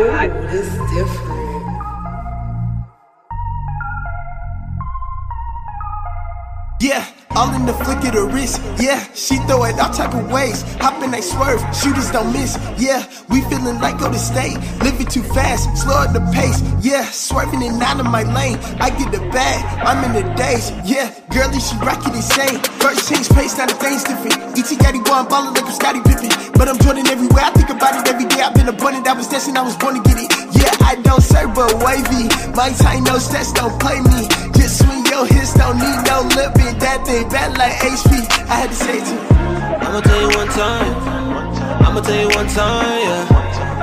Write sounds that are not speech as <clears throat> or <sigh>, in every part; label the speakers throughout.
Speaker 1: Ooh, this different.
Speaker 2: Yeah, all in the flick of the wrist. Yeah, she throw it all type of ways. Hop in, they swerve, shooters don't miss. Yeah, we feeling like go to state. Living too fast, slow at the pace. Yeah, swerving and out of my lane. I get the bag, I'm in the days. Yeah, girlie, she rockin' insane. First change pace, now the thing's different. ET got it, one ballin' like I'm Scotty Pippen. But I'm Jordan everywhere, I think about it every day. I've been abundant, I was destined, I was born to get it. Yeah, I don't serve but wavy. My tight no stats don't play me. Just swing your hips, don't need no lippin'. That thing bad like HP. I had to say it to you.
Speaker 3: I'ma tell you one time. I'ma tell you one time, yeah.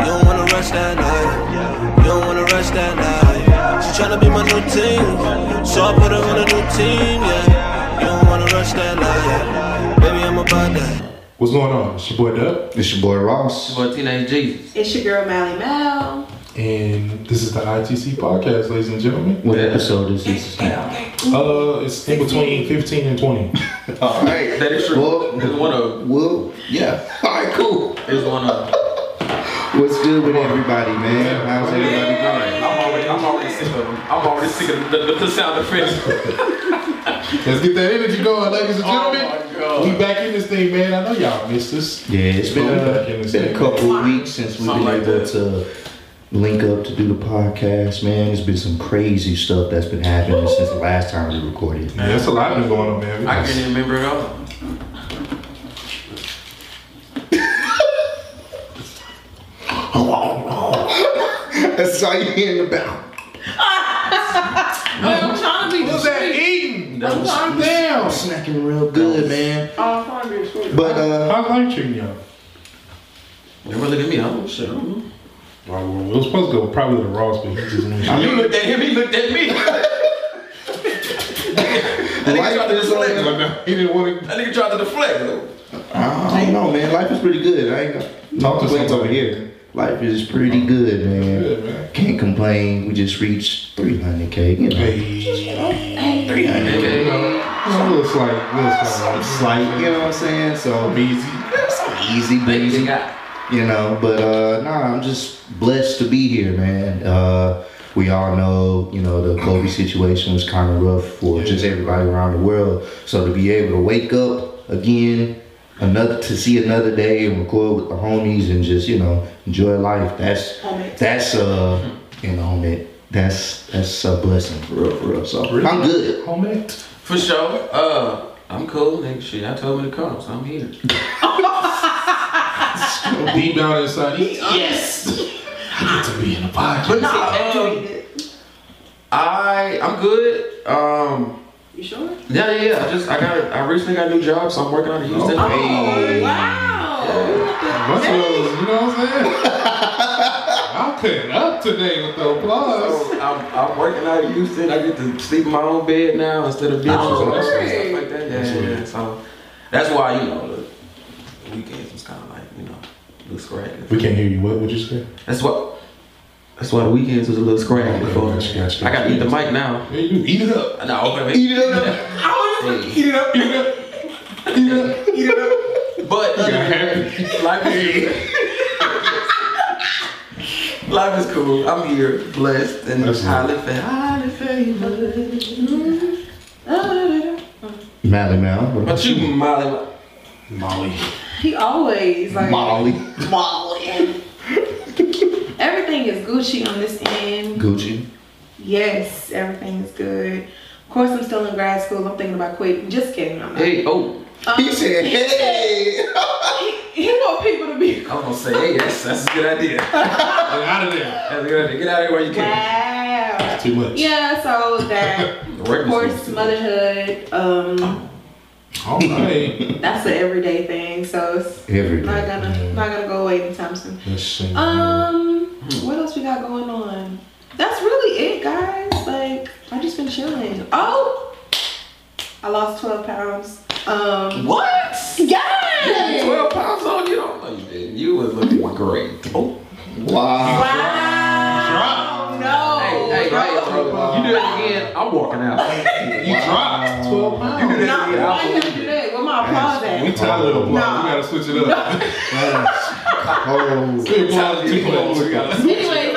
Speaker 3: You don't wanna rush that night. You don't wanna rush that night. She tryna be my new team, so I put her on a new team, yeah. You don't wanna rush that night, yeah. Baby, I'm about that.
Speaker 4: What's going on? It's your boy Dub,
Speaker 5: It's your boy Ross.
Speaker 6: Boy, Teenage Jesus.
Speaker 1: It's your girl Mally Mel.
Speaker 4: and this is the ITC podcast, ladies and gentlemen.
Speaker 6: What episode is this now?
Speaker 4: Uh, it's in between 15 and 20.
Speaker 5: All right.
Speaker 6: That is true.
Speaker 5: Well,
Speaker 6: It's one of.
Speaker 5: well, yeah. All right, cool.
Speaker 6: It's one of.
Speaker 5: What's good with everybody, man? How's everybody going?
Speaker 7: I'm already, I'm already sick of them. I'm already sick of the, the, the sound effects.
Speaker 4: Let's get that energy going, ladies and
Speaker 7: Oh my
Speaker 4: gentlemen.
Speaker 7: God.
Speaker 4: we back in this thing, man. I know y'all missed us.
Speaker 5: Yeah, it's been, uh,
Speaker 4: Fucking
Speaker 5: it's been a
Speaker 4: insane.
Speaker 5: couple of weeks since we've been
Speaker 7: Something like
Speaker 5: able
Speaker 7: that.
Speaker 5: to link up to do the podcast, man. There's been some crazy stuff that's been happening since the last time we recorded.
Speaker 4: Yeah, that's a lot been going on, man.
Speaker 7: I can't even remember it all.
Speaker 5: <laughs> That's all you hear in the back.
Speaker 1: I'm trying to be
Speaker 4: What's that eating? That was damn.
Speaker 5: Snacking real good, man.
Speaker 7: Oh,
Speaker 1: I'm trying to be sweet.
Speaker 5: But uh,
Speaker 4: How's life treating y'all?
Speaker 6: Never look at me. I don't shit. I don't know.
Speaker 4: Well, we were supposed to go probably to Ross, but he just went.
Speaker 5: I
Speaker 4: I
Speaker 5: mean,
Speaker 7: Looked at him, he looked at
Speaker 6: <laughs>
Speaker 7: me. That
Speaker 5: life is. Uh,
Speaker 4: he didn't want to
Speaker 7: nigga tried to deflect. though.
Speaker 5: I don't know, man. Life is pretty good. I ain't gonna
Speaker 4: Talk to
Speaker 5: talk to over
Speaker 4: somebody.
Speaker 5: here. Life is pretty good, man.
Speaker 4: Good, man.
Speaker 5: Can't complain. We just reached 300k. You know,
Speaker 4: Hey.
Speaker 5: 300k.
Speaker 4: You know, a little slight, little slight.
Speaker 5: Slight, you know what I'm saying? So
Speaker 4: Easy.
Speaker 5: easy,
Speaker 6: Niggas ain't
Speaker 5: breezy.
Speaker 6: got.
Speaker 5: you know. But uh, nah, I'm just blessed to be here, man. Uh, we all know, you know, the Kobe situation was kind of rough for just everybody around the world. So to be able to wake up again, another to see another day and record with the homies and just you know enjoy life. That's
Speaker 1: Homie.
Speaker 5: that's uh, you know, homie. That's that's a blessing for real, for real. So I'm good.
Speaker 4: Homemade.
Speaker 6: For sure. Uh, I'm cool, nigga. Shit, I told me to come, so I'm here.
Speaker 4: Deep down inside, he
Speaker 1: Yes.
Speaker 4: get to be in the podcast.
Speaker 1: No,
Speaker 6: Um, I I'm good. Um,
Speaker 1: you sure?
Speaker 6: yeah, yeah, yeah. I just I got I recently got a new job, so I'm working out of Houston.
Speaker 1: Oh,
Speaker 5: Hey.
Speaker 1: wow.
Speaker 4: Muscles, you know what I'm saying? <laughs> I'm cutting up today with the applause.
Speaker 6: So I'm, I'm working out of Houston. I get to sleep in my own bed now instead of being
Speaker 1: Oh,
Speaker 6: so that's-
Speaker 1: word.
Speaker 6: stuff like that. Yeah, yeah, yeah. So that's why you know the weekends was kind of like you know a little
Speaker 4: We
Speaker 6: scraggly.
Speaker 4: can't hear you. What would you say?
Speaker 6: That's what. That's why the weekends was a little scraggly
Speaker 4: Okay,
Speaker 6: for me.
Speaker 4: gotcha, gotcha,
Speaker 6: I gotta
Speaker 4: gotcha.
Speaker 6: eat the mic now.
Speaker 4: Hey, you eat it up. <laughs>
Speaker 6: No, wait, wait.
Speaker 4: Eat it up. Eat it up. Eat it up. Eat it up. Eat it up.
Speaker 6: But other
Speaker 4: got
Speaker 6: than that, life
Speaker 4: <laughs>
Speaker 6: is life is cool. I'm here, blessed and
Speaker 4: That's
Speaker 6: highly fa- highly favored.
Speaker 5: Mally Mal. what about
Speaker 6: But you, Molly,
Speaker 4: Molly.
Speaker 1: He always like
Speaker 5: Molly.
Speaker 1: Molly. Everything is Gucci on this end.
Speaker 5: Gucci.
Speaker 1: Yes, everything is good. Of course, I'm still in grad school. I'm thinking about quitting. Just kidding. I'm not.
Speaker 6: hey, oh,
Speaker 1: Um,
Speaker 5: He said, hey.
Speaker 1: <laughs> he, he want people
Speaker 7: <laughs>
Speaker 1: to be.
Speaker 6: I was gonna say, hey, that's that's a good idea.
Speaker 4: Get out of there.
Speaker 6: That's a good idea. Get out of here while you can.
Speaker 1: Wow.
Speaker 4: Too much.
Speaker 1: Yeah. So that,
Speaker 6: The
Speaker 1: of
Speaker 6: record
Speaker 1: course,
Speaker 6: store.
Speaker 1: motherhood. Um,
Speaker 4: All right.
Speaker 1: that's an everyday thing. So it's
Speaker 5: Every
Speaker 1: not
Speaker 5: day.
Speaker 1: gonna
Speaker 4: Mm.
Speaker 1: not gonna go away anytime soon.
Speaker 4: Let's sing.
Speaker 1: Um,
Speaker 4: Mm.
Speaker 1: what else we got going on? That's really it, guys. Like, I just been chilling. Oh, I lost twelve pounds. Um,
Speaker 6: What?
Speaker 1: yes.
Speaker 6: Twelve pounds on you? Don't know you did. You was looking great. Oh,
Speaker 5: Wow.
Speaker 1: Wow. No.
Speaker 6: hey, hey, hey, bro. You do it again. I'm walking out.
Speaker 4: You dropped 12 pounds.
Speaker 1: No, why you gonna do that? Where my applause
Speaker 4: We
Speaker 1: at?
Speaker 4: tired of the applause.
Speaker 1: Nah. <laughs>
Speaker 4: We gotta switch it up.
Speaker 5: That's cold.
Speaker 4: We applause too much. We gotta-
Speaker 1: Anyways,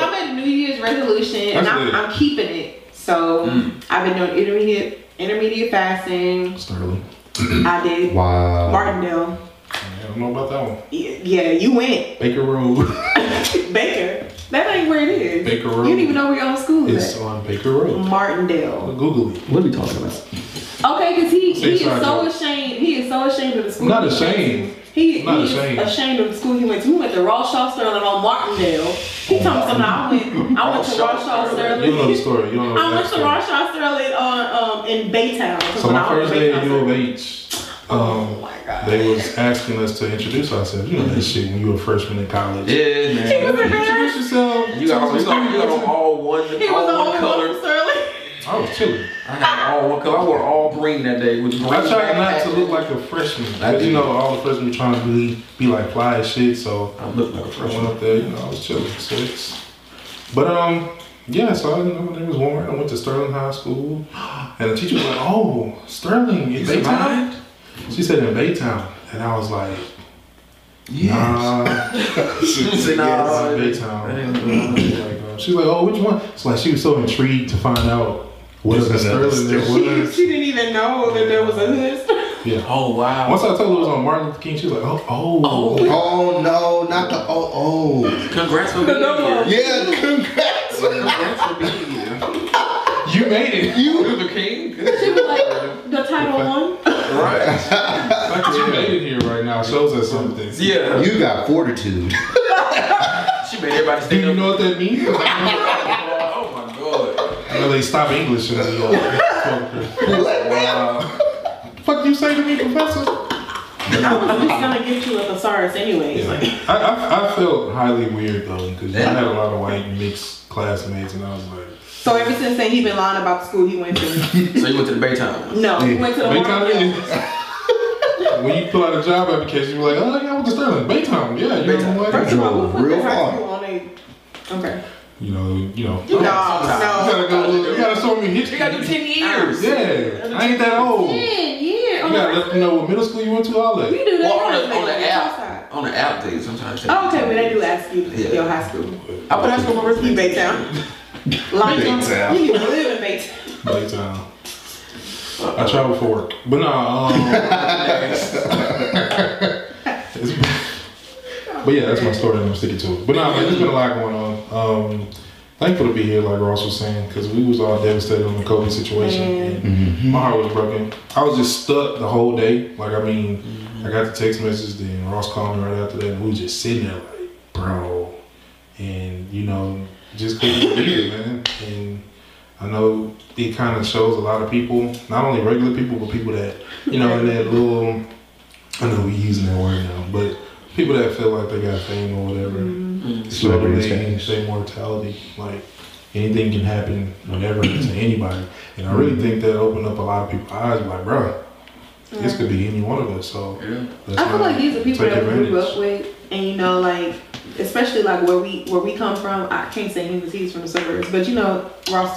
Speaker 1: resolution, and
Speaker 4: That's
Speaker 1: I'm,
Speaker 4: good. Mm.
Speaker 1: I'm keeping it. So I've been doing intermediate intermediate fasting.
Speaker 5: Sterling.
Speaker 1: I did
Speaker 4: Uh,
Speaker 5: Wow.
Speaker 1: Martindale.
Speaker 4: I don't know about that one.
Speaker 1: Y- Yeah, you went
Speaker 4: Baker Road.
Speaker 1: <laughs> Baker. That ain't where it is.
Speaker 4: Baker
Speaker 1: You
Speaker 4: Road.
Speaker 1: don't even know where your own school
Speaker 4: It's
Speaker 1: is.
Speaker 4: on Baker Road.
Speaker 1: At. Martindale.
Speaker 4: Google it.
Speaker 6: What are we talking about?
Speaker 1: Okay, because he, he
Speaker 4: Say
Speaker 1: is
Speaker 4: sorry,
Speaker 1: so
Speaker 4: Joe.
Speaker 1: ashamed. He is so ashamed of the school.
Speaker 4: Not
Speaker 1: he went to.
Speaker 4: ashamed.
Speaker 1: He,
Speaker 4: Not
Speaker 1: he is
Speaker 4: ashamed.
Speaker 1: ashamed of the school he went to. He went to Ralshaw Sterling on Martindale. He told me something. I went. I went to Ralshaw
Speaker 4: You don't know the
Speaker 1: Sterling.
Speaker 4: story. You don't know
Speaker 1: I
Speaker 4: the
Speaker 1: went to
Speaker 4: backstory.
Speaker 1: Ralshaw Sterling on um in Baytown. 'cause
Speaker 4: So
Speaker 1: when
Speaker 4: my
Speaker 1: I was
Speaker 4: first
Speaker 1: in
Speaker 4: day at
Speaker 1: Baytown,
Speaker 4: U of H,
Speaker 1: Oh
Speaker 4: um,
Speaker 1: my God.
Speaker 4: they was asking us to introduce ourselves. You know that shit when you were a freshman in college.
Speaker 6: Yeah,
Speaker 1: He was
Speaker 6: man.
Speaker 1: embarrassed.
Speaker 4: Introduce yourself.
Speaker 6: You got, you got, you got on all one,
Speaker 1: He was
Speaker 6: all
Speaker 1: the
Speaker 6: one
Speaker 1: only one
Speaker 6: color.
Speaker 1: from Sterling.
Speaker 4: I was chilling.
Speaker 6: I had all one color. I wore all green that day. Which
Speaker 4: I tried not to look like a freshman. Cause you know all the freshmen trying to be, be like fly as shit. So
Speaker 6: I look like a
Speaker 4: I went
Speaker 6: freshman.
Speaker 4: up there. You know I was chilling six. But um. Yeah, so I didn't know my name was Warren. I went to Sterling High School, and the teacher was like, "Oh, Sterling, in Baytown."
Speaker 6: survived?
Speaker 4: She said in Baytown, and I was like,
Speaker 6: Yes.
Speaker 4: "Nah,
Speaker 6: Nah,
Speaker 4: Big time. She's like, oh, which one? It's like she was so intrigued to find out what
Speaker 5: This
Speaker 4: the
Speaker 5: is another
Speaker 4: Sterling there
Speaker 1: She,
Speaker 4: was.
Speaker 1: <laughs> she didn't even know that there was a hood. Sterling.
Speaker 4: Yeah.
Speaker 6: Oh wow.
Speaker 4: <laughs> Once I told her it was on Martin Luther King, she was like, oh, oh.
Speaker 5: Oh no, not the oh oh.
Speaker 6: Congrats for being here.
Speaker 1: Another one.
Speaker 5: Yeah, congrats.
Speaker 6: Congrats for being here.
Speaker 4: You made it.
Speaker 6: Luther King.
Speaker 1: She was like the title one.
Speaker 6: Right.
Speaker 4: The fact that you made it here right now shows us something.
Speaker 6: Yeah.
Speaker 5: You got fortitude.
Speaker 6: She made everybody
Speaker 4: Do
Speaker 6: stand
Speaker 4: you
Speaker 6: up.
Speaker 4: know what that means?
Speaker 6: Oh my god.
Speaker 4: I know they stop English in New York.
Speaker 6: Wow.
Speaker 4: Fuck you say to me, Professor?
Speaker 1: I was just gonna give you a thesaurus anyways.
Speaker 4: Yeah.
Speaker 1: Like,
Speaker 4: I, I, I felt highly weird though, because I had a lot of white mixed classmates, and I was like,
Speaker 1: So ever since then, he been lying about the school he went to.
Speaker 6: So you went to the Baytown.
Speaker 1: No, he went to the
Speaker 4: Baytown
Speaker 1: Martindale.
Speaker 4: is. <laughs> when you put out a job application, you're like, oh, yeah, I went to Sterling. Baytown, yeah, you
Speaker 6: Baytown.
Speaker 4: know
Speaker 1: First
Speaker 4: what?
Speaker 1: of all, who put
Speaker 5: Real
Speaker 1: the high
Speaker 5: hard.
Speaker 1: school on a? Okay.
Speaker 4: You know, you know.
Speaker 1: No,
Speaker 4: You
Speaker 1: no.
Speaker 4: gotta go. look- You gotta show me history.
Speaker 6: You gotta do ten years.
Speaker 4: Yeah, I ain't that old. You
Speaker 1: Yeah, yeah. on
Speaker 4: gotta
Speaker 1: the-
Speaker 4: let them know what middle school you went to. All
Speaker 1: We
Speaker 4: that.
Speaker 1: oh, do that.
Speaker 6: Well, on the, on the
Speaker 1: outside.
Speaker 6: app, on the app thing, sometimes. they-
Speaker 1: Oh, okay, but they do ask you
Speaker 6: Yeah.
Speaker 1: your high school.
Speaker 6: I put high school my
Speaker 1: You
Speaker 6: birthday.
Speaker 1: Baytown. Lying.
Speaker 5: Baytown.
Speaker 1: You even live in Baytown.
Speaker 4: Baytown. uh, I travel for work, but nah. Um, But yeah, that's my story, and I'm sticking to it. But nah, man, there's been a lot going on. Um, thankful to be here, like Ross was saying, because we was all devastated on the COVID situation. And My heart was broken. I was just stuck the whole day. Like, I mean, I got the text message, then Ross called me right after that, and we was just sitting there like, bro. And, you know, just couldn't believe it, man. And I know it kind of shows a lot of people, not only regular people, but people that, you know, in that little, I know we using that word now, but people that feel like they got fame or whatever, so
Speaker 5: Celebrity
Speaker 4: they
Speaker 5: status.
Speaker 4: say mortality, like anything can happen whenever to anybody. And I really think that opened up a lot of people's eyes, like, bro, this could be any one of us. So
Speaker 6: Yeah.
Speaker 4: let's
Speaker 1: Mm. I feel
Speaker 4: not
Speaker 1: like these are people
Speaker 4: take
Speaker 1: that we grew
Speaker 4: advantage.
Speaker 1: up with, and you know, like especially like where we where we come from. I can't say him because he's from the suburbs, but you know, Ross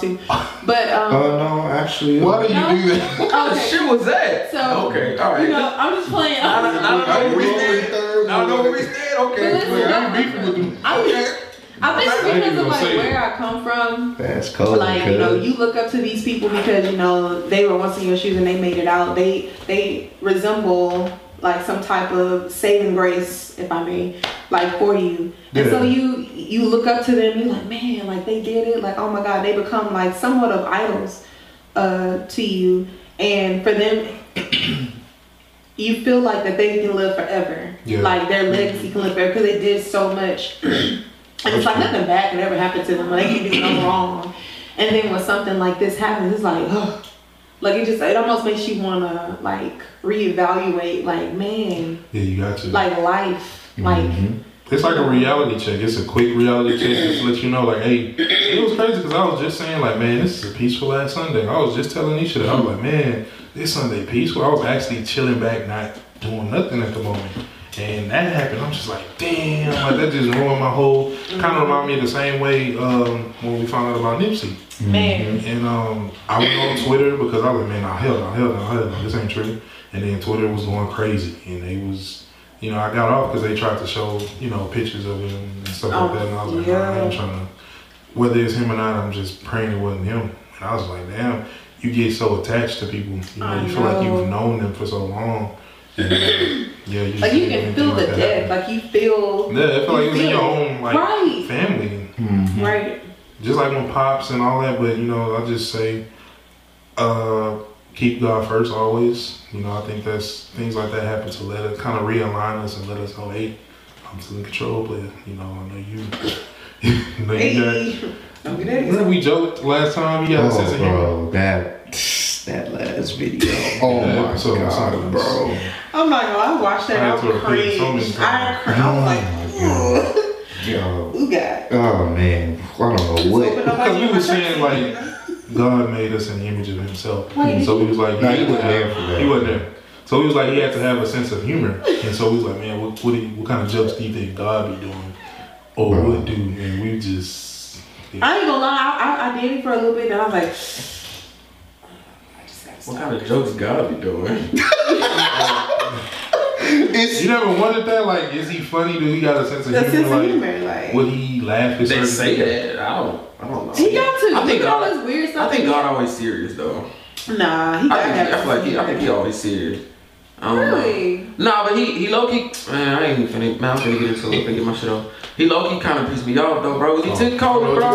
Speaker 6: <laughs>
Speaker 1: too. But
Speaker 5: Oh
Speaker 1: um,
Speaker 6: Uh,
Speaker 5: no, actually.
Speaker 4: Why do
Speaker 1: No.
Speaker 4: you do that?
Speaker 6: What the
Speaker 7: <laughs>
Speaker 1: <laughs> Okay.
Speaker 6: shit was that?
Speaker 1: So-
Speaker 6: okay, all
Speaker 1: you
Speaker 6: right.
Speaker 1: know, I'm just playing.
Speaker 6: I don't, I don't know where we stand. I don't know where we stand.
Speaker 1: But
Speaker 6: Okay.
Speaker 1: listen,
Speaker 6: Look,
Speaker 1: no,
Speaker 6: I'm beefing with them.
Speaker 1: I-
Speaker 6: Okay.
Speaker 1: I think it's
Speaker 4: I ain't
Speaker 1: because
Speaker 4: even
Speaker 1: of
Speaker 4: gonna
Speaker 1: like
Speaker 4: say it.
Speaker 1: where I come from.
Speaker 5: That's cold.
Speaker 1: Like you know, you look up to these people because you know they were once in your shoes and they made it out. They they resemble like some type of saving grace, if I may, like for you. And so
Speaker 4: Yeah.
Speaker 1: you you look up to them. You're like, man, like they did it. Like oh my god, they become like somewhat of idols uh, to you. And for them, <clears throat> you feel like that they can live forever.
Speaker 4: Yeah.
Speaker 1: Like their legacy can live forever because they did so much. <clears throat> And it's like nothing bad could ever happen to them. Like <laughs> they didn't do no wrong. And then when something like this happens, it's like, ugh. Like it just it almost makes you wanna like reevaluate like man,
Speaker 4: Yeah, you got to.
Speaker 1: like life.
Speaker 4: Mm-hmm.
Speaker 1: Like
Speaker 4: It's like a reality check. It's a quick reality check just to let you know, like, hey, it was crazy because I was just saying, like, man, this is a peaceful last Sunday. I was just telling Nisha that I was like, man, this Sunday peaceful. I was actually chilling back, not doing nothing at the moment. And that happened. I'm just like, damn, like that just ruined my whole. Kind of
Speaker 1: Mm-hmm.
Speaker 4: remind me the same way um, when we found out about Nipsey.
Speaker 1: man.
Speaker 4: And um, I went on Twitter because I was like, man, I hell, I hell, I hell, no, this ain't true. And then Twitter was going crazy, and they was, you know, I got off because they tried to show, you know, pictures of him and stuff
Speaker 1: Oh,
Speaker 4: like that, and I was like, nah, I ain't trying to whether it's him or not, I'm just praying it wasn't him. And I was like, damn, you get so attached to people. You know,
Speaker 1: I
Speaker 4: you feel like
Speaker 1: know.
Speaker 4: you've known them for so long. yeah, you
Speaker 1: Like
Speaker 4: just
Speaker 1: you
Speaker 4: can't do
Speaker 1: can feel the
Speaker 4: anything like that.
Speaker 1: depth. Like you feel
Speaker 4: Yeah, I feel like it was in your own like
Speaker 1: Right.
Speaker 4: family, Mm-hmm.
Speaker 1: right.
Speaker 4: just like when pops and all that. But you know, I just say, uh, keep God first always. You know, I think that's things like that happen to let it kind of realign us and let us know, hey, I'm still in control, but you know, I know you. <laughs> you know, you got-
Speaker 1: Hey. Don't get that.
Speaker 4: Remember we joked last time you got a sense
Speaker 5: Oh,
Speaker 4: of humor.
Speaker 5: bro, that <sighs> that last video. Oh
Speaker 4: Yeah,
Speaker 5: my
Speaker 4: so- so-
Speaker 5: god, bro.
Speaker 1: I'm not gonna lie, I watched that.
Speaker 4: I
Speaker 1: I,
Speaker 4: had
Speaker 1: was
Speaker 4: to repeat
Speaker 1: cringe.
Speaker 4: so many
Speaker 1: I
Speaker 4: times.
Speaker 1: cringed. I
Speaker 7: <laughs>
Speaker 1: was like,
Speaker 5: Yo.
Speaker 1: ooh, God.
Speaker 5: Oh man, I don't know
Speaker 1: Open
Speaker 5: what.
Speaker 1: up my
Speaker 4: Because we were
Speaker 1: shirt.
Speaker 4: saying like God made us in the image of Himself,
Speaker 1: Wait.
Speaker 4: so we was like,
Speaker 5: Nah,
Speaker 4: he
Speaker 5: he wasn't
Speaker 4: had-
Speaker 5: there for that.
Speaker 4: He wasn't there. So he was like, he had to have a sense of humor, and so we was like, man, what what, do you, what kind of jokes do you think God be doing, Oh, or
Speaker 5: Bro.
Speaker 4: would do? And we just
Speaker 1: I ain't gonna lie, I, I, I did it for a little bit, and I was like,
Speaker 7: What kind of jokes God be doing?
Speaker 5: It's
Speaker 4: you never wondered that like, is he funny? Do he got a sense of
Speaker 1: the sense
Speaker 4: humor?
Speaker 1: of
Speaker 4: Like,
Speaker 1: humor, like.
Speaker 4: would he laugh? at
Speaker 7: They
Speaker 4: certain
Speaker 7: say
Speaker 4: things?
Speaker 7: that. I don't. I don't know.
Speaker 1: He got to.
Speaker 7: I
Speaker 1: Look
Speaker 7: think
Speaker 1: at all
Speaker 7: God.
Speaker 1: this weird
Speaker 7: I
Speaker 1: stuff.
Speaker 7: think God always serious though.
Speaker 1: Nah, he
Speaker 7: I think.
Speaker 1: got to
Speaker 7: I
Speaker 1: have
Speaker 7: feel like he. I think he um, always serious. I don't know.
Speaker 1: Really?
Speaker 7: Nah, but he he low key man, I ain't finna man, I'm finna get into it, finna get my shit off. He low key kinda pissed me off though, bro. He took Cobra, bro.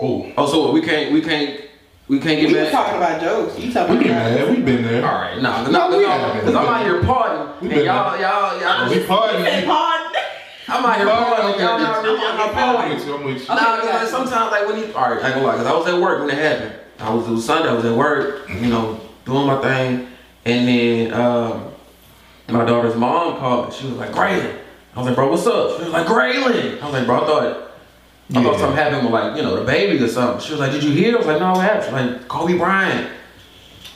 Speaker 7: Oh, so what, we can't we can't we can't get
Speaker 1: We was
Speaker 7: back.
Speaker 1: talking about jokes. You talking
Speaker 4: We been
Speaker 1: about
Speaker 4: there. We been there.
Speaker 7: Alright, nah, nah, nah,
Speaker 5: we
Speaker 7: nah,
Speaker 5: haven't.
Speaker 7: cause I'm out here partying
Speaker 4: We
Speaker 7: and
Speaker 4: been
Speaker 7: y'all y'all y'all
Speaker 4: We
Speaker 1: <laughs>
Speaker 4: partying.
Speaker 1: Pardon.
Speaker 7: I'm out here partying and y'all not really on my
Speaker 4: I'm
Speaker 7: party.
Speaker 4: with you. I'm with you.
Speaker 7: Nah, cause like, sometimes like when he alright, I ain't gonna lie, cause I was at work when it happened. I was it was Sunday, I was at work, you know, doing my thing, and then um my daughter's mom called. She was like, Graylin. I was like, bro, what's up? She was like, Graylin. I was like, bro, I thought, I thought something happened with like, you know, the baby or something. She was like, did you hear? I was like, no, what happened? She was like, Kobe Bryant.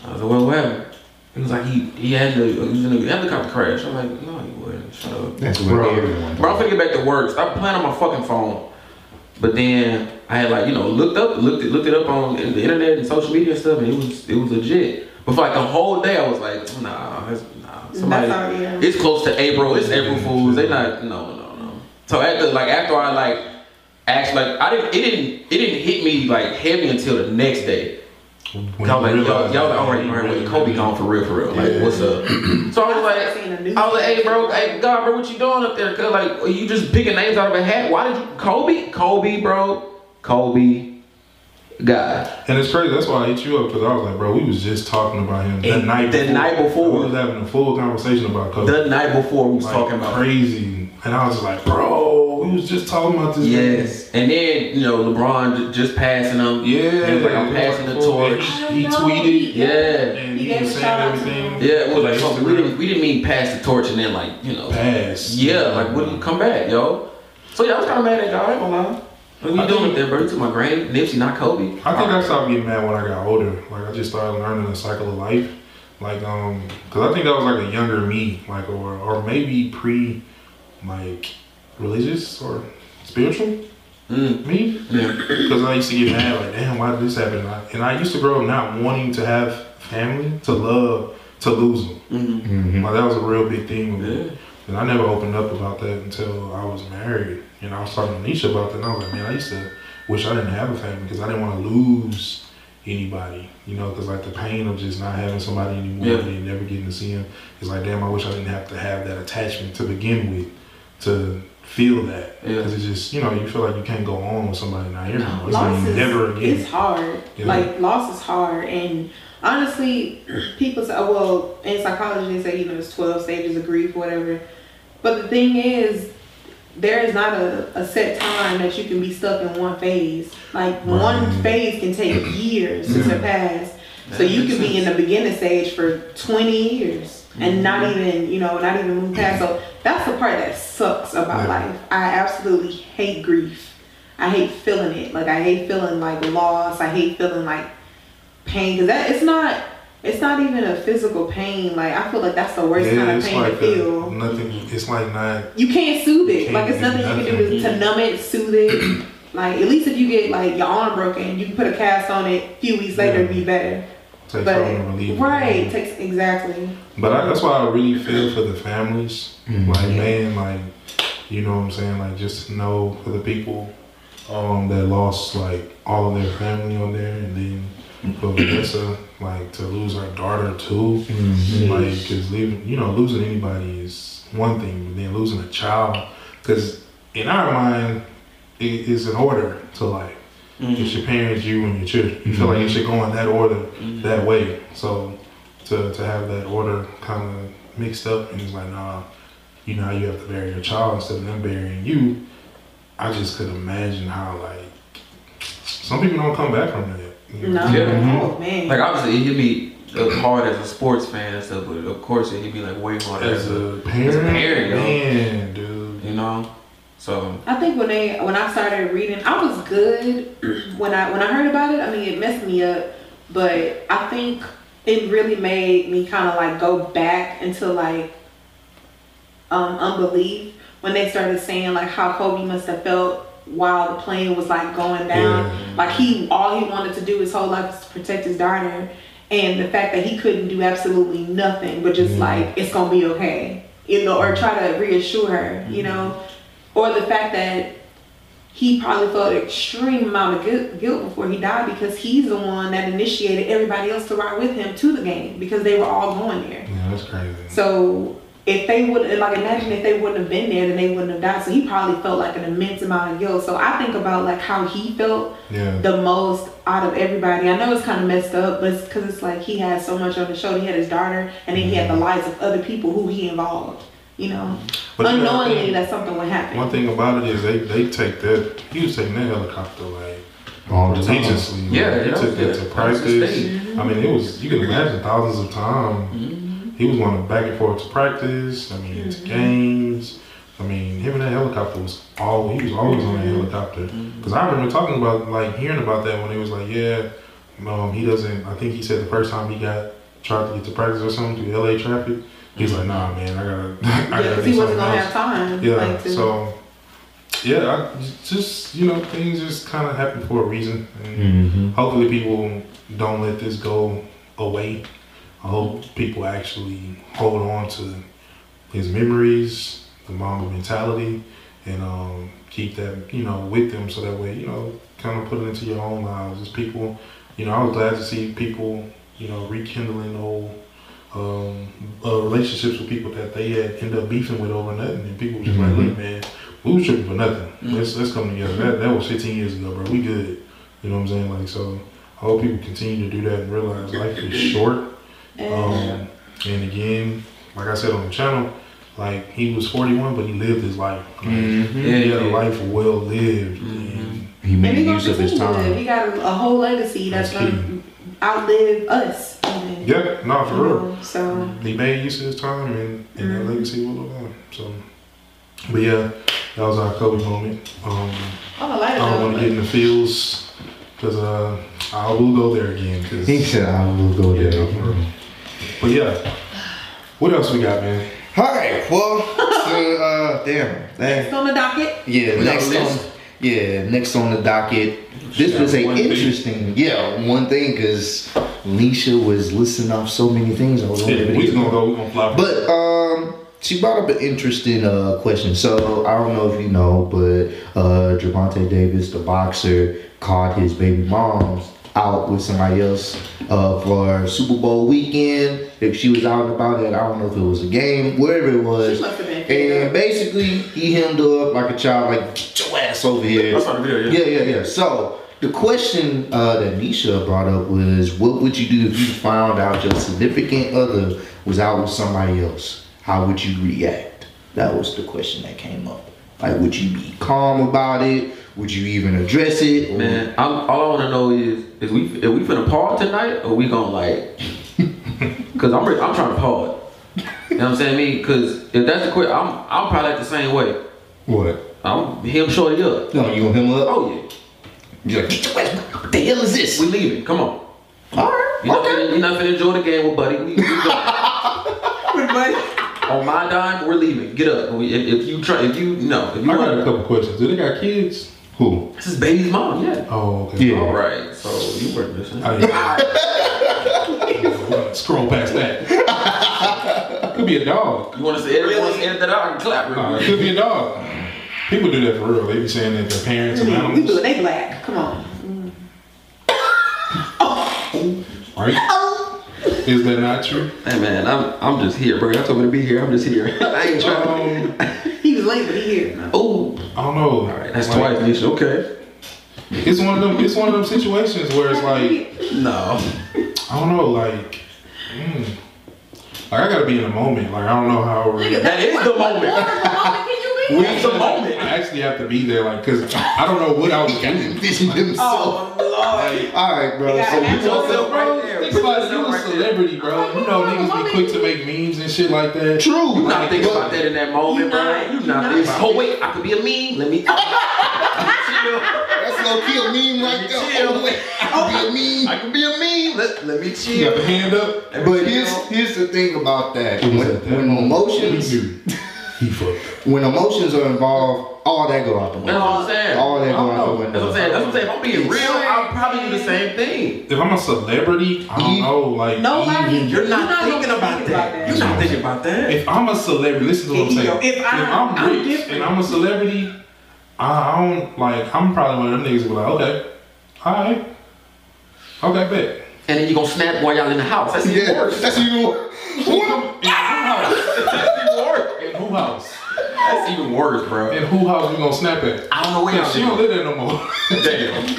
Speaker 7: I was like, what, what happened? He was like, he, he had the, he was in the helicopter crash. I was like, no, he wasn't. Shut up.
Speaker 5: that's what
Speaker 4: Bro.
Speaker 5: everyone.
Speaker 7: Bro, I'm finna get back to work. Stop playing on my fucking phone. But then I had like you know looked up, looked it, looked it up on the internet and social media and stuff, and it was it was legit. But for like a whole day, I was like, oh, nah, that's, nah. Somebody,
Speaker 1: That's not real.
Speaker 7: it's close to April. It's April Fools. They not no no no. So after like after I like asked like I didn't it didn't it didn't hit me like heavy until the next day.
Speaker 4: When
Speaker 7: Y'all like,
Speaker 4: you
Speaker 7: y'all,
Speaker 4: realize
Speaker 7: y'all like,
Speaker 4: that,
Speaker 7: all right,
Speaker 4: you
Speaker 7: all right,
Speaker 4: really-
Speaker 7: wait, Kobe gone for real, for real. Like,
Speaker 4: <clears throat>
Speaker 7: what's up? So I was like, I was like, hey, bro, hey, God, bro, what you doing up there? Cause like, are you just picking names out of a hat? Why did you, Kobe, Kobe, bro, Kobe, God.
Speaker 4: And it's crazy. That's why I hit you up because I was like, bro, we was just talking about him the
Speaker 7: And
Speaker 4: night
Speaker 7: the
Speaker 4: before.
Speaker 7: night before.
Speaker 4: we was having a full conversation about Kobe.
Speaker 7: The night before we was
Speaker 4: Like,
Speaker 7: talking about.
Speaker 4: crazy, and I was just like, bro, we was just talking about this.
Speaker 7: Yes, and then you know LeBron j- just passing them.
Speaker 4: man. yeah.
Speaker 7: He was like, I'm passing the torch.
Speaker 1: I
Speaker 4: He, he
Speaker 1: know.
Speaker 4: tweeted
Speaker 7: Yeah,
Speaker 4: and
Speaker 1: He
Speaker 4: he,
Speaker 1: gave
Speaker 4: was
Speaker 1: a
Speaker 4: saying
Speaker 1: shout out to
Speaker 4: everything.
Speaker 1: him.
Speaker 7: yeah. It was
Speaker 4: Like,
Speaker 7: like fuck, we didn't we didn't mean pass the torch and then like you know
Speaker 4: pass.
Speaker 7: Yeah, like when you come back, yo. So yeah, I was kind of mad at y'all. I ain't gonna lie. What
Speaker 4: I
Speaker 7: you doing
Speaker 4: think-
Speaker 7: up there, bro? You took my grand Nipsey, not Kobe.
Speaker 4: I think I stopped getting mad when I got older. Like I just started learning the cycle of life. Like um, cause I think that was like a younger me, like or or maybe pre, like, religious or spiritual
Speaker 7: Mm.
Speaker 4: me.
Speaker 7: Yeah.
Speaker 4: Because I used to get mad, like, damn, why did this happen? And I, and I used to grow up not wanting to have family, to love, to lose them.
Speaker 7: Mm-hmm.
Speaker 5: Mhm.
Speaker 4: Like, that was a real big thing with me.
Speaker 7: Yeah.
Speaker 4: And I never opened up about that until I was married. And I was talking to Nisha about that. And I was like, man, I used to wish I didn't have a family because I didn't want to lose anybody. You know, because like the pain of just not having somebody anymore
Speaker 7: Yeah.
Speaker 4: and never getting to see them is like, damn, I wish I didn't have to have that attachment to begin with to feel that.
Speaker 7: Yeah.
Speaker 4: Because it's just, you know, you feel like you can't go on with somebody not here. anymore. It's
Speaker 1: Loss
Speaker 4: like
Speaker 1: is
Speaker 4: never
Speaker 1: it's
Speaker 4: again.
Speaker 1: hard.
Speaker 4: Yeah.
Speaker 1: Like loss is hard, and honestly, <clears throat> people say, well, in psychology they say you know it's twelve stages of grief, whatever. But the thing is, there is not a, a set time that you can be stuck in one phase. Like one
Speaker 4: Right.
Speaker 1: phase can take years to surpass. So
Speaker 7: That
Speaker 1: you
Speaker 7: makes
Speaker 1: could be in the beginning stage for twenty years and not
Speaker 4: Mm-hmm.
Speaker 1: even you know not even move past. So that's the part that sucks about
Speaker 4: Yeah.
Speaker 1: life. I absolutely hate grief. I hate feeling it. Like I hate feeling like loss. I hate feeling like pain because that it's not. It's not even a physical pain. Like I feel like that's the worst kind of
Speaker 4: it's
Speaker 1: pain
Speaker 4: like
Speaker 1: to
Speaker 4: a-
Speaker 1: feel
Speaker 4: nothing. It's like not.
Speaker 1: you can't soothe it.
Speaker 4: Can't
Speaker 1: like it's
Speaker 4: do
Speaker 1: nothing, you can do
Speaker 4: nothing.
Speaker 1: is to numb it, soothe it. like at least if you get like your arm broken, you can put a cast on it. A few weeks later, it'll be better.
Speaker 4: Take
Speaker 1: but
Speaker 4: time to relieve.
Speaker 1: right, takes exactly.
Speaker 4: But I, that's why I really feel for the families. Like, man, like, you know what I'm saying? Like, just to know for the people um, that lost like all of their family on there, and then for Vanessa, like to lose her daughter too,
Speaker 5: Mm-hmm.
Speaker 4: like because leaving, you know, losing anybody is one thing, but then losing a child, because in our mind, it is an order to like it's your parents, you, and your children. You feel like it should go in that order, that way. So to to have that order kind of mixed up, and it's like nah, you know, how you have to bury your child instead of them burying you. I just could imagine how like some people don't come back from that. you know?
Speaker 1: No.
Speaker 7: Yeah. mm-hmm.
Speaker 1: Oh man.
Speaker 7: Like obviously it hit me uh, hard as a sports fan and stuff, but of course it hit me like way hard
Speaker 4: As a parent,
Speaker 7: As a parent, yo.
Speaker 4: man, dude.
Speaker 7: you know. So
Speaker 1: I think when they when I started reading, I was good <clears throat> when I when I heard about it. I mean, it messed me up, but I think it really made me kind of like go back into like um, unbelief when they started saying like how Kobe must have felt while the plane was like going down. Like he all he wanted to do his whole life was to protect his daughter, and the fact that he couldn't do absolutely nothing but just like it's gonna be okay, you know, or try to reassure her, you know or the fact that he probably felt an extreme amount of gu- guilt before he died because he's the one that initiated everybody else to ride with him to the game because they were all going there.
Speaker 4: Yeah, that's crazy.
Speaker 1: So if they would like imagine if they wouldn't have been there, then they wouldn't have died. So he probably felt like an immense amount of guilt. So I think about like how he felt
Speaker 4: Yeah,
Speaker 1: the most out of everybody. I know it's kind of messed up, but it's because it's like he had so much on his shoulder. He had his daughter, and then he had the
Speaker 4: Mm-hmm.
Speaker 1: lives of other people who he involved. You know,
Speaker 4: But you know, I
Speaker 1: unknowingly
Speaker 4: think-
Speaker 1: that something would happen.
Speaker 4: one thing about it is they they take that. He was taking that helicopter like
Speaker 5: All the time.
Speaker 4: religiously. like,
Speaker 7: Yeah,
Speaker 4: he
Speaker 7: yeah,
Speaker 4: took that
Speaker 7: yeah.
Speaker 4: to
Speaker 7: That was his
Speaker 4: practice. I mean, it was you can imagine thousands of times.
Speaker 7: Mm-hmm.
Speaker 4: He was going back and forth to practice. I mean, to games. I mean, him and that helicopter was all he was always on that helicopter. Because I remember talking about like hearing about that when it was like, yeah, um, he doesn't. I think he said the first time he got tried to get to practice or something through LA traffic. He's like, nah, man, I gotta, <laughs> I
Speaker 1: Yeah,
Speaker 4: gotta
Speaker 1: because
Speaker 4: do
Speaker 1: he wasn't
Speaker 4: something
Speaker 1: gonna
Speaker 4: else.
Speaker 1: have time.
Speaker 4: Yeah.
Speaker 1: like, to-
Speaker 4: so, yeah, I just you know things just kind of happen for a reason, and
Speaker 5: Mhm.
Speaker 4: hopefully people don't let this go away. I hope people actually hold on to his memories, the Mamba mentality, and um, keep that you know with them so that way you know kind of put it into your own lives. Just people, you know, I was glad to see people you know rekindling old um, uh, relationships with people that they had end up beefing with over nothing, and people was just like, "Look, man, we was tripping for nothing. Let's let's come together." That that was 15 years ago, bro. We good. You know what I'm saying? Like, so I hope people continue to do that and realize life is short. Um, and again, like I said on the channel, like he was 41, but he lived his life. Like,
Speaker 5: Mm-hmm.
Speaker 7: yeah,
Speaker 4: He had a
Speaker 7: yeah.
Speaker 4: life well lived. And
Speaker 5: He
Speaker 1: and he
Speaker 5: made
Speaker 1: gonna
Speaker 5: use of his
Speaker 1: continue to live.
Speaker 5: time.
Speaker 1: He got a, a whole legacy that's,
Speaker 4: That's key.
Speaker 1: gonna outlive us. even,
Speaker 4: yeah, no, for
Speaker 1: you
Speaker 4: real.
Speaker 1: know, So
Speaker 4: he made use of his time and, and
Speaker 5: Mm-hmm.
Speaker 4: that legacy will live on. So, but yeah, that was our Kobe moment. Um,
Speaker 1: on a
Speaker 4: I
Speaker 1: lighter
Speaker 4: don't want
Speaker 1: note,
Speaker 4: to get in the fields because uh, I will go there again. Cause,
Speaker 5: He said, I will go
Speaker 4: yeah,
Speaker 5: there.
Speaker 4: for real. But yeah, what else we got, man?
Speaker 5: All right, well, so, uh, damn. man.
Speaker 1: it's on the docket.
Speaker 5: Yeah,
Speaker 7: We got
Speaker 5: next
Speaker 7: a
Speaker 5: on,
Speaker 7: list.
Speaker 5: yeah, next on the docket. This
Speaker 7: Yeah,
Speaker 5: was a
Speaker 7: one thing.
Speaker 5: interesting, yeah, one thing because Leisha was listing off so many things. I was
Speaker 4: Yeah,
Speaker 5: unable to
Speaker 4: we
Speaker 5: get
Speaker 4: gonna go. We gonna fly.
Speaker 5: But um, she brought up an interesting uh, question. So I don't know if you know, but uh, Javante Davis, the boxer, caught his baby moms out with somebody else uh, for Super Bowl weekend. If she was out and about it, I don't know if it was a game, wherever it was.
Speaker 1: She must have been fed
Speaker 5: And
Speaker 1: up.
Speaker 5: basically, he hemmed her up like a child, like get your ass over here.
Speaker 7: I saw the video, yeah.
Speaker 5: Yeah, yeah, yeah. So the question uh, that Nisha brought up was, what would you do if you found out your significant other was out with somebody else? How would you react? That was the question that came up. Like, would you be calm about it? Would you even address it? Or-
Speaker 7: Man, I'm, all I want to know is is we if we finna pause tonight or we gonna <laughs> like? Cause I'm re- I'm trying to pause. You know what I'm saying? Me, cause if that's the quick, I'm I'm probably like the same way.
Speaker 5: What?
Speaker 7: I'm him shorty up.
Speaker 5: No, you gonna him up?
Speaker 7: Oh yeah,
Speaker 5: You're like, get your ass. What the hell is this?
Speaker 7: we leaving. Come on.
Speaker 5: All right.
Speaker 7: You're not,
Speaker 5: okay.
Speaker 7: finna, you're not finna enjoy the game with buddy. We, we
Speaker 4: <laughs>
Speaker 7: going. On my dime, we're leaving. Get up. We- If, if you try, if you no, if you
Speaker 4: I got a
Speaker 7: want to,
Speaker 4: couple questions. Do they got kids?
Speaker 5: Who?
Speaker 7: this is baby's mom. Yeah.
Speaker 4: Oh, okay.
Speaker 5: Yeah.
Speaker 7: All right. So you were missing.
Speaker 4: I
Speaker 7: <laughs>
Speaker 4: didn't- Scroll past that. Could be a dog.
Speaker 7: You want to say everyone edit that out and clap real
Speaker 4: Uh,
Speaker 7: quick.
Speaker 4: could be a dog. People do that for real. They be saying that their parents are
Speaker 1: People,
Speaker 4: animals.
Speaker 1: they black. Come on.
Speaker 4: Right? Is that not true?
Speaker 7: Hey man, I'm I'm just here, bro. Y'all told me to be here. I'm just here. <laughs> I ain't trying.
Speaker 4: Um,
Speaker 1: He was late, but he here.
Speaker 7: Oh,
Speaker 4: I don't know.
Speaker 7: that's
Speaker 4: Like,
Speaker 7: twice, Nisha. Okay.
Speaker 4: It's one of them. It's one of them situations where it's like
Speaker 7: No.
Speaker 4: I don't know. Like, mm, like I gotta be in the moment. Like I don't know how.
Speaker 1: Nigga,
Speaker 7: That is the moment.
Speaker 1: can you be?
Speaker 4: We have to moment. I actually have to be there, like, cause I don't know what I was doing.
Speaker 5: Envision
Speaker 7: Oh.
Speaker 5: himself.
Speaker 7: Lord.
Speaker 5: All right, bro.
Speaker 1: Yeah,
Speaker 5: So
Speaker 1: I
Speaker 5: we
Speaker 1: know.
Speaker 5: talking
Speaker 7: yourself right there.
Speaker 4: Think
Speaker 7: Put
Speaker 4: about it,
Speaker 7: yourself
Speaker 4: you a
Speaker 7: right there.
Speaker 4: celebrity, bro. You know niggas be quick to make memes and shit like that.
Speaker 5: true.
Speaker 7: You not thinking about that in that moment,
Speaker 1: You
Speaker 7: bro.
Speaker 1: not.
Speaker 7: You
Speaker 1: You
Speaker 7: not
Speaker 1: not.
Speaker 7: thinking. about- Oh wait, I could be a meme.
Speaker 4: <laughs>
Speaker 7: Let me. <laughs>
Speaker 5: That's low key a meme right there.
Speaker 7: Chill.
Speaker 5: Oh, wait, I could be a meme.
Speaker 7: I could be a meme. Let, let me
Speaker 4: You got
Speaker 7: chill.
Speaker 4: the hand up.
Speaker 7: Let me
Speaker 5: But
Speaker 7: chill.
Speaker 5: here's here's the thing about that. When, when emotions
Speaker 4: He fucked.
Speaker 5: when emotions are involved, all that go out the
Speaker 7: That's what
Speaker 5: window.
Speaker 7: I'm saying.
Speaker 5: All that go
Speaker 4: I
Speaker 5: out
Speaker 4: know.
Speaker 5: the
Speaker 7: That's what I'm
Speaker 5: window.
Speaker 7: saying. That's what I'm saying. If I'm being real, I'll probably do the same thing.
Speaker 4: If I'm a celebrity, I don't
Speaker 5: You-
Speaker 4: know. Like,
Speaker 1: Nobody.
Speaker 4: even-
Speaker 7: You're not,
Speaker 1: gonna
Speaker 7: thinking about that. You're not thinking about that.
Speaker 4: If I'm a celebrity, listen to what I'm
Speaker 7: If you-
Speaker 4: saying.
Speaker 7: if I-
Speaker 4: am
Speaker 7: I'm
Speaker 4: rich
Speaker 7: different.
Speaker 4: and I'm a celebrity, I, I don't like. I'm probably one of them niggas. Who be like, okay, all right, okay, bet.
Speaker 7: And then you gonna snap while y'all in the house. That's even
Speaker 5: Yeah,
Speaker 4: <laughs>
Speaker 7: worse.
Speaker 5: that's you.
Speaker 4: In who house?
Speaker 7: That's even worse.
Speaker 4: In who house?
Speaker 7: That's even worse, bro.
Speaker 4: In who house we gonna snap at?
Speaker 7: I don't know where
Speaker 4: Yeah,
Speaker 7: y'all
Speaker 4: she don't
Speaker 7: live.
Speaker 4: live there no more.
Speaker 7: Damn.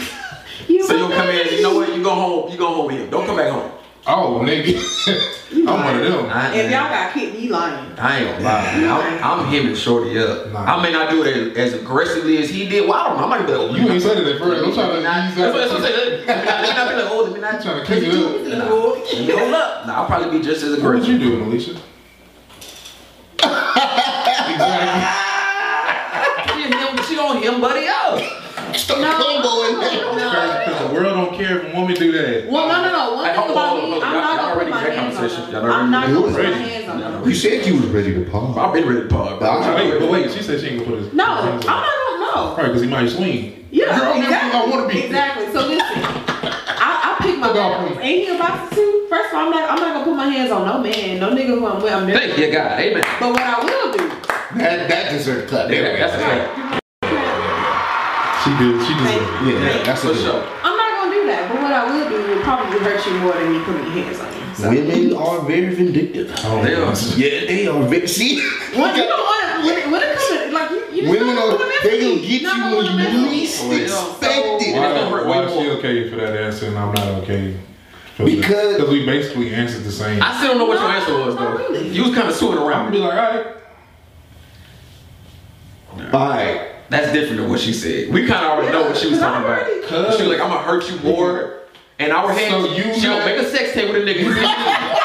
Speaker 1: You
Speaker 7: So you'll come in, you know what? You go home. You go home with him. Don't come back home.
Speaker 4: <laughs> oh, nigga. <laughs> I'm one of them.
Speaker 7: I,
Speaker 1: If y'all got kicked, you lying.
Speaker 7: I ain't gonna lie, man. I'm, I'm hemming Shorty up.
Speaker 4: Nah.
Speaker 7: I may not do it as, as aggressively as he did. Well, I don't know. I might be like, oh,
Speaker 4: You ain't said it at first. I'm
Speaker 7: Let
Speaker 4: trying
Speaker 7: me
Speaker 4: to
Speaker 7: not-
Speaker 4: ease
Speaker 7: That's what that's what
Speaker 4: up.
Speaker 7: I'm <laughs> saying. Let me not- let me not be like, oh, let me not.
Speaker 4: Trying to kick it up.
Speaker 7: Let me go. Let me hold up. Nah, I'll probably be just as
Speaker 4: What would
Speaker 7: aggressive.
Speaker 4: you do, Alicia? exactly.
Speaker 7: She him- She gonna him buddy up.
Speaker 5: Stop combo in there.
Speaker 4: Because <laughs> the world don't care if a woman do that.
Speaker 1: Well, no, no, no. One
Speaker 7: Hey,
Speaker 1: thing
Speaker 7: hold on,
Speaker 1: about
Speaker 7: hold on,
Speaker 1: me, I'm
Speaker 7: hold on. Y'all-
Speaker 1: not
Speaker 7: y'all
Speaker 1: gonna
Speaker 7: already
Speaker 1: put my
Speaker 7: had
Speaker 1: hands on
Speaker 7: conversations.
Speaker 1: her.
Speaker 7: Y'all
Speaker 1: I'm not
Speaker 5: already-
Speaker 1: gonna put my
Speaker 4: Ready.
Speaker 1: hands on her.
Speaker 5: You said you was ready to pause.
Speaker 7: I've been ready to pause, bro.
Speaker 5: Nah,
Speaker 4: Wait, but wait, she said she ain't gonna put his.
Speaker 1: No, I'm not gonna know.
Speaker 4: Right, because he might swing. Girl,
Speaker 1: Yeah,
Speaker 4: I'm the
Speaker 1: exactly.
Speaker 4: one I wanna be.
Speaker 1: Exactly. So listen, I, I pick my
Speaker 4: Look out for
Speaker 1: battles.
Speaker 4: me.
Speaker 1: Ain't he a boxer too? First of all, I'm not. I'm not gonna put my hands on no man, no nigga who I'm with. I'm never.
Speaker 7: Thank you, God. Amen.
Speaker 1: But what I will do,
Speaker 5: That that deserved a clap. There we go.
Speaker 7: That's right.
Speaker 4: She did. She did.
Speaker 1: Thank
Speaker 5: Yeah, that's
Speaker 7: for
Speaker 5: a
Speaker 7: sure.
Speaker 5: sure.
Speaker 1: I'm not gonna do that. But what I will do will probably hurt you more than me putting my hands on you. So.
Speaker 5: Women are very vindictive.
Speaker 4: Oh,
Speaker 7: They are.
Speaker 5: Yeah, they are. Ve- See,
Speaker 1: When, you don't want to, when, it- when it comes to, like, you, you just
Speaker 5: women
Speaker 1: don't
Speaker 5: are.
Speaker 1: wanna mess
Speaker 5: They
Speaker 1: with
Speaker 5: gonna
Speaker 1: me.
Speaker 5: get
Speaker 1: Not gonna
Speaker 5: you
Speaker 1: wanna mess
Speaker 5: when you
Speaker 1: with me.
Speaker 5: least
Speaker 7: Yeah.
Speaker 5: expect it.
Speaker 7: It's
Speaker 4: Why,
Speaker 7: gonna hurt
Speaker 4: why
Speaker 7: way
Speaker 4: is she
Speaker 7: more.
Speaker 4: okay for that answer and I'm not okay?
Speaker 5: Because-
Speaker 4: because we basically answered the same.
Speaker 7: I still don't know what your answer was,
Speaker 1: Not
Speaker 7: though.
Speaker 1: really.
Speaker 7: You was kind of suing
Speaker 4: I'm gonna
Speaker 7: around.
Speaker 4: be like, all right.
Speaker 5: All right.
Speaker 7: That's different than what she said. We kind of already know what she was
Speaker 1: Yeah, 'cause
Speaker 7: talking
Speaker 1: I
Speaker 7: about.
Speaker 1: already-
Speaker 7: She was like, I'm gonna hurt you more. And our hands,
Speaker 4: So you
Speaker 7: she gonna
Speaker 4: not-
Speaker 7: make a sex tape with a nigga. <laughs>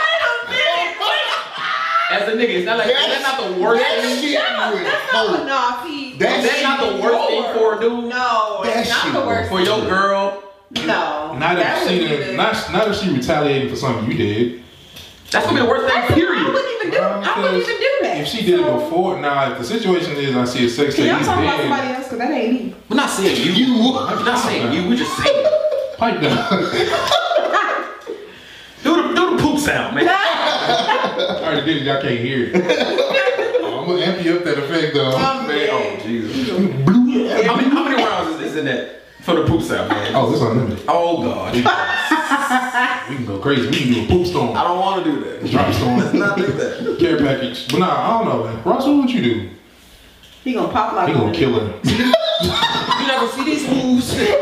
Speaker 7: As a nigga, it's not like that's,
Speaker 5: That's-
Speaker 7: not the worst
Speaker 5: that
Speaker 7: thing.
Speaker 5: shit would
Speaker 1: No,
Speaker 5: hurt.
Speaker 1: no, see.
Speaker 5: That
Speaker 7: That's
Speaker 5: shit-
Speaker 7: not the worst thing for a dude.
Speaker 1: No,
Speaker 5: That
Speaker 1: it's
Speaker 5: shit
Speaker 1: not the worst.
Speaker 7: For your girl,
Speaker 1: No.
Speaker 4: Not
Speaker 1: that
Speaker 4: if
Speaker 1: would
Speaker 4: she
Speaker 1: be
Speaker 4: didn't-
Speaker 1: the-
Speaker 4: not not if she retaliated for something you did.
Speaker 7: that's gonna be the worst
Speaker 1: I
Speaker 7: thing.
Speaker 1: wouldn't-
Speaker 7: Period.
Speaker 1: I wouldn't even do. I wouldn't even do that.
Speaker 4: If she did
Speaker 1: So-
Speaker 4: it before, now if the situation is I see a sex
Speaker 1: See,
Speaker 4: tape,
Speaker 1: I'm
Speaker 4: he's
Speaker 1: talking about somebody
Speaker 4: dead.
Speaker 1: else because that ain't me.
Speaker 7: We're not saying you.
Speaker 5: You
Speaker 7: We're
Speaker 5: would.
Speaker 7: not saying you. We're just saying.
Speaker 4: Pipe down. <laughs>
Speaker 7: Do the do the poop sound, man.
Speaker 4: I already did it. Y'all can't hear it. I'm gonna amp you up that effect though.
Speaker 1: Um,
Speaker 7: Man, oh Jesus. How many, how many rounds is, is in that for the poop sound, man?
Speaker 4: Oh, this unlimited.
Speaker 7: Oh God.
Speaker 4: We can go crazy. We can do a poop storm,
Speaker 7: <laughs> I don't want to do that.
Speaker 4: drop storm,
Speaker 7: Not do that.
Speaker 4: care package. But nah, I don't know, man. Ross, what would you do?
Speaker 1: He gonna pop like
Speaker 4: He gonna
Speaker 1: <laughs>
Speaker 4: kill her.
Speaker 7: You not gonna see these <laughs> moves. You're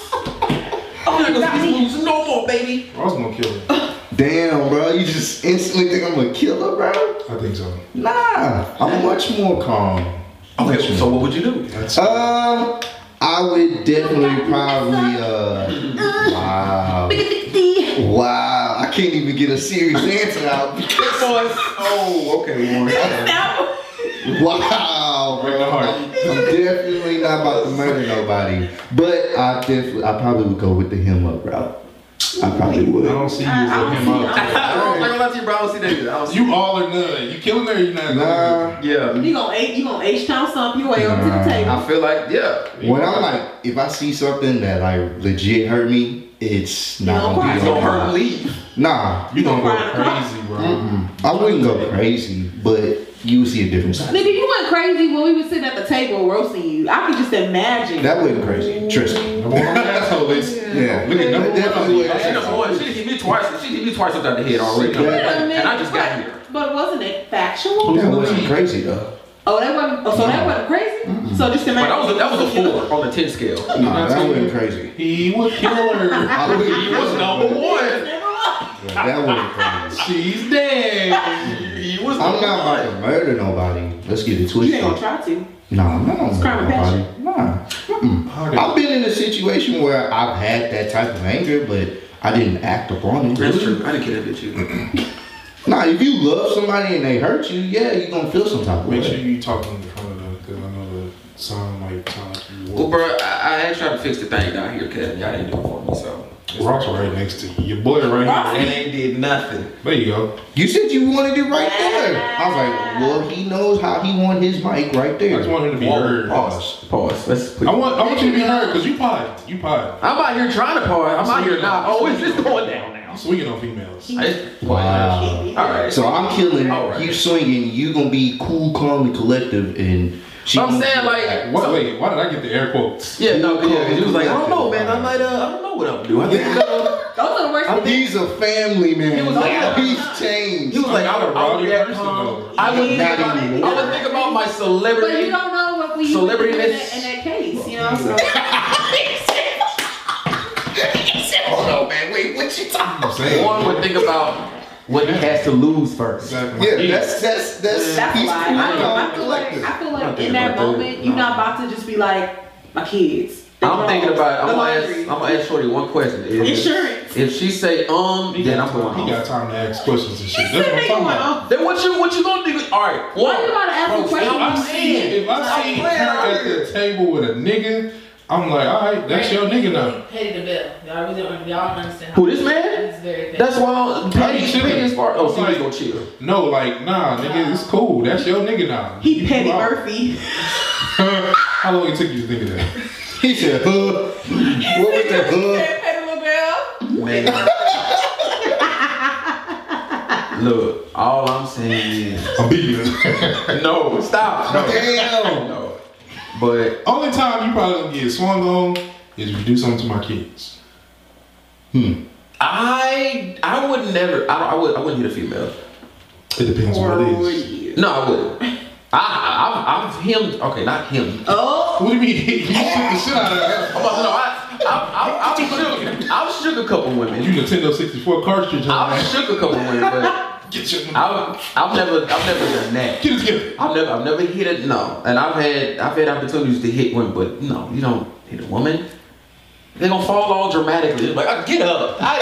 Speaker 7: not gonna see these moves no more, baby.
Speaker 4: Ross gonna kill her.
Speaker 5: Damn, bro. You just instantly think I'm gonna kill her, bro.
Speaker 4: I think so.
Speaker 5: Nah, I'm much more calm.
Speaker 7: Okay, so what would you do?
Speaker 4: That's
Speaker 5: Um, I would definitely probably. Uh, wow. Wow. I can't even get a serious answer out. because-
Speaker 7: Oh, okay, Warren.
Speaker 5: Wow,
Speaker 4: Break
Speaker 5: bro.
Speaker 4: my heart.
Speaker 5: I'm, I'm definitely not about to murder nobody, but I definitely, I probably would go with the him up route. I probably
Speaker 4: I
Speaker 5: would.
Speaker 4: don't see you with him up.
Speaker 7: I don't like a lot to you, bro. I don't see that either. I don't see
Speaker 4: You all or none. You killing her or you not?
Speaker 5: Nah.
Speaker 7: Yeah.
Speaker 1: You gonna H, you gonna H town something your way up to the table.
Speaker 7: I feel like, yeah.
Speaker 5: When I'm like, if I see something that like legit hurt me, it's not
Speaker 1: don't
Speaker 5: gonna
Speaker 7: It's
Speaker 5: be
Speaker 1: cry.
Speaker 7: gonna
Speaker 5: on
Speaker 7: hurt
Speaker 5: my-
Speaker 7: and leave.
Speaker 5: Nah,
Speaker 4: You gonna go
Speaker 1: Right.
Speaker 4: crazy, bro.
Speaker 5: I wouldn't go crazy, but you would see a different side.
Speaker 1: Nigga, you went crazy when we was sitting at the table roasting you. I could just imagine.
Speaker 5: That wasn't crazy. Trust me.
Speaker 4: Number one on the asshole list.
Speaker 5: Yeah.
Speaker 4: Look at number
Speaker 5: That
Speaker 4: one.
Speaker 5: definitely
Speaker 4: on the
Speaker 5: was.
Speaker 7: She
Speaker 4: asshole
Speaker 7: done won. She done hit me twice. She hit me twice upside the head already.
Speaker 5: Yeah.
Speaker 1: Wait a minute,
Speaker 7: And I just got
Speaker 1: but-
Speaker 7: here.
Speaker 1: But wasn't it factual?
Speaker 5: That wasn't crazy though.
Speaker 1: Oh, that wasn't. Oh, so that wasn't crazy. So just
Speaker 7: But
Speaker 1: imagine.
Speaker 7: that was a, that was a four on the ten scale.
Speaker 5: Nah, that wasn't crazy.
Speaker 4: He would kill
Speaker 1: <laughs>
Speaker 4: her.
Speaker 5: I wouldn't-
Speaker 7: You was number one.
Speaker 5: That wasn't crazy.
Speaker 4: She's dead.
Speaker 7: You was
Speaker 5: I'm
Speaker 7: number
Speaker 5: not
Speaker 7: one.
Speaker 5: about to murder nobody. Let's get it
Speaker 1: You ain't gonna
Speaker 5: twisted.
Speaker 1: try to.
Speaker 5: Nah, I'm not gonna
Speaker 1: crime
Speaker 5: murder
Speaker 1: of
Speaker 5: nobody. Nah. I've been in a situation where I've had that type of anger, but I didn't act upon it.
Speaker 7: That's true. I didn't kill that bitch <clears throat> either.
Speaker 5: Nah, if you love somebody and they hurt you, yeah, you're gonna feel some type of
Speaker 4: Make sure
Speaker 5: way.
Speaker 4: you talk in front of them because I know the sound might sound like you.
Speaker 7: Well, bro, I, I had tried to fix the thing down here, Kevin. Y'all didn't do it for me, so.
Speaker 4: Ross right next to you. Your boy right
Speaker 7: And
Speaker 4: here.
Speaker 7: they did nothing.
Speaker 4: There you go.
Speaker 5: You said you wanted it right there. I was
Speaker 1: Ah.
Speaker 5: like, well, he knows how he want his mic
Speaker 4: I
Speaker 5: right there.
Speaker 4: just want him to be heard.
Speaker 7: Pause. Pause. Let's.
Speaker 4: I want I want you to be heard because you pod. You pod.
Speaker 7: I'm out here trying to pause. I'm out here not. Oh, it's just going down now.
Speaker 4: I'm swinging on females.
Speaker 7: I just,
Speaker 5: Wow.
Speaker 7: All right.
Speaker 5: So I'm killing,
Speaker 7: All right.
Speaker 5: you swinging, you gonna be cool, calm, and collective, and she.
Speaker 7: I'm
Speaker 5: gonna
Speaker 7: saying,
Speaker 5: be
Speaker 7: like-
Speaker 4: What? Wait, why did I get the air quotes?
Speaker 7: Yeah, no, yeah, 'cause you was like, I don't know, man. I might, uh, I don't know what I'm doing. I think, uh,
Speaker 1: Those are the worst.
Speaker 5: I'm- <laughs> he's a family man.
Speaker 7: He was like-
Speaker 5: he's changed.
Speaker 7: he was like, I would, I would
Speaker 4: Robbie
Speaker 7: react
Speaker 4: Anderson,
Speaker 7: calm.
Speaker 4: though.
Speaker 7: I would think
Speaker 5: Not
Speaker 7: about,
Speaker 5: anymore.
Speaker 7: I would think about my
Speaker 1: But you
Speaker 7: celebrity.
Speaker 1: don't know what we
Speaker 7: Celebrity
Speaker 1: in
Speaker 7: miss-
Speaker 1: that, in that case, you know. So
Speaker 5: Hold on, man. Wait, what you talking
Speaker 4: I'm saying.
Speaker 7: One would think about what he has to lose first.
Speaker 4: Exactly.
Speaker 5: Yeah, that's that's that's.
Speaker 1: that's
Speaker 5: he's
Speaker 1: why
Speaker 5: cool,
Speaker 1: I, don't-
Speaker 5: calm,
Speaker 1: I feel like
Speaker 5: collective.
Speaker 1: I feel
Speaker 7: I'm
Speaker 1: like
Speaker 7: thinking
Speaker 1: in that
Speaker 7: about that.
Speaker 1: moment, you're not about to just be like my kids. They're
Speaker 7: I'm
Speaker 1: grown.
Speaker 7: thinking about.
Speaker 1: The
Speaker 7: I'm gonna ask.
Speaker 1: laundry.
Speaker 7: I'm gonna ask Shorty one question. Is-
Speaker 1: Insurance.
Speaker 7: If she say um,
Speaker 4: He
Speaker 7: then
Speaker 4: got
Speaker 7: I'm going.
Speaker 4: time- He got
Speaker 7: home.
Speaker 4: time to ask questions and shit. That's
Speaker 1: This
Speaker 4: what I'm
Speaker 1: nigga
Speaker 4: talking
Speaker 1: went
Speaker 4: about.
Speaker 1: off.
Speaker 7: Then what you what you gonna do? All right.
Speaker 1: Why you about to ask a question?
Speaker 4: If I see, if I see her at the table with a nigga, I'm like, all right, that's your nigga now.
Speaker 8: Petty the bill. Y'all really don't, y'all don't understand.
Speaker 7: Who, this man?
Speaker 8: He's very petty.
Speaker 7: That's why
Speaker 4: Hey,
Speaker 7: Petty
Speaker 4: chill.
Speaker 7: Petty is far. Oh, see,
Speaker 4: Like-
Speaker 7: he's gonna chill.
Speaker 4: No, like, nah, nigga, it's cool. That's your nigga now.
Speaker 1: He
Speaker 4: You
Speaker 1: petty
Speaker 4: out.
Speaker 1: Murphy.
Speaker 4: How long it took you to think of that?
Speaker 5: He said, huh? What was that, huh?
Speaker 1: Petty LaBelle.
Speaker 7: Man. Look, all I'm
Speaker 4: <laughs>
Speaker 7: saying is
Speaker 4: I'm beating you.
Speaker 7: no. Stop. No.
Speaker 5: Damn.
Speaker 7: no. But
Speaker 4: Only time you probably gonna get swung on is if you do something to my kids.
Speaker 7: I I would never. I, don't, I would. I wouldn't hit a female.
Speaker 4: It depends
Speaker 1: Or
Speaker 4: on what
Speaker 1: would
Speaker 4: it is.
Speaker 1: you?
Speaker 7: No, I wouldn't. I, I, I've, I've him. Okay, not him.
Speaker 1: Oh,
Speaker 4: What do you mean? <laughs> You shook the shit out of her.
Speaker 7: I'm about to know. I, I, I, I, shook, I shook a couple
Speaker 4: You
Speaker 7: women.
Speaker 4: Nintendo 64 cartridge on
Speaker 7: I
Speaker 4: that.
Speaker 7: shook a couple women, but
Speaker 4: Get your
Speaker 7: I've, I've never, I've never done that.
Speaker 4: get his gift.
Speaker 7: I've never, I've never hit it. No, and I've had, I've had opportunities to hit women, but no, you don't hit a woman. They gonna fall all dramatically. Like, "Ah, get up. I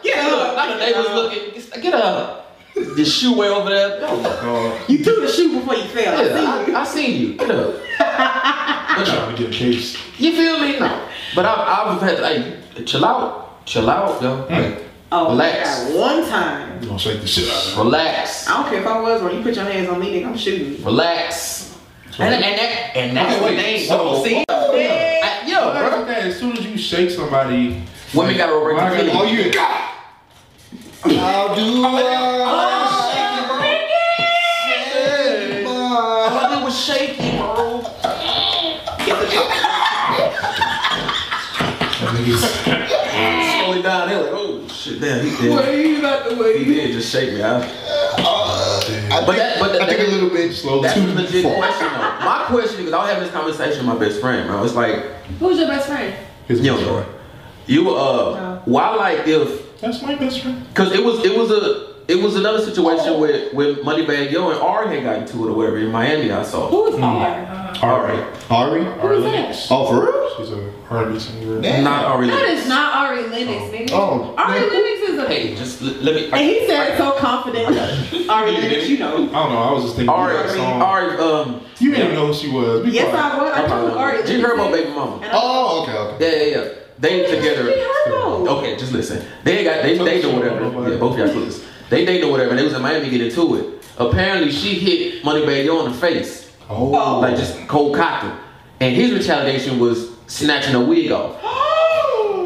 Speaker 7: ain't get up. Not the neighbors looking. Just Get up. Your shoe way over there. No.
Speaker 1: you threw the shoe before you fell. I see you.
Speaker 7: Yeah, I, I seen you. Get up. But no.
Speaker 4: Trying to get a case.
Speaker 7: You feel me? No. But I've, I've had like chill out, chill out, yo. Like,
Speaker 1: Oh,
Speaker 7: Relax.
Speaker 1: yeah, one time.
Speaker 4: You gonna shake the shit out of her.
Speaker 7: relax,
Speaker 1: I don't care if I was or you put your hands on me, nigga, I'm shooting you.
Speaker 7: relax. And, and that, and that's
Speaker 4: Okay,
Speaker 7: what
Speaker 4: wait,
Speaker 7: they ain't
Speaker 4: so-
Speaker 7: gonna see.
Speaker 1: Yeah.
Speaker 7: I- yo,
Speaker 4: But
Speaker 7: bro.
Speaker 4: after that, as soon as you shake somebody,
Speaker 7: Women gotta
Speaker 4: why I
Speaker 7: erect their
Speaker 4: gotta-
Speaker 7: feelings.
Speaker 4: oh, you
Speaker 5: I'll
Speaker 7: Oh,
Speaker 5: do it.
Speaker 7: It was shaky, bro. Slowly down. They're like, oh shit, damn, he did.
Speaker 1: you got the way
Speaker 7: He did just shake me. I,
Speaker 5: But that, but that, I think a little bit slow.
Speaker 7: that's a legit question though. My question, because I was having this conversation with my best friend, bro. It's like,
Speaker 8: Who's your best friend?
Speaker 4: His
Speaker 7: yo,
Speaker 4: best
Speaker 7: bro,
Speaker 4: friend.
Speaker 7: you uh, why like if
Speaker 4: That's my best friend.
Speaker 7: Cause it was it was a it was another situation where with Moneybag Yo and Ari had gotten to it or whatever in Miami I saw.
Speaker 1: Who's R?
Speaker 7: Ari.
Speaker 1: <laughs>
Speaker 4: Ari
Speaker 5: Ari?
Speaker 8: that?
Speaker 4: Lennox.
Speaker 5: Oh, for real?
Speaker 4: She's a R&B singer.
Speaker 5: Damn.
Speaker 7: Not Ari.
Speaker 8: That
Speaker 7: Lennox.
Speaker 8: is not Ari Lennox, nigga.
Speaker 5: Oh,
Speaker 8: Ari
Speaker 5: man.
Speaker 8: Lennox is a
Speaker 7: Hey, just l- let me.
Speaker 1: And he said it so confident. Ari Lennox, you know.
Speaker 4: I don't know. I was just thinking.
Speaker 7: Ari,
Speaker 4: about that song.
Speaker 7: Ari, um,
Speaker 4: You didn't even know who she was. Be
Speaker 1: Yes,
Speaker 4: quiet.
Speaker 1: I would. I told Ari Lennox.
Speaker 7: G Herbo baby mama.
Speaker 1: And I-
Speaker 5: Oh, okay, okay.
Speaker 7: Yeah, yeah, yeah. They
Speaker 1: G
Speaker 7: together.
Speaker 1: Herbo.
Speaker 7: Okay, just listen. They got they dated or whatever. Yeah, both y'all clueless. They dated or whatever. and They was in Miami getting to it. Apparently, she hit Moneybag Yo in the face.
Speaker 4: Oh,
Speaker 7: like just cold cocking. And his retaliation was snatching a wig off.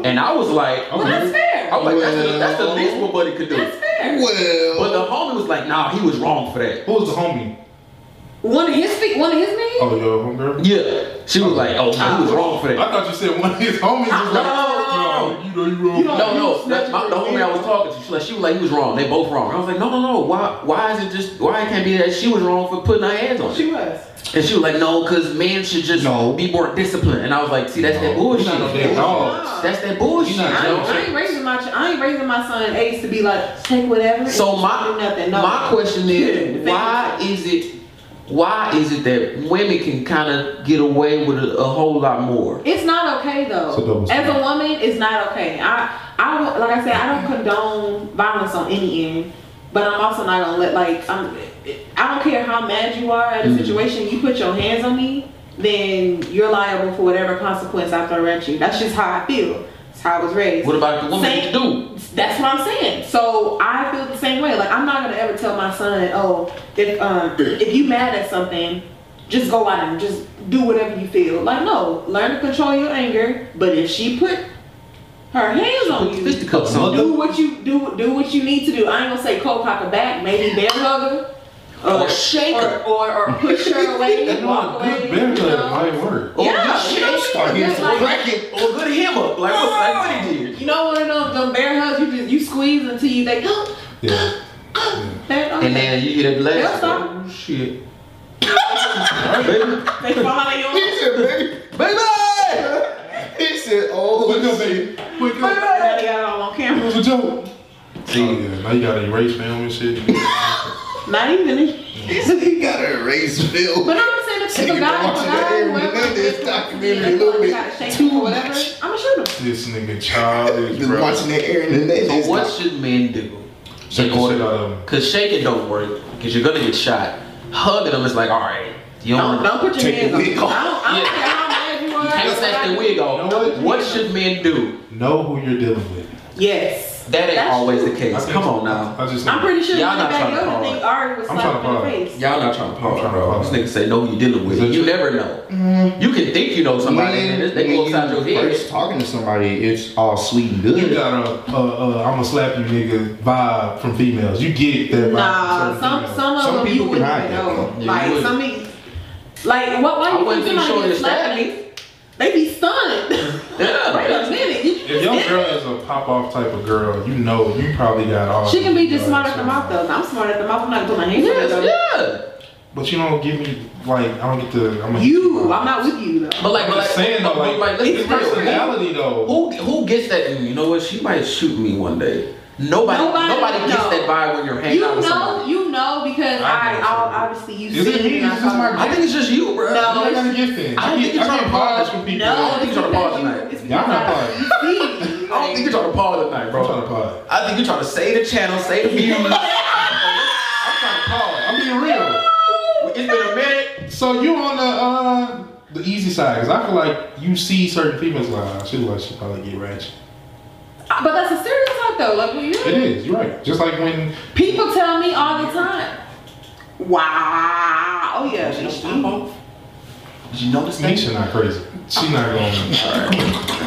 Speaker 7: And I was like,
Speaker 4: Okay.
Speaker 8: That's fair.
Speaker 7: Oh. I was like, that's the, that's the least what buddy could do.
Speaker 8: That's fair.
Speaker 5: Oh, Well,
Speaker 7: But the homie mama was like, nah, he was wrong for that.
Speaker 4: Who was the homie?
Speaker 8: One of his feet, one of his men.
Speaker 4: Oh, your homegirl?
Speaker 7: Yeah. She was like, oh, nah, he was wrong for that.
Speaker 4: I thought you said one of his homies was like,
Speaker 7: No, no, no,
Speaker 4: you know, you wrong.
Speaker 7: No, no, that's my, the homie I was talking to. She, like, she was like, he was wrong. They both wrong. I was like, no, no, no. Why? Why is it just? Why it can't be that she was wrong for putting her hands on?
Speaker 1: She
Speaker 7: It?
Speaker 1: was.
Speaker 7: And she was like, no, cause men should just
Speaker 5: No.
Speaker 7: be more disciplined. And I was like, see, that's that
Speaker 4: You're not no damn
Speaker 7: bullshit.
Speaker 4: dog.
Speaker 7: That's that bullshit.
Speaker 4: You're not
Speaker 1: I,
Speaker 7: yo.
Speaker 1: ain't- I ain't raising my ch- I ain't raising my son Ace to be like take whatever. and
Speaker 7: So
Speaker 1: don't
Speaker 7: my
Speaker 1: do nothing. No.
Speaker 7: my question
Speaker 1: Yeah,
Speaker 7: is, why is it? Why is it that women can kind of get away with a, a whole lot more?
Speaker 1: It's not okay
Speaker 4: It's a double
Speaker 1: though. As
Speaker 4: standard.
Speaker 1: a woman, it's not okay. I I don't- like I said I don't condone violence on any end, but I'm also not gonna let like I'm. I don't care how mad you are
Speaker 7: Mm-hmm.
Speaker 1: at a situation. You put your hands on me, then you're liable for whatever consequence I throw at you. That's just how I feel. That's how I was raised.
Speaker 7: What about the woman
Speaker 1: Same-
Speaker 7: can do?
Speaker 1: That's what I'm saying. So I feel the same way. Like I'm not gonna ever tell my son, oh, if um, if you mad at something, just go out and just do whatever you feel. Like no, learn to control your anger. But if she put her hands on you,
Speaker 7: Fisticuffs on you.
Speaker 1: do what you do do what you need to do. I ain't gonna say cold cock her back, maybe bear hug her.
Speaker 7: Or shake her.
Speaker 1: Or, or, or push her away, walk
Speaker 4: Good
Speaker 1: away.
Speaker 4: bear
Speaker 1: you
Speaker 4: hug
Speaker 1: know?
Speaker 4: might work.
Speaker 7: Or
Speaker 1: Yeah,
Speaker 7: just
Speaker 1: you know
Speaker 7: shake.
Speaker 1: what I mean? Just like-
Speaker 7: Or good him up. Like what? Like what he did.
Speaker 1: You know one of them, them bear hugs, you just you squeeze until <gasps> you like, oh,
Speaker 4: Yeah.
Speaker 1: that, oh,
Speaker 7: And then you hear that
Speaker 1: That's
Speaker 7: blast.
Speaker 1: fine.
Speaker 7: Oh, shit. baby,
Speaker 1: they fall out of your <laughs>
Speaker 5: He said, baby.
Speaker 7: baby.
Speaker 5: He said, oh.
Speaker 4: Wake up, baby. Wake up.
Speaker 1: Everybody got it all on camera.
Speaker 4: It's a joke. Oh, yeah. Now you gotta erase film and shit.
Speaker 1: Not even.
Speaker 5: He said he got a race bill.
Speaker 1: <laughs> But I'm saying if,
Speaker 5: Take
Speaker 1: if a
Speaker 5: it
Speaker 1: guy, if
Speaker 5: down
Speaker 1: a guy,
Speaker 5: today.
Speaker 1: whoever,
Speaker 5: Remember this
Speaker 1: if a
Speaker 5: documentary
Speaker 1: man,
Speaker 5: a little
Speaker 1: like,
Speaker 5: bit
Speaker 1: gotta shake
Speaker 5: too
Speaker 1: him or whatever,
Speaker 5: much.
Speaker 1: I'ma shoot him.
Speaker 4: This nigga
Speaker 5: <laughs>
Speaker 4: childish,
Speaker 5: Just
Speaker 4: bro.
Speaker 5: watching the air and then
Speaker 7: So what should men do?
Speaker 4: Shake the shit out of him.
Speaker 7: Cause shaking don't work. Cause you're gonna get shot. Hugging them is like, all right, you
Speaker 1: Don't,
Speaker 7: don't.
Speaker 1: don't put your
Speaker 5: Take
Speaker 1: hands
Speaker 5: the
Speaker 1: on me.
Speaker 5: wig
Speaker 1: I don't,
Speaker 5: off.
Speaker 1: I don't
Speaker 7: Yeah.
Speaker 1: care how mad you are.
Speaker 7: Can't snatch the wig off.
Speaker 4: No, it-
Speaker 7: What should men do?
Speaker 4: Know who you're dealing with.
Speaker 1: Yes.
Speaker 7: That ain't
Speaker 1: That's
Speaker 7: always
Speaker 1: true.
Speaker 7: the case. Come on now.
Speaker 4: I just
Speaker 1: I'm pretty sure
Speaker 7: Y'all not
Speaker 1: that
Speaker 7: trying to
Speaker 1: Yoda
Speaker 7: pause.
Speaker 1: thing Ari was
Speaker 4: I'm
Speaker 1: slapped
Speaker 4: trying
Speaker 1: in
Speaker 4: to
Speaker 1: the face.
Speaker 7: Y'all not trying to pause,
Speaker 4: trying to
Speaker 7: bro.
Speaker 4: pause.
Speaker 7: This nigga say, know who you dealing with.
Speaker 4: Is that
Speaker 7: You
Speaker 4: true?
Speaker 7: never know.
Speaker 1: Mm-hmm.
Speaker 7: You can think you know somebody, and they- they go outside your
Speaker 5: First
Speaker 7: head.
Speaker 5: talking to somebody, it's all sweet and good.
Speaker 4: You got a uh, uh, I'm gonna slap you nigga vibe from females. You get that vibe.
Speaker 1: Nah,
Speaker 4: from certain females.
Speaker 1: some some of
Speaker 5: Some
Speaker 1: them you
Speaker 5: people can
Speaker 1: wouldn't
Speaker 5: hide
Speaker 1: even
Speaker 5: that,
Speaker 1: know.
Speaker 7: though. Yeah, you
Speaker 1: Like
Speaker 7: wouldn't.
Speaker 1: some of you, like what? Why
Speaker 7: I
Speaker 1: you
Speaker 7: wouldn't
Speaker 1: think
Speaker 7: think Shorty
Speaker 1: somebody get slapped?
Speaker 7: stabbed
Speaker 1: Me? They be
Speaker 7: <laughs>
Speaker 1: stunned. <laughs> Wait
Speaker 7: Yeah.
Speaker 1: a minute. You
Speaker 4: If your girl is a pop off type of girl, you know you probably got all.
Speaker 1: She can be just
Speaker 4: all
Speaker 1: smart
Speaker 4: that
Speaker 1: at the
Speaker 4: shit.
Speaker 1: mouth though. I'm smart at the mouth. I'm not gonna put my hands on it, though.
Speaker 7: Yes, yeah.
Speaker 4: But you don't give me like I don't get the. I'm a
Speaker 1: You, I'm not with you though.
Speaker 7: But like, but
Speaker 4: I'm
Speaker 7: like,
Speaker 4: just saying though,
Speaker 7: but- but
Speaker 4: like,
Speaker 7: like,
Speaker 4: it's
Speaker 7: let's be real.
Speaker 4: personality though.
Speaker 7: Who who gets that? And you know what? She might shoot me one day. Nobody
Speaker 1: Nobody
Speaker 7: nobody, gets
Speaker 1: know.
Speaker 7: that vibe when you're hanging
Speaker 1: You
Speaker 7: out
Speaker 1: know,
Speaker 7: with somebody.
Speaker 1: you know
Speaker 4: I
Speaker 1: because I,
Speaker 4: know
Speaker 1: I
Speaker 4: somebody.
Speaker 1: obviously you
Speaker 4: Is it
Speaker 1: see
Speaker 4: me?
Speaker 1: and I
Speaker 4: Is this
Speaker 1: saw
Speaker 4: my
Speaker 1: it.
Speaker 7: I think it's just you, bro.
Speaker 1: No.
Speaker 4: I gotta get thin.
Speaker 7: I don't think
Speaker 4: get,
Speaker 7: it's
Speaker 4: I
Speaker 7: your
Speaker 4: get
Speaker 7: fault.
Speaker 4: vibes from people.
Speaker 1: No,
Speaker 7: think
Speaker 1: it's
Speaker 7: you're trying to
Speaker 1: because
Speaker 7: pause
Speaker 1: you,
Speaker 7: tonight.
Speaker 1: it's because
Speaker 4: Y'all not
Speaker 1: I-
Speaker 4: playing.
Speaker 1: you see.
Speaker 7: I don't <laughs> think you're trying to pause tonight,
Speaker 4: I'm
Speaker 7: bro.
Speaker 4: trying to pod.
Speaker 7: I think you're trying to say the channel, say the views.
Speaker 4: I'm trying to pod. I'm being real.
Speaker 7: it's been a minute.
Speaker 4: So you on the uh the easy side? Cause I feel like you see certain females like "Ah, she like she probably get ratchet.
Speaker 1: But that's a stereotype though. Like when
Speaker 4: It
Speaker 1: you
Speaker 4: is. You're right. Just like when
Speaker 1: people tell me all the time. Wow. Oh yeah. she- she-
Speaker 7: Did you notice that?
Speaker 4: Nisha not crazy. She not <laughs> going.
Speaker 7: All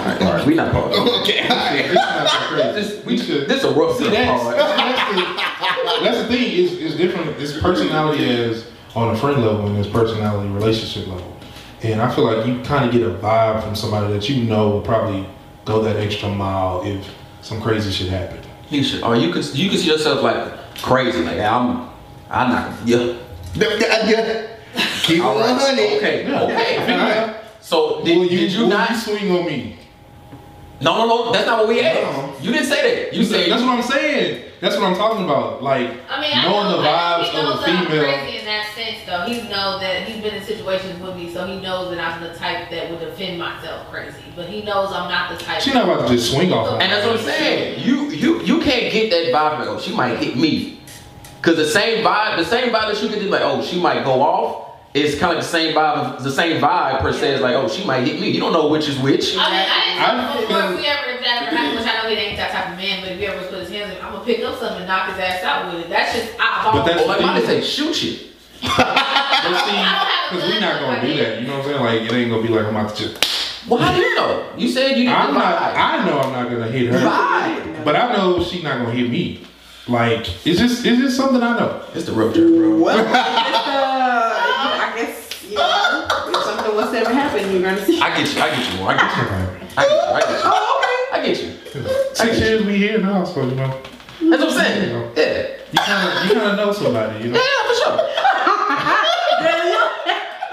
Speaker 7: right, all right, we not pausing.
Speaker 5: Okay, alright.
Speaker 4: Nisha not so crazy.
Speaker 7: This, we,
Speaker 4: Nisha-
Speaker 7: this a rough
Speaker 4: See,
Speaker 7: see,
Speaker 4: that's,
Speaker 7: pause.
Speaker 4: that's, the, that's the thing. It's, it's different. It's personality as on a friend level and it's personality relationship level. And I feel like you kind of get a vibe from somebody that you know will probably go that extra mile if some crazy shit happened.
Speaker 7: Nisha, or you could you could see yourself like crazy, like I'm, I'm not. Yeah.
Speaker 5: Keep it
Speaker 7: All right.
Speaker 5: 100.
Speaker 7: Okay.
Speaker 4: Yeah.
Speaker 7: Okay.
Speaker 4: Alright.
Speaker 7: So did,
Speaker 4: Will you,
Speaker 7: did you
Speaker 4: will
Speaker 7: not?
Speaker 4: you swing on me?
Speaker 7: No, no, no. That's not what we asked.
Speaker 4: No.
Speaker 7: You didn't say that. You said
Speaker 4: That's what I'm saying. That's what I'm talking about. Like
Speaker 8: I mean, I
Speaker 4: knowing
Speaker 8: know,
Speaker 4: the
Speaker 8: I
Speaker 4: vibes
Speaker 8: think he knows
Speaker 4: of a
Speaker 8: that I'm
Speaker 4: female.
Speaker 8: crazy in that sense, though. He knows that he's been in situations with me, so he knows that I'm the type that would defend myself crazy. But he knows I'm not the type.
Speaker 4: She's not about to just swing off.
Speaker 7: And that's what I'm saying. You you you can't get that vibe like, oh, she might hit me. Cause the same vibe, the same vibe that you can do like, oh, she might go off, is kind of like the same vibe, the same vibe per se is like, oh, she might hit me. You don't know which is which.
Speaker 8: I mean, I
Speaker 4: I
Speaker 8: didn't before
Speaker 4: feel-
Speaker 8: if we ever if that ever happened, which I know he ain't that type of man, but if he ever put his hands in, I'm gonna pick up something and knock his ass out with it. That's just I, I've
Speaker 4: But that's
Speaker 7: Or
Speaker 8: always-
Speaker 7: like mine say, shoot you.
Speaker 4: Because we're not gonna do that. You know what I'm saying? Like it ain't gonna be like I'm out to just.
Speaker 7: Well, how do you know? You said you didn't
Speaker 4: I'm not.
Speaker 7: vibe.
Speaker 4: I know I'm not gonna hit her.
Speaker 7: Vibe.
Speaker 4: But I know she's not gonna hit me. Like, is this is this something I know?
Speaker 7: It's the road trip, bro.
Speaker 1: Uh, I guess, you know, if something was to ever happen, you're gonna see.
Speaker 7: I get you. I get you. I get you. I get you. I get you.
Speaker 1: Oh,
Speaker 7: I get you.
Speaker 4: Six years we here now, so you know,
Speaker 7: That's what I'm saying. Yeah.
Speaker 4: you kind of you kind of know somebody, you know.
Speaker 7: Yeah, for <laughs> sure. No,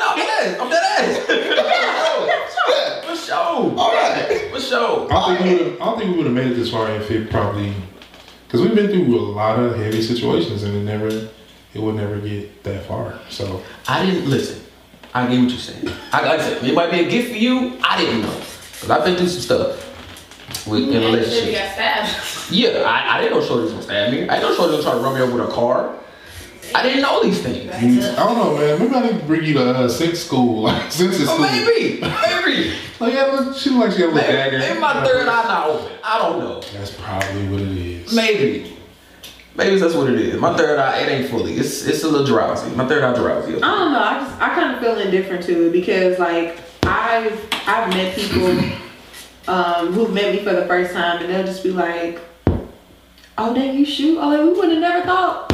Speaker 7: I'm dead. I'm dead ass. For sure. All right. For sure.
Speaker 4: I think we would've- I don't think we would have made it this far if it probably because we've been through a lot of heavy situations and it never it would never get that far. So
Speaker 7: I didn't listen. I get what you're saying. I, like I said, it might be a gift for you. I didn't know. Cause I've been through some stuff with in
Speaker 8: And you said you
Speaker 7: relationships.
Speaker 8: got stabbed.
Speaker 7: Yeah, I, I didn't know Shorty was gonna stab me. I didn't know Shorty was gonna try to run me over with a car. I didn't know these things.
Speaker 4: I don't know, man. Maybe I need to bring you to uh, sex school, <laughs> like census
Speaker 7: Oh,
Speaker 4: school.
Speaker 7: maybe, <laughs> maybe.
Speaker 4: Like, I look, she looks like she got a little
Speaker 7: maybe.
Speaker 4: dagger.
Speaker 7: Maybe my third eye not open. I don't know.
Speaker 4: That's probably what it is.
Speaker 7: Maybe. Maybe that's what it is. My third eye, it ain't fully. It's it's a little drowsy. My third eye drowsy.
Speaker 1: I don't know. I just I kind of feel indifferent to it because like I've I've met people um, who've met me for the first time and they'll just be like, "Oh, damn, you shoot!" Oh, like we would have never thought.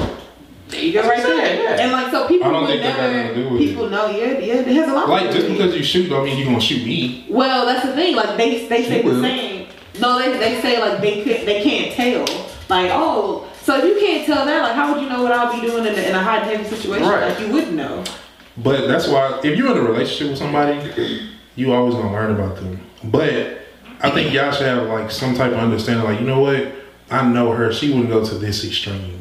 Speaker 1: There you go, right
Speaker 7: That's what I'm saying,
Speaker 1: there.
Speaker 7: yeah.
Speaker 1: And like so,
Speaker 4: I
Speaker 1: people
Speaker 4: don't
Speaker 1: would
Speaker 4: think that got
Speaker 1: never.
Speaker 4: nothing to do with it.
Speaker 1: People know, yeah, yeah, it has a lot.
Speaker 4: Like
Speaker 1: to do
Speaker 4: just
Speaker 1: with it.
Speaker 4: because you shoot, don't mean you gonna shoot me.
Speaker 1: Well, that's the thing. Like they they say
Speaker 7: You
Speaker 1: the
Speaker 7: will.
Speaker 1: same. No, they they say like they could they can't tell. Like oh, so if you can't tell that, like how would you know what I'll be doing in a, in a hot heavy situation?
Speaker 7: Right.
Speaker 1: Like you wouldn't know.
Speaker 4: But that's why if you're in a relationship with somebody, you always gonna learn about them. But I think y'all should have like some type of understanding. Like you know what? I know her. She wouldn't go to this extreme.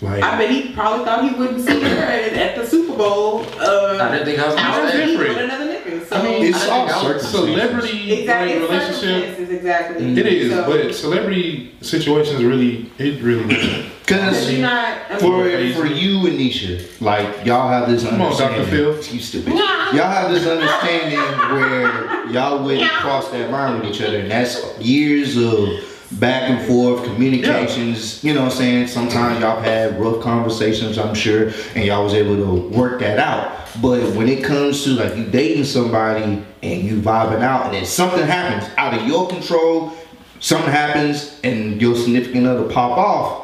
Speaker 4: Like
Speaker 1: I bet he probably thought he wouldn't see her at, at the Super Bowl.
Speaker 7: I
Speaker 1: Uh,
Speaker 7: didn't think I was
Speaker 1: out
Speaker 7: gonna
Speaker 4: didn't-
Speaker 7: say.
Speaker 1: drinking with
Speaker 4: different.
Speaker 1: another nigga. So
Speaker 4: I mean, it's
Speaker 7: I
Speaker 4: all
Speaker 7: think I would-
Speaker 4: celebrity
Speaker 1: exactly
Speaker 4: like,
Speaker 1: it's
Speaker 4: relationship.
Speaker 1: circumstances, exactly.
Speaker 4: It is,
Speaker 1: So,
Speaker 4: but celebrity situations really, it really.
Speaker 1: Cause
Speaker 5: Cause
Speaker 1: you're not. I
Speaker 5: for
Speaker 1: mean,
Speaker 5: for you and Nisha, like y'all have this
Speaker 4: Come on, Dr.
Speaker 5: understanding.
Speaker 4: Phil.
Speaker 5: You stupid. Y'all have this understanding where y'all wouldn't cross that line with each other, and that's years of back and forth communications. You know what I'm saying? Sometimes y'all had rough conversations, I'm sure, and y'all was able to work that out. But when it comes to like you dating somebody and you vibing out, and then something happens out of your control, something happens, and your significant other pop off.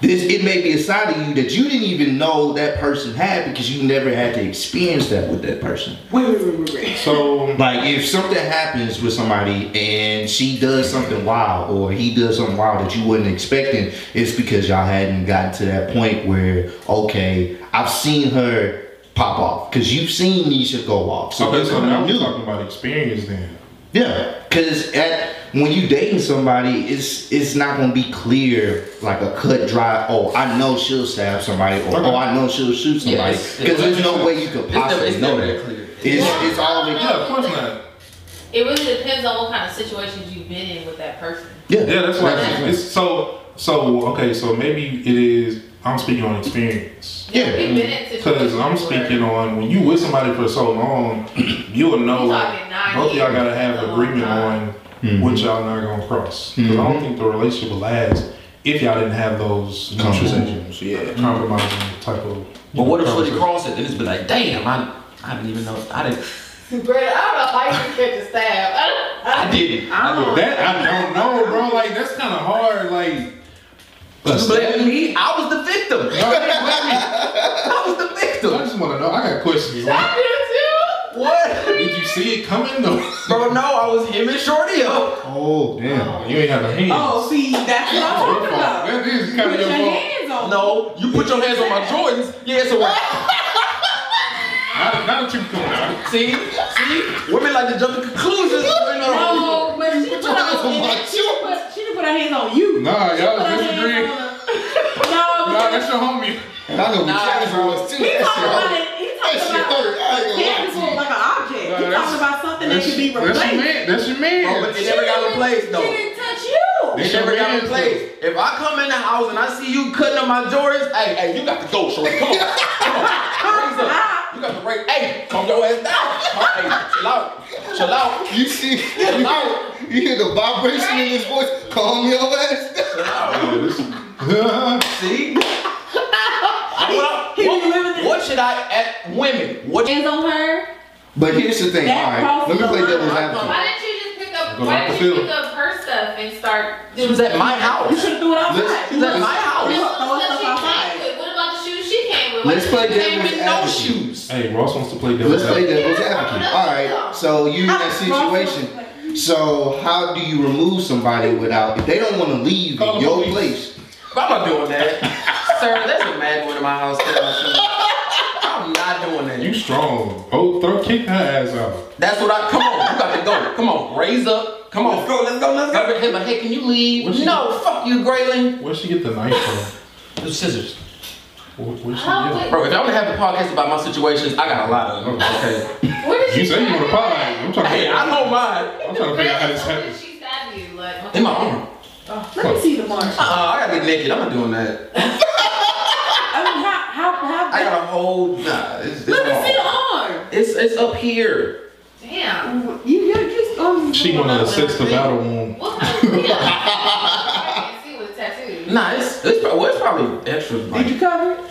Speaker 5: This it may be a side of you that you didn't even know that person had because you never had to experience that with that person.
Speaker 1: wait, wait, wait, wait, wait.
Speaker 4: So
Speaker 5: Like if something happens with somebody and she does something wild or he does something wild that you wasn't expecting, it's because y'all hadn't gotten to that point where okay, I've seen her pop off because you've seen Nisha go off. So
Speaker 4: okay,
Speaker 5: that's
Speaker 4: so
Speaker 5: what
Speaker 4: now
Speaker 5: I
Speaker 4: we're
Speaker 5: knew.
Speaker 4: talking about experience then.
Speaker 5: Yeah, because at when you dating somebody, it's it's not gonna be clear like a cut dry. Oh, I know she'll stab somebody, or
Speaker 4: Okay.
Speaker 5: oh, I know she'll shoot
Speaker 7: Yeah,
Speaker 5: somebody.
Speaker 7: it's-
Speaker 5: Because there's no way you could
Speaker 7: never-
Speaker 5: possibly
Speaker 7: it's
Speaker 5: know
Speaker 7: never
Speaker 5: that.
Speaker 7: that clear.
Speaker 5: It's it's all
Speaker 4: Yeah,
Speaker 5: yeah,
Speaker 4: of course not.
Speaker 8: It really depends on what kind of situations you've been in with that person.
Speaker 5: yeah,
Speaker 4: Yeah, that's why
Speaker 5: That's
Speaker 4: it's, it's so so okay. So maybe it is. I'm speaking on experience
Speaker 5: Yeah,
Speaker 8: we've been in situations
Speaker 4: because mm, I'm
Speaker 8: where-
Speaker 4: speaking on when you with somebody for so long, <clears throat> you'll know
Speaker 8: We're
Speaker 4: like
Speaker 8: talking nine
Speaker 4: both of y'all
Speaker 8: years.
Speaker 4: gotta have
Speaker 8: That's a long
Speaker 4: agreement
Speaker 8: time.
Speaker 4: on
Speaker 5: Mm-hmm.
Speaker 4: what y'all not gonna cross. Because I don't think the relationship will last if y'all didn't have those mutual
Speaker 5: Conversations, yeah.
Speaker 4: compromising type of.
Speaker 7: But what if Shorty
Speaker 4: conversation.
Speaker 7: crossed it and it's been like, damn, I I didn't even know. I didn't.
Speaker 8: Bruh, I don't know how you get the stab. I don't- I
Speaker 7: I didn't.
Speaker 1: I don't.
Speaker 4: That I don't know, bro. Like that's kind of hard. Like.
Speaker 7: You blame me? I was the victim. <laughs> You can't blame me. I was the
Speaker 4: I
Speaker 7: victim.
Speaker 4: just want to know. I got questions. Like,
Speaker 8: I do
Speaker 7: <laughs> What?
Speaker 4: did you see it coming though?
Speaker 7: Bro, no, I was him and Shorty up.
Speaker 5: Oh damn.
Speaker 4: You ain't have no hands.
Speaker 1: Oh, see, that's what I'm
Speaker 4: Your
Speaker 1: talking
Speaker 4: fault.
Speaker 1: about.
Speaker 4: That is kind
Speaker 1: Put
Speaker 4: of
Speaker 1: your
Speaker 4: your fault.
Speaker 1: hands on.
Speaker 7: No, you put your hands on my Jordans. Yeah, so <laughs> what?
Speaker 4: Not, not that you coming out.
Speaker 7: See? See? Women like to jump to conclusions. Oh, You
Speaker 8: <laughs>
Speaker 7: know?
Speaker 1: No, but she put her hands She didn't put, she didn't put her hands on you.
Speaker 4: Nah,
Speaker 1: Put her
Speaker 4: y'all
Speaker 1: hands
Speaker 4: disagree.
Speaker 1: on- No,
Speaker 4: Nah,
Speaker 1: because
Speaker 4: that's your homie.
Speaker 5: And I know who Chaz was too.
Speaker 1: he
Speaker 5: That shit
Speaker 1: talking about
Speaker 5: hurt.
Speaker 1: it. He
Speaker 5: That shit
Speaker 1: talking
Speaker 5: hurt.
Speaker 1: about
Speaker 5: I ain't gonna lie to
Speaker 1: tangible
Speaker 5: you.
Speaker 1: like an object.
Speaker 4: Nah,
Speaker 1: he
Speaker 4: that's-
Speaker 1: talking about something that
Speaker 4: That's,
Speaker 1: can be
Speaker 4: that's your
Speaker 1: replaced.
Speaker 4: man. That's your man.
Speaker 7: Bro, but they never got replaced,
Speaker 1: She
Speaker 7: though.
Speaker 1: didn't touch you.
Speaker 7: They never got replaced. If I come in the house and I see you cutting up my Jordans, hey, hey, you got to go, Shorty. Come on. Come on. Raise up. You got to break. Hey, calm your ass down. Hey, chill out. Chill out.
Speaker 5: You see, you, you hear the vibration in his voice. Calm your ass. down.
Speaker 7: <laughs> See? what,
Speaker 1: he be living
Speaker 7: what,
Speaker 1: it.
Speaker 7: what should I at women? What
Speaker 1: Hands on her.
Speaker 5: But here's the thing.
Speaker 1: That
Speaker 5: All right, let me
Speaker 1: crosses
Speaker 5: play
Speaker 1: the
Speaker 5: devil's
Speaker 1: line.
Speaker 5: advocate.
Speaker 8: Why didn't you just pick up?
Speaker 4: Go
Speaker 8: Why
Speaker 4: out the
Speaker 8: didn't you
Speaker 4: field.
Speaker 8: pick up her stuff? stuff and start
Speaker 7: She was at my house.
Speaker 1: You should have threw it outside.
Speaker 7: She was at my
Speaker 8: What
Speaker 7: house.
Speaker 8: about the stuff she came with? What about the shoes she came with? What
Speaker 5: Let's
Speaker 8: if
Speaker 5: play
Speaker 8: she came
Speaker 5: devil's
Speaker 8: with
Speaker 7: No
Speaker 5: advocate.
Speaker 7: shoes.
Speaker 4: Hey, Ross wants to play devil's
Speaker 5: Let's play
Speaker 4: advocate.
Speaker 5: devil's
Speaker 8: Yeah.
Speaker 5: advocate. All right. So you in that situation. So how do you remove somebody without if they don't want to leave in your place?
Speaker 7: I'm not doing <laughs> that. Sir, there's a man going to my <laughs> house. without shoes. I'm not doing that.
Speaker 4: You strong. Oh, throw kick her ass out.
Speaker 7: That's what I come on. You got to go. Come on, raise up. Come on, go. Let's go. Let's go. Hey, but hey, can you leave?
Speaker 4: What you-
Speaker 7: no, fuck you, Grayling.
Speaker 4: Where'd she get the knife from?
Speaker 7: Those scissors.
Speaker 4: Where, where'd she
Speaker 8: Oh,
Speaker 4: get it?
Speaker 7: Bro, if y'all want to have a podcast about my situations, I got a lot of them. Okay.
Speaker 8: Where did she
Speaker 4: You say you
Speaker 8: stab
Speaker 4: want a pie. I'm trying to
Speaker 7: <laughs> hey, I don't mind.
Speaker 4: I'm trying to
Speaker 8: Where
Speaker 4: figure
Speaker 8: did,
Speaker 4: out how this
Speaker 8: where did
Speaker 4: happened.
Speaker 8: she stab you? Like
Speaker 7: In my arm.
Speaker 1: Oh, Let me see the mark.
Speaker 7: Uh, I gotta get naked. I'm not doing that.
Speaker 1: I mean, how, how, how?
Speaker 7: I got a whole. Nah, it's, it's
Speaker 1: Let me see the
Speaker 7: wrong.
Speaker 1: arm.
Speaker 7: It's it's up here.
Speaker 8: Damn.
Speaker 1: You, you, you, um,
Speaker 4: She wanted a sex to battle wound. <laughs>
Speaker 8: What kind of yeah. I can't see with a tattoo.
Speaker 7: Nah, it's it's, pro- well, it's probably extra.
Speaker 1: Did you
Speaker 7: Like,
Speaker 1: cover it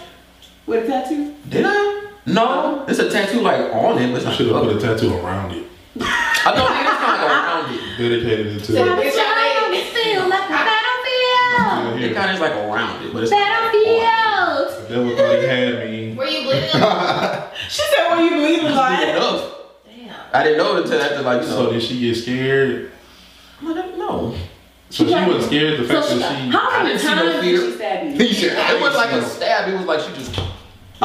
Speaker 1: with a tattoo?
Speaker 7: did I? No, it's a tattoo like on it, but it's
Speaker 4: I
Speaker 7: not.
Speaker 4: should have put a
Speaker 7: covered.
Speaker 4: tattoo around it.
Speaker 7: I don't think it's kind of around it.
Speaker 4: Dedicated it to
Speaker 1: Tell
Speaker 4: it.
Speaker 1: me how you feel like a battlefield.
Speaker 4: Yeah,
Speaker 7: It
Speaker 4: here.
Speaker 7: kind of is like around it, but it's
Speaker 1: Battlefield.
Speaker 4: The devil thought he had me.
Speaker 8: Were you bleeding?
Speaker 4: <laughs>
Speaker 8: Damn.
Speaker 1: She said, "What you believe in
Speaker 7: It
Speaker 1: life?"
Speaker 7: does. I didn't know it until after like you
Speaker 4: So
Speaker 7: know.
Speaker 4: did she get scared?
Speaker 7: I don't know.
Speaker 4: So she wasn't scared the
Speaker 1: So
Speaker 4: fact
Speaker 1: she-
Speaker 4: that she.
Speaker 1: how many
Speaker 7: didn't see no
Speaker 1: times did
Speaker 7: fear.
Speaker 1: she stab you?
Speaker 5: He said,
Speaker 7: It was like a stab. It was like she just.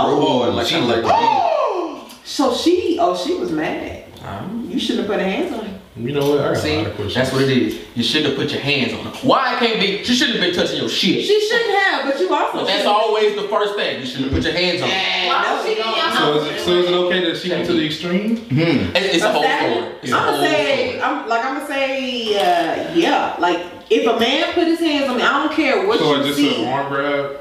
Speaker 7: Oh, like
Speaker 5: she
Speaker 7: she like.
Speaker 1: So she, oh, she was mad.
Speaker 7: Um,
Speaker 1: You shouldn't have put her hands on her.
Speaker 4: You know what? I got a
Speaker 7: See,
Speaker 4: lot of questions.
Speaker 7: that's what it is. You shouldn't have put your hands on her. Why it can't be? She shouldn't have been touching your shit.
Speaker 1: She shouldn't have, but you also.
Speaker 7: But that's
Speaker 1: shouldn't-
Speaker 7: always the first thing. You shouldn't put your hands on. her.
Speaker 1: Man,
Speaker 8: Why
Speaker 1: no,
Speaker 8: was she in
Speaker 1: you
Speaker 8: your
Speaker 1: don't.
Speaker 4: So
Speaker 8: house?
Speaker 4: is, it, so is it okay that she went to the extreme?
Speaker 5: Hmm.
Speaker 7: It's, it's a whole story. It's a
Speaker 1: I'm
Speaker 7: whole
Speaker 1: gonna say,
Speaker 7: story.
Speaker 1: I'm like, I'm gonna say, uh, yeah. Like, if a man put his hands on me, I don't care what
Speaker 4: So
Speaker 1: you
Speaker 4: I just
Speaker 1: see.
Speaker 4: an arm grab.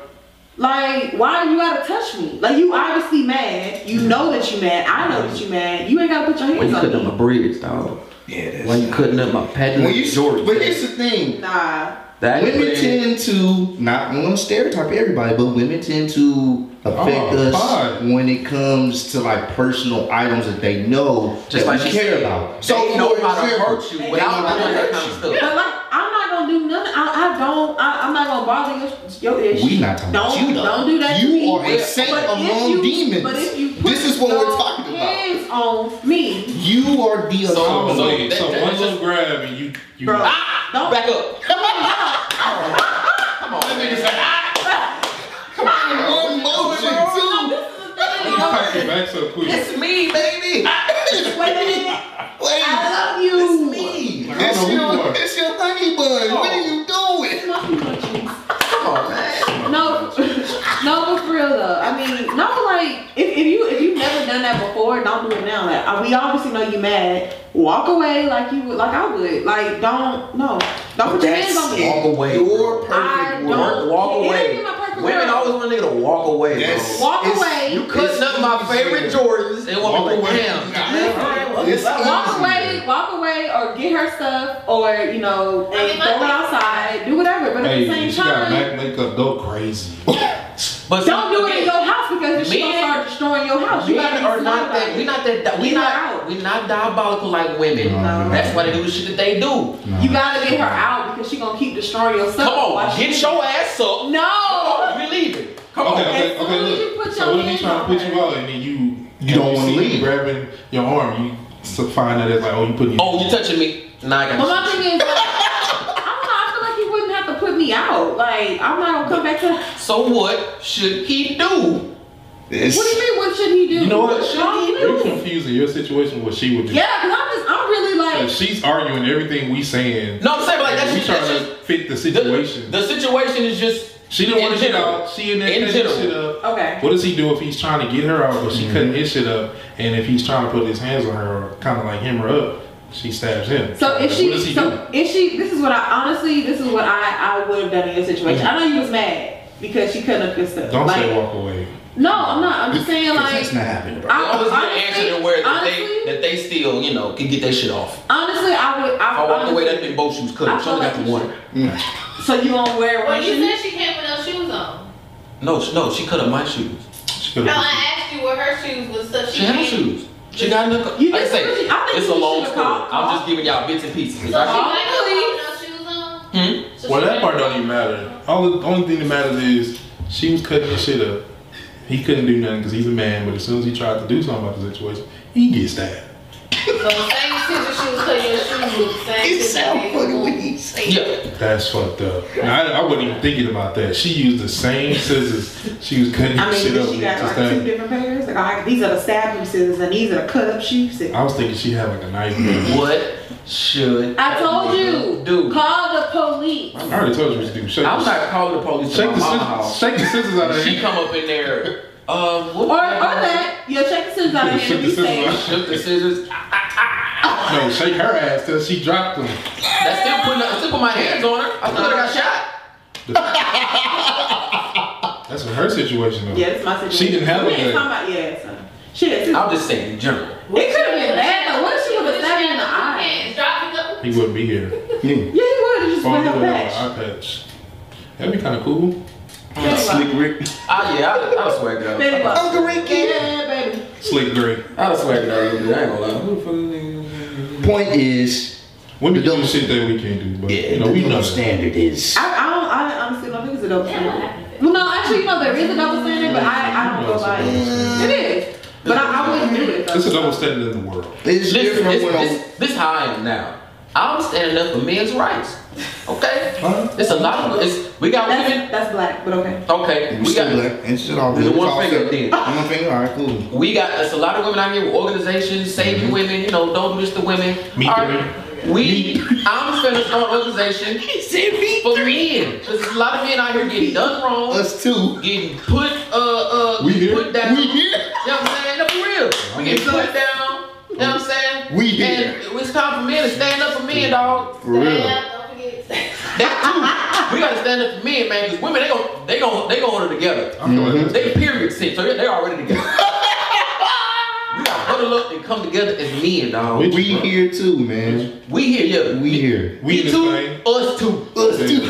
Speaker 1: Like, why you gotta touch me? Like, you obviously mad. You know that you mad. I know that you mad. You ain't gotta put your
Speaker 9: When
Speaker 1: hands
Speaker 9: you
Speaker 1: on
Speaker 9: cutting up
Speaker 1: me.
Speaker 9: my bridge, dog.
Speaker 5: Yeah, that's
Speaker 9: When you cutting up my patent.
Speaker 5: when you
Speaker 9: Jordan.
Speaker 5: but here's the thing.
Speaker 1: Nah.
Speaker 9: that
Speaker 5: Women
Speaker 9: is-
Speaker 5: tend to not I'm gonna stereotype everybody, but women tend to affect
Speaker 4: Oh,
Speaker 5: us
Speaker 4: fine.
Speaker 5: when it comes to like personal items that they know
Speaker 9: Just
Speaker 5: that
Speaker 9: like
Speaker 5: we
Speaker 9: she
Speaker 5: care
Speaker 9: said,
Speaker 5: about.
Speaker 7: So
Speaker 5: for
Speaker 7: they know how to
Speaker 5: example-
Speaker 7: hurt you
Speaker 1: They
Speaker 7: without
Speaker 5: know how to
Speaker 7: doing that
Speaker 5: hurt
Speaker 7: kind of
Speaker 1: But
Speaker 7: stuff.
Speaker 1: like, I'm not gonna do nothing. I, I don't. I, I'm not gonna bother your, your issue.
Speaker 5: We not talking
Speaker 1: don't,
Speaker 5: about you though.
Speaker 1: Don't do that.
Speaker 5: You
Speaker 1: to me.
Speaker 5: are a saint
Speaker 1: But if
Speaker 5: among
Speaker 1: you-
Speaker 5: demons.
Speaker 1: But if you put
Speaker 5: this is what
Speaker 1: your
Speaker 5: we're talking about.
Speaker 1: Hands on me,
Speaker 5: You are the
Speaker 4: Oh,
Speaker 5: anomaly.
Speaker 4: so,
Speaker 7: that- that-
Speaker 4: one
Speaker 7: that's
Speaker 4: little grab and you. you
Speaker 1: bro.
Speaker 5: Ah!
Speaker 1: don't.
Speaker 7: Back up. Come on. Come on. man.
Speaker 1: "Ah!"
Speaker 5: One motion too.
Speaker 4: you pack your back so quick.
Speaker 5: It's me, baby.
Speaker 1: Wait a minute.
Speaker 5: Wait.
Speaker 1: I love you.
Speaker 5: me.
Speaker 4: I
Speaker 5: It's
Speaker 4: don't know who you
Speaker 5: your,
Speaker 4: are.
Speaker 5: it's your honey bun. What are you doing?
Speaker 7: Come on, man.
Speaker 1: No, no, but for real though. I mean, no, like if, if you if you've never done that before, don't do it now. Like uh, we obviously know you mad. Walk away like you would, like I would. Like don't no, don't put your hands on me.
Speaker 7: Walk away.
Speaker 5: Your
Speaker 1: I
Speaker 5: perfect
Speaker 1: don't-
Speaker 5: world.
Speaker 7: Walk, walk
Speaker 1: Yeah,
Speaker 7: away.
Speaker 1: you my perfect
Speaker 7: Women
Speaker 1: girl.
Speaker 7: always want a nigga to walk away,
Speaker 5: Yes.
Speaker 7: bro.
Speaker 1: Walk
Speaker 5: It's-
Speaker 1: away.
Speaker 7: You cutting up my favorite Jordans and
Speaker 4: Walk away.
Speaker 7: walking away. Damn.
Speaker 5: It's
Speaker 1: Walk
Speaker 5: easy.
Speaker 1: away, walk away, or get her stuff, or you know, and
Speaker 8: I mean, my
Speaker 1: throw it
Speaker 8: thing-
Speaker 1: outside, do whatever. But at
Speaker 4: Hey,
Speaker 1: the same
Speaker 4: she got
Speaker 1: time,
Speaker 4: back makeup go
Speaker 1: <laughs>
Speaker 4: crazy.
Speaker 7: But
Speaker 1: don't do it in your house because she's gonna
Speaker 7: Men-
Speaker 1: start destroying your house. You
Speaker 7: We
Speaker 1: gotta be
Speaker 7: are
Speaker 1: smart
Speaker 7: not
Speaker 1: about
Speaker 7: that. We
Speaker 1: it.
Speaker 7: not that. We
Speaker 1: Get her
Speaker 7: not.
Speaker 1: out.
Speaker 7: We not diabolical like women.
Speaker 1: No.
Speaker 7: That's why they do the shit that they do.
Speaker 1: You gotta get her out because she's gonna keep destroying your stuff.
Speaker 7: Come
Speaker 1: while
Speaker 7: on,
Speaker 1: she-
Speaker 7: get your ass up.
Speaker 1: No.
Speaker 7: We leaving. Come
Speaker 4: Okay,
Speaker 7: on.
Speaker 4: okay,
Speaker 1: As soon
Speaker 4: okay.
Speaker 1: as you
Speaker 4: Look,
Speaker 1: put
Speaker 4: so
Speaker 1: your
Speaker 4: what if he
Speaker 1: hands
Speaker 4: trying to put
Speaker 1: on
Speaker 4: you
Speaker 1: her.
Speaker 4: out and then you
Speaker 5: You don't wanna
Speaker 4: see me
Speaker 5: leave.
Speaker 4: grabbing your arm? You s- find that it's like, oh, you putting. your-
Speaker 7: Oh, you touching me? Nah, I
Speaker 1: But
Speaker 7: got.
Speaker 1: my thing is, like, I don't know. I feel like you wouldn't have to put me out. Like I'm not gonna come back to.
Speaker 7: you. So what should he do?
Speaker 1: What do you mean? What should he do?
Speaker 4: You know what? You're
Speaker 1: Should he do?
Speaker 4: confusing your situation with what she would do.
Speaker 1: Yeah, because I'm just, I'm really
Speaker 4: Like,
Speaker 1: like.
Speaker 4: she's arguing everything we saying.
Speaker 7: No, I'm saying but
Speaker 4: and
Speaker 7: like that's
Speaker 4: we
Speaker 7: just. That's
Speaker 4: trying
Speaker 7: just
Speaker 4: to fit the
Speaker 7: the,
Speaker 4: situation.
Speaker 7: the situation is just.
Speaker 4: she didn't want
Speaker 7: in
Speaker 4: to get
Speaker 7: general.
Speaker 4: out. She in there
Speaker 7: In
Speaker 4: cutting his
Speaker 7: general.
Speaker 4: shit up.
Speaker 1: Okay.
Speaker 4: What does he do if he's trying to get her out, but she cutting his shit up, and if he's trying to put his hands on her, or kind of like him or up, she stabs him.
Speaker 1: So
Speaker 4: Like,
Speaker 1: if she,
Speaker 4: what does he do?
Speaker 1: so if she, this is what I honestly, this is what I, I would have done in your situation. I know you was mad because she couldn't have stuff.
Speaker 4: Don't
Speaker 1: like,
Speaker 4: say walk away.
Speaker 1: No, I'm not. I'm just saying like.
Speaker 5: That's not happening, bro.
Speaker 1: I
Speaker 7: That was
Speaker 1: honestly,
Speaker 7: the answer to where that
Speaker 1: honestly-
Speaker 7: they that they still you know can get that Oh, shit off.
Speaker 1: Honestly, I would. I,
Speaker 7: If I walked away,
Speaker 1: honestly-
Speaker 7: that'd been both shoes cut.
Speaker 1: I
Speaker 7: She only
Speaker 1: feel
Speaker 7: got
Speaker 1: like
Speaker 7: the
Speaker 1: you
Speaker 7: one.
Speaker 1: So you gonna wear
Speaker 8: Well,
Speaker 1: one
Speaker 8: you
Speaker 1: shoe?
Speaker 8: said she came with no shoes on.
Speaker 7: No, she- no, she cut up my shoes.
Speaker 4: She could
Speaker 8: No,
Speaker 4: have.
Speaker 8: I asked you what her shoes was, so she
Speaker 7: She had
Speaker 8: came-
Speaker 7: shoes. She got enough.
Speaker 1: You
Speaker 7: Like I
Speaker 1: just-
Speaker 7: say,
Speaker 1: I think
Speaker 7: it's a
Speaker 1: you
Speaker 7: long
Speaker 1: should've
Speaker 7: story.
Speaker 1: called-
Speaker 7: I'm just giving y'all bits and pieces.
Speaker 8: So she
Speaker 1: Oh,
Speaker 8: might not have no shoes on. So
Speaker 4: Well,
Speaker 8: she
Speaker 4: that
Speaker 8: married-
Speaker 4: part don't even matter. All the only thing that matters is she was cutting his shit up. He couldn't do nothing because he's a man. But as soon as he tried to do something about the situation, he gets stabbed.
Speaker 8: So the same scissors she was cutting your shoes with, the same
Speaker 5: It
Speaker 8: scissors
Speaker 5: sound
Speaker 8: they
Speaker 5: funny
Speaker 8: used.
Speaker 5: when you say it.
Speaker 7: Yeah.
Speaker 4: That's fucked up. And I, I wasn't even thinking about that. She used the same scissors. She was cutting
Speaker 1: I
Speaker 4: his
Speaker 1: mean,
Speaker 4: shit up
Speaker 1: did she
Speaker 4: with.
Speaker 1: got
Speaker 4: Just
Speaker 1: like two
Speaker 4: that.
Speaker 1: different pairs? Like, I, these are the stabbing scissors and these are the cut up shoes.
Speaker 4: I was thinking she had like a knife.
Speaker 7: What should
Speaker 8: I told you,
Speaker 7: Dude.
Speaker 8: call the police.
Speaker 4: I already told you what to do. Shake,
Speaker 7: I'm
Speaker 4: the,
Speaker 7: not calling the police to
Speaker 4: shake,
Speaker 7: my
Speaker 4: the,
Speaker 7: mama
Speaker 4: scissors,
Speaker 7: house.
Speaker 4: shake the scissors out of
Speaker 7: She
Speaker 4: there.
Speaker 7: come up in there. Um, what
Speaker 8: Or, or that, you'll check the scissors out and
Speaker 4: Shake
Speaker 8: it'll
Speaker 4: the
Speaker 8: be
Speaker 4: scissors
Speaker 8: safe.
Speaker 4: out.
Speaker 7: Shook the scissors. Ah,
Speaker 4: No, shake her ass till she dropped them.
Speaker 7: That's still putting. I still put my hands on her. I still got shot.
Speaker 4: That's in her situation though.
Speaker 1: Yeah, that's my situation.
Speaker 4: She didn't have a
Speaker 1: We ain't
Speaker 4: gun.
Speaker 1: talking about- yeah, so. She didn't.
Speaker 7: I'm just saying in general.
Speaker 1: It could have been bad, though. What if she would have stabbed her in the eye?
Speaker 8: Hands dropping the.
Speaker 4: He wouldn't be here.
Speaker 1: Yeah, he would have just
Speaker 4: Phone
Speaker 1: went her
Speaker 4: would have
Speaker 1: back.
Speaker 4: eye patch. That'd be kind of cool.
Speaker 5: Slick Rick.
Speaker 7: Ah, yeah, I, I'll swag it up.
Speaker 1: Baby,
Speaker 7: I-
Speaker 1: Uncle Oh, Ricky. Yeah, baby.
Speaker 4: Slick green.
Speaker 7: I'll swag it up a little bit. I ain't gonna lie. Who the fuck is this nigga?
Speaker 5: Point is,
Speaker 4: Women
Speaker 5: The
Speaker 4: do
Speaker 5: double-
Speaker 4: shit that we can't do, but
Speaker 5: yeah,
Speaker 4: you know
Speaker 5: the
Speaker 4: we know
Speaker 5: double
Speaker 4: that.
Speaker 5: standard is.
Speaker 1: I, I don't. I honestly don't think it's a double
Speaker 8: Yeah.
Speaker 1: standard. Well, no, actually, you know there is a double standard, but I, I don't go by it. It is, but I, I wouldn't do it. Though.
Speaker 4: It's a double standard in the world.
Speaker 5: It's
Speaker 7: Listen,
Speaker 5: different
Speaker 7: this,
Speaker 5: when a-
Speaker 7: this, this how I am now. I'm standing up for men's rights. Okay?
Speaker 4: Huh?
Speaker 7: It's a lot of it's we got
Speaker 1: That's,
Speaker 7: women.
Speaker 1: that's black, but okay.
Speaker 7: Okay.
Speaker 5: It's
Speaker 7: We
Speaker 5: still
Speaker 7: got
Speaker 5: black. It's still all
Speaker 7: The
Speaker 5: good.
Speaker 7: one
Speaker 5: It's all
Speaker 7: finger
Speaker 5: set.
Speaker 7: did.
Speaker 5: The one finger, all right, cool.
Speaker 7: we got it's a lot of women out here with organizations saving women, you know, don't do this to women.
Speaker 4: Me
Speaker 7: All
Speaker 4: three.
Speaker 7: We I'm finna start an organization for men. There's a lot of men out here getting done wrong,
Speaker 5: Us two.
Speaker 7: getting put uh uh
Speaker 4: We here.
Speaker 7: Oh, put down.
Speaker 5: We here.
Speaker 7: You know what I'm saying? No, for real. We get put down. You know what I'm saying?
Speaker 5: We here.
Speaker 7: And it's time for men to stand up for men, dog.
Speaker 5: For real.
Speaker 8: Stand up, don't forget.
Speaker 7: That too. We gotta stand up for men, man. Cause women, they gon' they gon' they gon' hold it together.
Speaker 4: I feel like
Speaker 7: They period sick, so they're, they're already together. we gotta huddle up and come together as men, dog.
Speaker 4: We-
Speaker 7: We,
Speaker 5: We here too, man.
Speaker 7: here, yeah.
Speaker 5: We here.
Speaker 4: We in
Speaker 7: me
Speaker 4: this
Speaker 7: too.
Speaker 4: thing.
Speaker 7: Us too.
Speaker 5: Us two.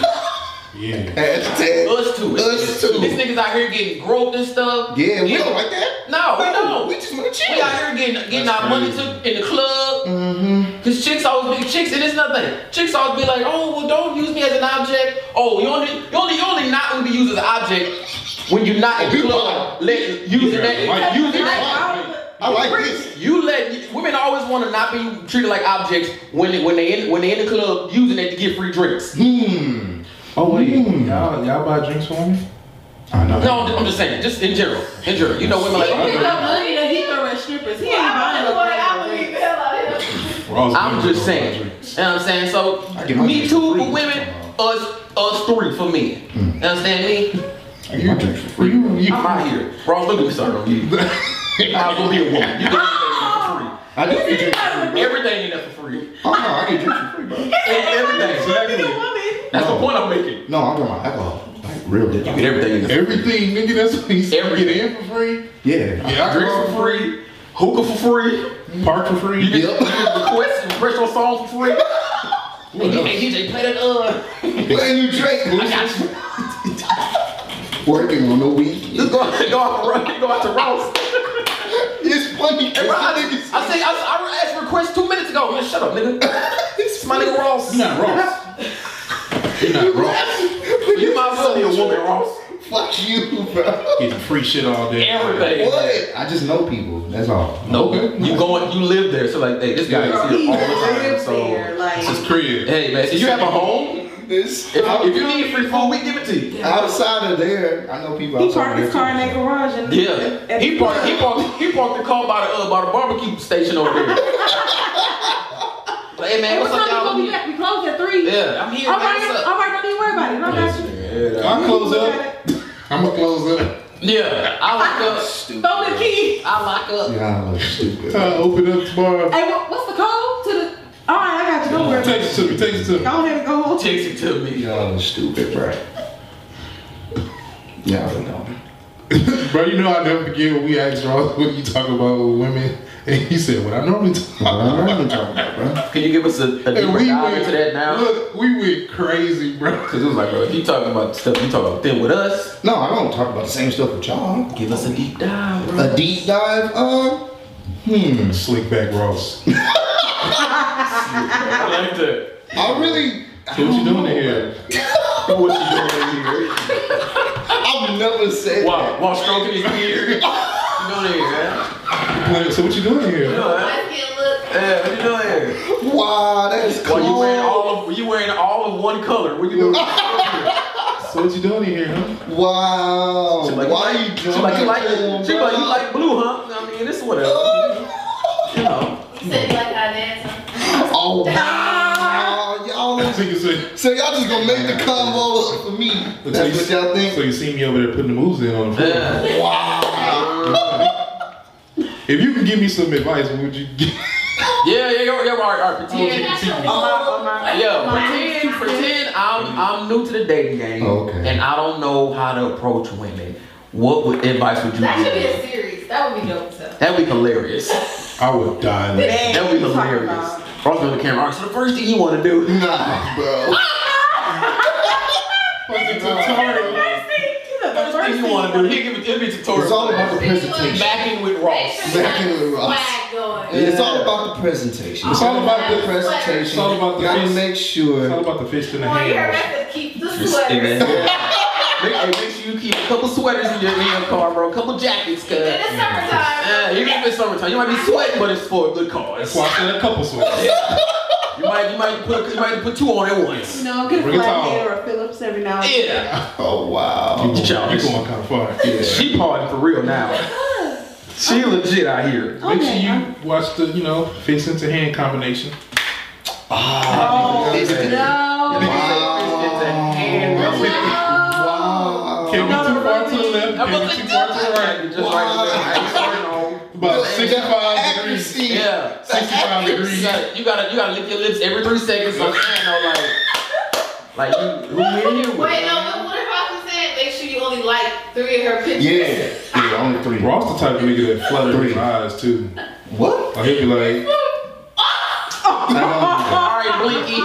Speaker 4: yeah.
Speaker 5: <laughs> Hashtag.
Speaker 7: Us too.
Speaker 5: Us too.
Speaker 7: These niggas out here getting groped and stuff.
Speaker 5: Yeah, we
Speaker 7: Get-
Speaker 5: don't like that.
Speaker 7: No, we don't.
Speaker 5: We just want to
Speaker 7: We
Speaker 5: chill.
Speaker 7: out here getting getting
Speaker 4: That's
Speaker 7: our money
Speaker 4: crazy.
Speaker 7: took in the club.
Speaker 5: Mm-hmm.
Speaker 7: Cause chicks always be chicks, and it's nothing. Chicks always be like, oh well, don't use me as an object. Oh, you only you only you only not gonna be used as an object when you're not in the
Speaker 5: People
Speaker 7: club. Let using that
Speaker 4: Right.
Speaker 7: using that.
Speaker 5: I like this.
Speaker 7: You let women always want to not be treated like objects when they, when they in, when they in the club using it to get free drinks.
Speaker 5: Hmm.
Speaker 4: Oh wait,
Speaker 5: Hmm.
Speaker 4: y'all y'all buy drinks for me?
Speaker 5: I know.
Speaker 7: No, I'm just, I'm just saying, just in general, in general. You know, women
Speaker 1: He
Speaker 7: like
Speaker 1: picked up money that he throw at strippers. He ain't buying no goddamn thing.
Speaker 4: Ross
Speaker 7: I'm
Speaker 4: Butler
Speaker 7: just
Speaker 4: don't buy
Speaker 7: saying. You know
Speaker 4: drinks.
Speaker 7: what I'm saying? So
Speaker 5: I get my
Speaker 7: me
Speaker 5: drink
Speaker 7: too
Speaker 5: for
Speaker 7: for
Speaker 5: free.
Speaker 7: women, us us three for men. You understand me?
Speaker 5: I get my drinks for free.
Speaker 7: I'm out here. Bro, look at me starting on
Speaker 5: <laughs>
Speaker 7: you. I'm gonna be a woman. You <laughs> got
Speaker 5: I do get drinks for free.
Speaker 7: everything in there for free. Everything in there for free.
Speaker 5: Oh, no, I get drinks for free, bro.
Speaker 7: Everything.
Speaker 4: Exactly.
Speaker 7: That's the point I'm making.
Speaker 5: No, I'm talking about alcohol. Like, real
Speaker 7: You get
Speaker 5: liquor.
Speaker 7: everything in there.
Speaker 4: Everything, nigga. That's what he's
Speaker 7: Everything.
Speaker 4: Get in for free.
Speaker 5: Yeah.
Speaker 4: Yeah,
Speaker 7: Drinks for
Speaker 4: alcohol
Speaker 7: free. Hookah for free.
Speaker 4: free. Park for free.
Speaker 7: You can <laughs> request and request your song for free. <laughs>
Speaker 4: What
Speaker 7: Hey,
Speaker 4: else?
Speaker 7: hey, DJ, play that uh.
Speaker 5: Brand new Drake.
Speaker 7: got you.
Speaker 5: <laughs> Working on the weed.
Speaker 7: Go out, go out, run, go out to Ross.
Speaker 5: It's funny.
Speaker 7: Hey, bro, I, I say I, I asked for a request two minutes ago. Man, shut up, <laughs> nigga. It's my nigga Ross.
Speaker 4: You're not
Speaker 7: <laughs>
Speaker 4: Ross. You're not Ross.
Speaker 7: You might as well be a woman, Ross.
Speaker 5: Fuck you, bro.
Speaker 4: Getting free shit all day.
Speaker 7: Everything.
Speaker 5: What? I just know people. That's all.
Speaker 7: No, you going, you live there, so like, hey, this guy is
Speaker 1: He
Speaker 7: here all the time.
Speaker 1: lives there,
Speaker 7: So,
Speaker 1: like.
Speaker 4: It's his crib.
Speaker 7: hey man, so you have a home.
Speaker 5: This,
Speaker 7: If, if you need free food, we give it to you.
Speaker 5: outside of there, I know people.
Speaker 1: He
Speaker 5: outside
Speaker 1: parked
Speaker 5: of
Speaker 1: his
Speaker 5: there.
Speaker 1: car in that garage and
Speaker 7: Yeah, he parked, he parked, he parked the car by the uh, by the barbecue station over there. Like, hey man,
Speaker 1: Hey,
Speaker 7: what's
Speaker 1: what time
Speaker 7: up,
Speaker 1: you gonna be
Speaker 7: y'all?
Speaker 1: back? We close at three.
Speaker 7: Yeah, I'm here.
Speaker 1: All
Speaker 7: man,
Speaker 1: right,
Speaker 7: what's up?
Speaker 1: all right. Don't even worry about it. I got you.
Speaker 4: I close up. I'm gonna close up.
Speaker 7: Yeah, I lock up.
Speaker 1: Throw the key.
Speaker 7: I lock up.
Speaker 5: Y'all are stupid.
Speaker 4: I open up tomorrow.
Speaker 1: Hey, what, what's the code to the? All right, I got you. Don't worry. about
Speaker 4: Take
Speaker 1: it.
Speaker 4: it to me. Take it to me.
Speaker 1: Go ahead and go home.
Speaker 7: Text it to me.
Speaker 5: Y'all are stupid, bro. Y'all don't know.
Speaker 4: Bro, you know I never forget when we asked Ross, what you talking about with women? And he said, what I normally talk
Speaker 5: I don't know what I'm
Speaker 4: about.
Speaker 5: talking about, bro.
Speaker 7: Can you give us a, a
Speaker 4: And
Speaker 7: deeper
Speaker 4: we
Speaker 7: dive
Speaker 4: went,
Speaker 7: into that now?
Speaker 4: look, we went crazy, bro.
Speaker 7: Because it was like, bro, if you talking about stuff you talking about then with us,
Speaker 5: No, I don't talk about the same stuff with y'all.
Speaker 7: give us a deep dive, bro.
Speaker 5: A deep dive, uh, hmm.
Speaker 4: Slick back Ross.
Speaker 7: I like that.
Speaker 5: I really,
Speaker 4: So what you doing in here? <laughs> what you doing in here?
Speaker 5: I've never said
Speaker 7: While, while stroking his beard. you doing here, man?
Speaker 4: Like, so what you doing in here?
Speaker 8: Let's get a look.
Speaker 7: Yeah, what you doing here?
Speaker 5: that. Wow, that is
Speaker 7: Well, you wearing
Speaker 5: cold.
Speaker 7: all of you wearing all of one color. What
Speaker 4: <laughs>
Speaker 7: you doing?
Speaker 4: So what you doing in here, huh?
Speaker 5: Wow. Why are you
Speaker 7: She
Speaker 5: doing
Speaker 7: like you like
Speaker 5: that?
Speaker 7: she like you like blue, huh? I mean, it's whatever. You know.
Speaker 8: You said you like how I dance.
Speaker 5: Oh, wow. Y'all is-
Speaker 4: So you see,
Speaker 5: So y'all just gonna make the combo up for me. That's what y'all
Speaker 4: So
Speaker 5: think?
Speaker 4: you see me over there putting the moves in on the floor.
Speaker 7: Yeah.
Speaker 4: If you could give me some advice, what would you give?
Speaker 7: Yeah, yeah, Oh, yeah, yeah, all right, all right, pretend.
Speaker 8: Yeah, that's what we
Speaker 7: Yeah, pretend, pretend I'm I'm new to the dating game,
Speaker 5: Oh, Okay.
Speaker 7: and I don't know how to approach women. What would, advice would you
Speaker 8: Oh, That should be
Speaker 7: give?
Speaker 8: a series. That would be dope <laughs> stuff.
Speaker 7: That'd be hilarious.
Speaker 4: I would die. laughing.
Speaker 1: Man,
Speaker 7: That would be
Speaker 1: you talking
Speaker 7: hilarious.
Speaker 1: about-
Speaker 7: Ross on the camera. All right, so the first thing you want to do?
Speaker 5: Nah, bro.
Speaker 4: Fucking tutorial.
Speaker 1: <laughs> You know, the
Speaker 7: First
Speaker 1: first
Speaker 7: thing you want to do? He give it, it'll be a
Speaker 5: It's all
Speaker 7: tutorial.
Speaker 5: about the presentation.
Speaker 7: Back in with Ross.
Speaker 5: Back in the Ross.
Speaker 8: Swag going.
Speaker 5: It's all about the presentation.
Speaker 4: It's all about
Speaker 5: the
Speaker 4: the.
Speaker 5: presentation.
Speaker 4: It's all about the
Speaker 5: Gotta
Speaker 4: fist.
Speaker 5: make
Speaker 4: It's all
Speaker 5: sure.
Speaker 4: about the fist in the
Speaker 8: Well, you heard
Speaker 4: hand.
Speaker 8: that's to keep the
Speaker 5: <laughs>
Speaker 7: Hey,
Speaker 8: sweater.
Speaker 7: man. <laughs> Make, hey, make sure you keep a couple sweaters in your, in your car, bro. A couple jackets, cuz.
Speaker 8: <laughs> In the
Speaker 7: Yeah,
Speaker 8: summertime.
Speaker 7: even if it's summertime, you might be sweating, but it's for a good
Speaker 4: That's
Speaker 7: cause.
Speaker 4: why I said a couple sweats.
Speaker 7: You might, you might put, you might put two on at once.
Speaker 1: You know, get a
Speaker 4: Bring it
Speaker 1: flat
Speaker 4: on.
Speaker 1: head or a Phillips every now and then.
Speaker 7: Yeah.
Speaker 5: Oh wow.
Speaker 4: You going
Speaker 7: Childish.
Speaker 4: kind of far.
Speaker 7: She partying for real now. She legit out here.
Speaker 4: Make sure
Speaker 1: Okay,
Speaker 4: you
Speaker 1: I'm-
Speaker 4: watch the, you know, fist into hand combination.
Speaker 1: Oh,
Speaker 5: Fist-
Speaker 1: no.
Speaker 7: Wow. Oh.
Speaker 5: Wow.
Speaker 4: Can't be too far to the left.
Speaker 7: I'm
Speaker 4: Can't
Speaker 7: about
Speaker 4: be
Speaker 7: to
Speaker 4: too
Speaker 7: do
Speaker 4: far to the right.
Speaker 7: it. Just right there.
Speaker 4: About sixty-five degrees.
Speaker 5: Accuracy.
Speaker 7: Yeah.
Speaker 4: Sixty-five
Speaker 7: You
Speaker 4: degrees.
Speaker 7: gotta, you gotta, you gotta lick your lips every three seconds. So I know, like, like you, who you here with?
Speaker 8: Wait, no, but what if I was saying make sure you only like three of her pictures?
Speaker 5: Yeah. Yeah, only three.
Speaker 4: Ross the type of nigga that flutter his
Speaker 5: Three.
Speaker 4: eyes too.
Speaker 5: What?
Speaker 4: Like he'll be like,
Speaker 5: I don't do that.
Speaker 7: All right, Blinky.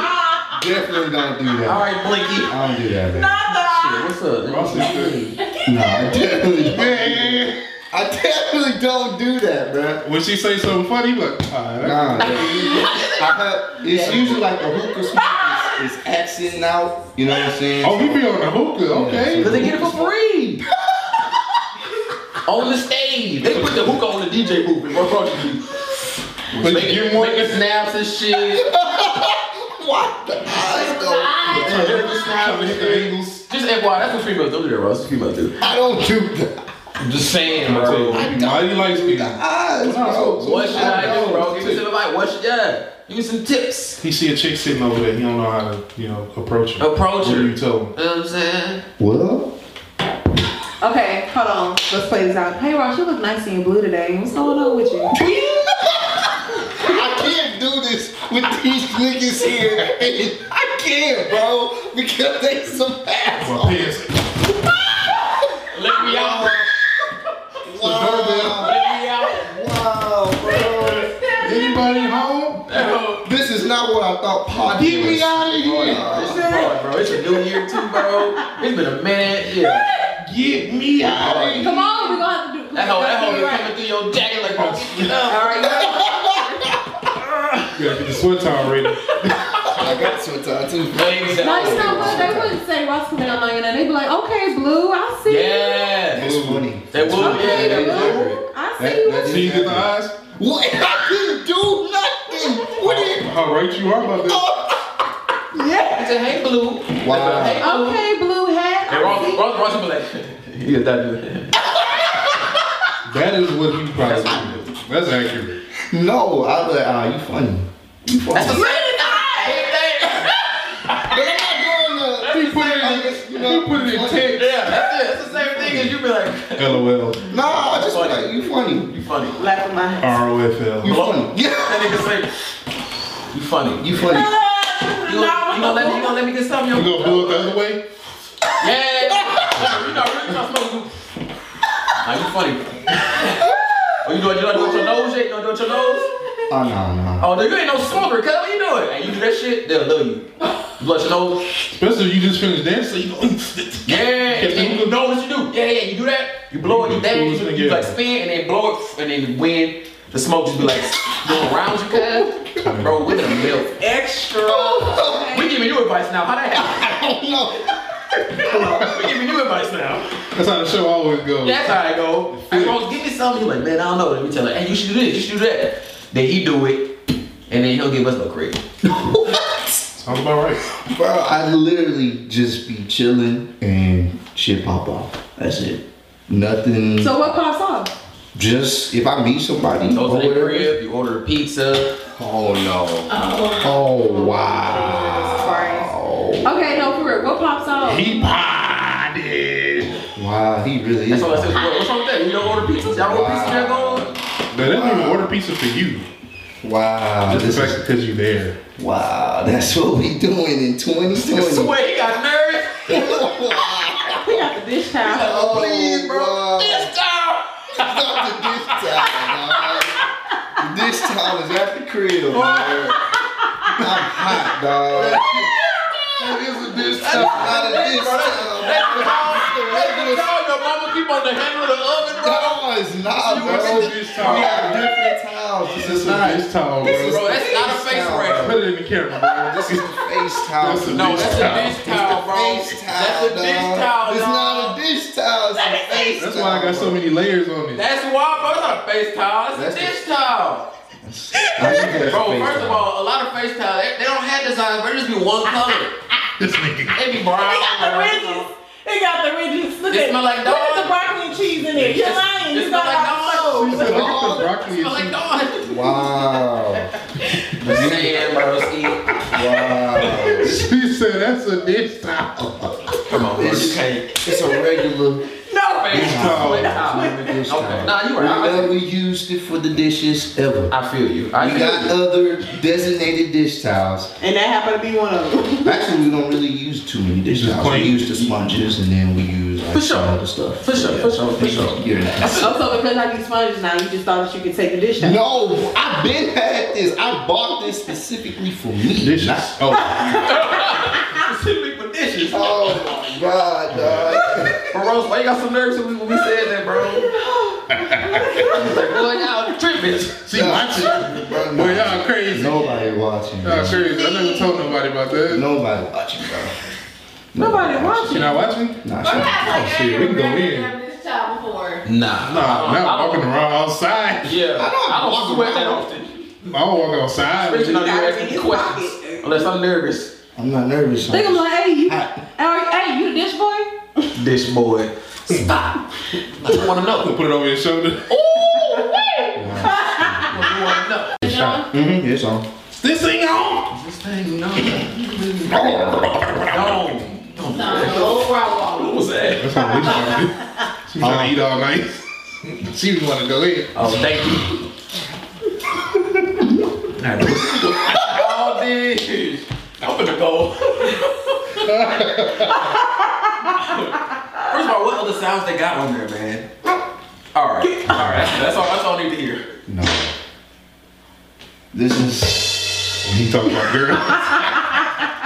Speaker 5: Definitely don't do
Speaker 7: All
Speaker 5: that.
Speaker 7: right, Blinky.
Speaker 5: I don't do that, man.
Speaker 7: Shit, what's up?
Speaker 4: Ross is good.
Speaker 5: No, I definitely <laughs> I definitely don't do that, bruh.
Speaker 4: When she say something funny, he be like, all right.
Speaker 5: Nah, that- I- it's usually like the hooker smoke is, is accenting out. You know what I'm saying?
Speaker 4: Oh, he be on the hookah, okay.
Speaker 7: Cause they get it for free. on the stage, they put the hookah on the DJ booth in front of you.
Speaker 4: But you get one
Speaker 7: Making snaps and <laughs> shit.
Speaker 5: What the eyes
Speaker 8: The
Speaker 5: though?
Speaker 8: eyes.
Speaker 7: Making snaps
Speaker 4: coming
Speaker 7: and
Speaker 4: at the
Speaker 7: shit.
Speaker 4: angles.
Speaker 7: Just FYI, that's what females do to their Ross. That's what females do.
Speaker 5: I don't do that.
Speaker 7: I'm just saying,
Speaker 4: I tell you,
Speaker 7: bro.
Speaker 4: Mighty light skin.
Speaker 5: Eyes, bro.
Speaker 7: Oh, What should I do, bro?
Speaker 4: I
Speaker 7: Give me some advice. What should yeah? Give me some tips.
Speaker 4: He see a chick sitting over there. He don't know how to, you know, approach her.
Speaker 7: Approach
Speaker 4: What
Speaker 7: her.
Speaker 4: do
Speaker 7: You
Speaker 4: you tell him?
Speaker 7: know what I'm saying?
Speaker 5: Well, <laughs>
Speaker 1: Okay, hold on. Let's play this out. Hey, Ross, you look nice in your blue today. What's going on with
Speaker 7: <laughs>
Speaker 1: you?
Speaker 5: I can't do this with these niggas here. I can't, bro, because they some
Speaker 4: Well,
Speaker 5: assholes.
Speaker 4: pants.
Speaker 7: Let me out.
Speaker 5: Wow,
Speaker 7: Let me out.
Speaker 5: wow, bro.
Speaker 4: Anybody home?
Speaker 7: No.
Speaker 5: This is not what I thought. Podcast. Get me out of
Speaker 7: This is hard, bro. It's a new year too, bro. It's been a minute. Yeah.
Speaker 4: Get me out of here.
Speaker 1: Come on, we're gonna have to do
Speaker 7: That hoe, that hoe is
Speaker 1: we're gonna
Speaker 7: coming through your jacket like, bro, get up.
Speaker 1: All right,
Speaker 4: You gotta get the sweat time ready.
Speaker 5: I got some time too.
Speaker 7: Legs
Speaker 1: no, you know
Speaker 7: out.
Speaker 1: what? They wouldn't say Ross coming out like that. They'd be like, okay, blue, I see.
Speaker 7: Yeah.
Speaker 5: That's funny.
Speaker 7: That would, yeah,
Speaker 1: Okay,
Speaker 7: that would.
Speaker 1: blue, I see
Speaker 5: That-
Speaker 1: you.
Speaker 5: that
Speaker 1: What
Speaker 5: is-
Speaker 4: See you get the eyes?
Speaker 5: What? I didn't do nothing. What is?
Speaker 4: How right you are about that.
Speaker 1: you- Yeah.
Speaker 7: I said, hey, Blue.
Speaker 5: Wow.
Speaker 7: Hey, Blue.
Speaker 1: Okay, blue hat.
Speaker 7: And
Speaker 1: I
Speaker 7: Ross,
Speaker 1: see.
Speaker 7: Ross, Ross would be like, yeah, that dude.
Speaker 4: That is what he probably do. That's accurate.
Speaker 5: No, I was like, ah, you funny. You funny.
Speaker 7: That's the same thing.
Speaker 5: but
Speaker 4: He
Speaker 5: I'm not doing
Speaker 4: put it
Speaker 5: the.
Speaker 4: in,
Speaker 5: You
Speaker 4: he
Speaker 5: know.
Speaker 4: put it in text.
Speaker 7: Yeah, that's it. That's the same thing as you be like,
Speaker 4: LOL.
Speaker 5: No, I just was like you funny.
Speaker 7: you funny.
Speaker 1: Laugh in my
Speaker 5: You
Speaker 4: ROFL.
Speaker 5: funny. Yeah.
Speaker 7: That nigga say, you funny.
Speaker 5: You funny. <laughs>
Speaker 7: You gonna, you gonna let me, you gonna let me get something?
Speaker 4: You gonna blow it the other way?
Speaker 7: Yeah. you know, really not supposed to. do- Nah, you funny. <laughs> Oh, you doing? You not doing your nose yet? You not doing your nose?
Speaker 5: Oh no, no.
Speaker 7: Oh, dude, you ain't no smoker, cuz. What you doing? Hey, you do that shit, they'll love you. You blush your nose.
Speaker 4: Especially if you just finished dancing, you go.
Speaker 7: Yeah, and you know what you do. Yeah, yeah, you do that. You blow it, you dance, you, you like spin, and then blow it, and then wind. The smoke just be like going around you, cuz. Bro, we done milk.
Speaker 1: Extra.
Speaker 7: We giving you advice now. How that happen? I don't know. we giving you advice now.
Speaker 4: That's how the show always goes.
Speaker 7: That's how I go. Hey, bro, give me something. He like, man, I don't know. Let me tell him, hey, you should do this, you should do that. Then he do it, and then he'll give us no <laughs> credit.
Speaker 4: Sounds about right.
Speaker 5: Bro, I literally just be chilling and shit pop off. That's it. Nothing.
Speaker 1: So what pops off?
Speaker 5: just if I meet somebody
Speaker 7: Go
Speaker 5: or
Speaker 7: to their
Speaker 5: whatever.
Speaker 7: crib, you order a pizza.
Speaker 5: Oh no. Oh wow.
Speaker 1: Okay, no, for real. What pops off?
Speaker 4: He potted.
Speaker 5: Wow, he really is.
Speaker 7: That's all I said. What's wrong with that? You don't order pizza? Y'all order pizza? Y'all go.
Speaker 4: They don't even order pizza for you.
Speaker 5: Wow,
Speaker 4: Just
Speaker 5: this
Speaker 4: the
Speaker 5: is,
Speaker 4: fact because you're there.
Speaker 5: wow, that's what we doing in <laughs> Oh, 2020.
Speaker 7: Sweat, he got nervous.
Speaker 1: We got the dish towel.
Speaker 5: Oh, please, bro.
Speaker 7: This time.
Speaker 5: This time, dog. This time is at the crib, man. I'm hot, dog. That is a dish towel. Not a dish towel.
Speaker 7: That's the time your mama keep on the handle of the oven, bro.
Speaker 5: No, it's not, bro.
Speaker 4: That's a dish towel.
Speaker 5: We have different towels. This
Speaker 4: This
Speaker 5: is
Speaker 4: is
Speaker 5: not.
Speaker 4: this towel, bro.
Speaker 7: Bro, that's not a face
Speaker 4: <laughs>
Speaker 5: Towel.
Speaker 7: wrap.
Speaker 4: Put it in the camera, bro.
Speaker 5: This is a face towel.
Speaker 4: That's a
Speaker 7: No, that's a
Speaker 4: Face
Speaker 7: dish towel, bro.
Speaker 5: Face
Speaker 7: That's
Speaker 5: towel,
Speaker 7: a dish
Speaker 5: dog.
Speaker 7: towel,
Speaker 5: It's
Speaker 7: dog.
Speaker 5: not a dish towel. It's a
Speaker 4: <laughs>
Speaker 5: face
Speaker 4: That's
Speaker 5: towel.
Speaker 4: why I got so many layers on it.
Speaker 7: That's why, bro. It's not a face towel. It's a
Speaker 5: That's
Speaker 7: dish towel.
Speaker 5: I think that's a
Speaker 7: Bro,
Speaker 5: face towel.
Speaker 7: first of all, a lot of face towels, they, they don't have designs, but it just be
Speaker 1: <laughs>
Speaker 7: one color.
Speaker 4: This <laughs> nigga.
Speaker 7: They be brown.
Speaker 1: They got the
Speaker 7: brown,
Speaker 1: ridges. They got the ridges. Look
Speaker 7: It
Speaker 1: at
Speaker 7: smell like
Speaker 1: Look at
Speaker 7: dog.
Speaker 1: the broccoli and cheese in there. <laughs> You're
Speaker 7: It-
Speaker 1: lying.
Speaker 7: it
Speaker 1: You
Speaker 7: smell
Speaker 1: got
Speaker 7: like
Speaker 1: like
Speaker 4: Look
Speaker 1: those.
Speaker 4: at the "Oh, <laughs> broccoli
Speaker 7: brown. Smell like
Speaker 4: and
Speaker 7: dog.
Speaker 5: Wow.
Speaker 7: Man, bro, see.
Speaker 5: Wow.
Speaker 4: cheese. She said that's a dish towel.
Speaker 7: Come on, bro. You
Speaker 5: It's-
Speaker 7: can't.
Speaker 5: It's a regular
Speaker 1: No.
Speaker 7: Face
Speaker 4: towel.
Speaker 7: towel.
Speaker 5: dish towel.
Speaker 7: Okay. Nah, you
Speaker 5: We
Speaker 7: right.
Speaker 5: never used it for the dishes ever.
Speaker 7: I, I feel you. I
Speaker 5: We
Speaker 7: feel
Speaker 5: got
Speaker 7: you.
Speaker 5: other designated dish towels.
Speaker 1: And that happened to be one of <laughs> them.
Speaker 5: Actually, we don't really use too many dish
Speaker 4: Just
Speaker 5: towels. We
Speaker 4: plain.
Speaker 5: use the sponges and then we use like
Speaker 7: For
Speaker 5: some
Speaker 7: sure.
Speaker 5: other stuff.
Speaker 7: For sure, for sure, for sure.
Speaker 5: You're not.
Speaker 1: Oh, so because I do sponges now, you just thought that you could take the dish towel.
Speaker 5: No, I've been had this. I bought this specifically for me.
Speaker 4: Dishes.
Speaker 5: Not-
Speaker 4: Oh,
Speaker 7: Specific for
Speaker 5: <laughs>
Speaker 7: dishes.
Speaker 5: Oh my god, dog.
Speaker 7: Bro, Rose, why you got so nervous when we, when we said that,
Speaker 1: <laughs>
Speaker 7: bro? like, boy, y'all tripping.
Speaker 4: she watching.
Speaker 5: Bro,
Speaker 4: Boy, y'all crazy.
Speaker 5: Nobody watching.
Speaker 4: Y'all
Speaker 5: Bro.
Speaker 4: crazy. I never told nobody about that.
Speaker 5: Nobody watching, bro.
Speaker 1: Nobody watching.
Speaker 4: You not watching?
Speaker 5: Nah,
Speaker 8: I'm
Speaker 5: shut
Speaker 8: not like,
Speaker 4: shit, we
Speaker 8: I
Speaker 4: can go
Speaker 8: never
Speaker 4: in.
Speaker 8: had this child before.
Speaker 7: Nah.
Speaker 4: Nah, not
Speaker 7: I don't-
Speaker 4: walking around outside.
Speaker 7: Yeah. I
Speaker 5: don't
Speaker 7: don't, I
Speaker 5: walk
Speaker 7: don't sweat
Speaker 5: around.
Speaker 7: that often.
Speaker 4: I don't walk outside.
Speaker 7: Especially
Speaker 4: bitch.
Speaker 7: not
Speaker 1: gotta be
Speaker 7: asking
Speaker 1: in his
Speaker 7: questions.
Speaker 1: pocket.
Speaker 7: Unless I'm nervous.
Speaker 5: I'm not nervous.
Speaker 1: They gonna be
Speaker 5: I'm
Speaker 1: like, hey, you,
Speaker 5: Hot.
Speaker 1: are, hey, you the dish boy?
Speaker 7: Dish boy. Stop. You wanna know.
Speaker 4: Put it over your <laughs> shoulder.
Speaker 7: You wanna know.
Speaker 8: You know?
Speaker 5: Mhm, it's on.
Speaker 4: This thing on.
Speaker 7: This thing, no. Don't. Don't. What was that?
Speaker 4: That's how we trying to do. She was trying to eat all night. <laughs> she was want to go in.
Speaker 7: Oh, thank you. All this. I'm gonna go. First of all, what other sounds they got on there, man? All right, all right. That's all. That's all I need to hear.
Speaker 5: No. This is
Speaker 4: He talking about <laughs> girls.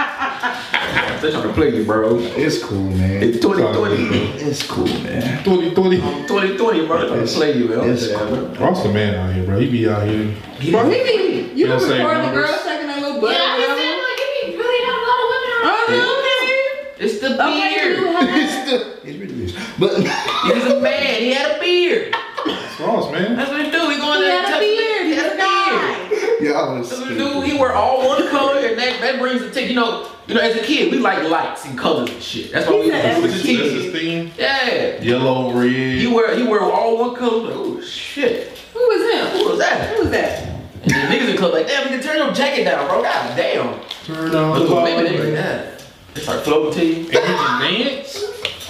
Speaker 7: They're trying to play you, bro.
Speaker 5: it's cool, man.
Speaker 7: It's 2020.
Speaker 5: It's cool, man.
Speaker 4: 20, 20.
Speaker 7: 2020, bro. They're trying to play you, man.
Speaker 5: It's cool.
Speaker 4: Ross the man out here, bro. He be out here.
Speaker 1: Bro, he be,
Speaker 4: He
Speaker 1: you
Speaker 4: don't
Speaker 1: can
Speaker 4: say
Speaker 1: record the
Speaker 4: numbers.
Speaker 1: girls taking their little
Speaker 8: Yeah,
Speaker 1: butt or
Speaker 8: I just said,
Speaker 1: whatever.
Speaker 8: like, you be- really don't know the women around here.
Speaker 1: Oh,
Speaker 7: It's the
Speaker 1: no, okay. Okay, you
Speaker 7: beard.
Speaker 1: do have-
Speaker 5: It's the it really is. But <laughs>
Speaker 7: He's a man. He had a beard.
Speaker 4: It's Ross, man.
Speaker 7: That's what he do. He going
Speaker 1: He
Speaker 7: there
Speaker 1: had
Speaker 7: and
Speaker 1: a
Speaker 7: touch
Speaker 1: beard.
Speaker 7: He
Speaker 1: He's
Speaker 7: had
Speaker 1: a
Speaker 7: a beard.
Speaker 1: guy.
Speaker 5: y'all is
Speaker 7: That's what he do. He wear all one color, and that, that brings the tick. You know, you know. As a kid, we like lights and colors and shit. That's what we
Speaker 1: He said
Speaker 7: do
Speaker 1: as
Speaker 7: with
Speaker 4: That's
Speaker 7: the
Speaker 4: his
Speaker 7: kids.
Speaker 4: theme.
Speaker 7: Yeah.
Speaker 4: Yellow,
Speaker 7: He
Speaker 4: red.
Speaker 7: wear he wear all one color. Oh shit.
Speaker 1: Who was him?
Speaker 7: Who was that?
Speaker 1: Who was that?
Speaker 7: And the niggas in the club like, damn, you can turn your jacket down, bro. God damn.
Speaker 4: Turn on
Speaker 7: But
Speaker 4: the
Speaker 7: the
Speaker 4: volume.
Speaker 7: women, they like, yeah. They start floating to you.
Speaker 4: And you can dance.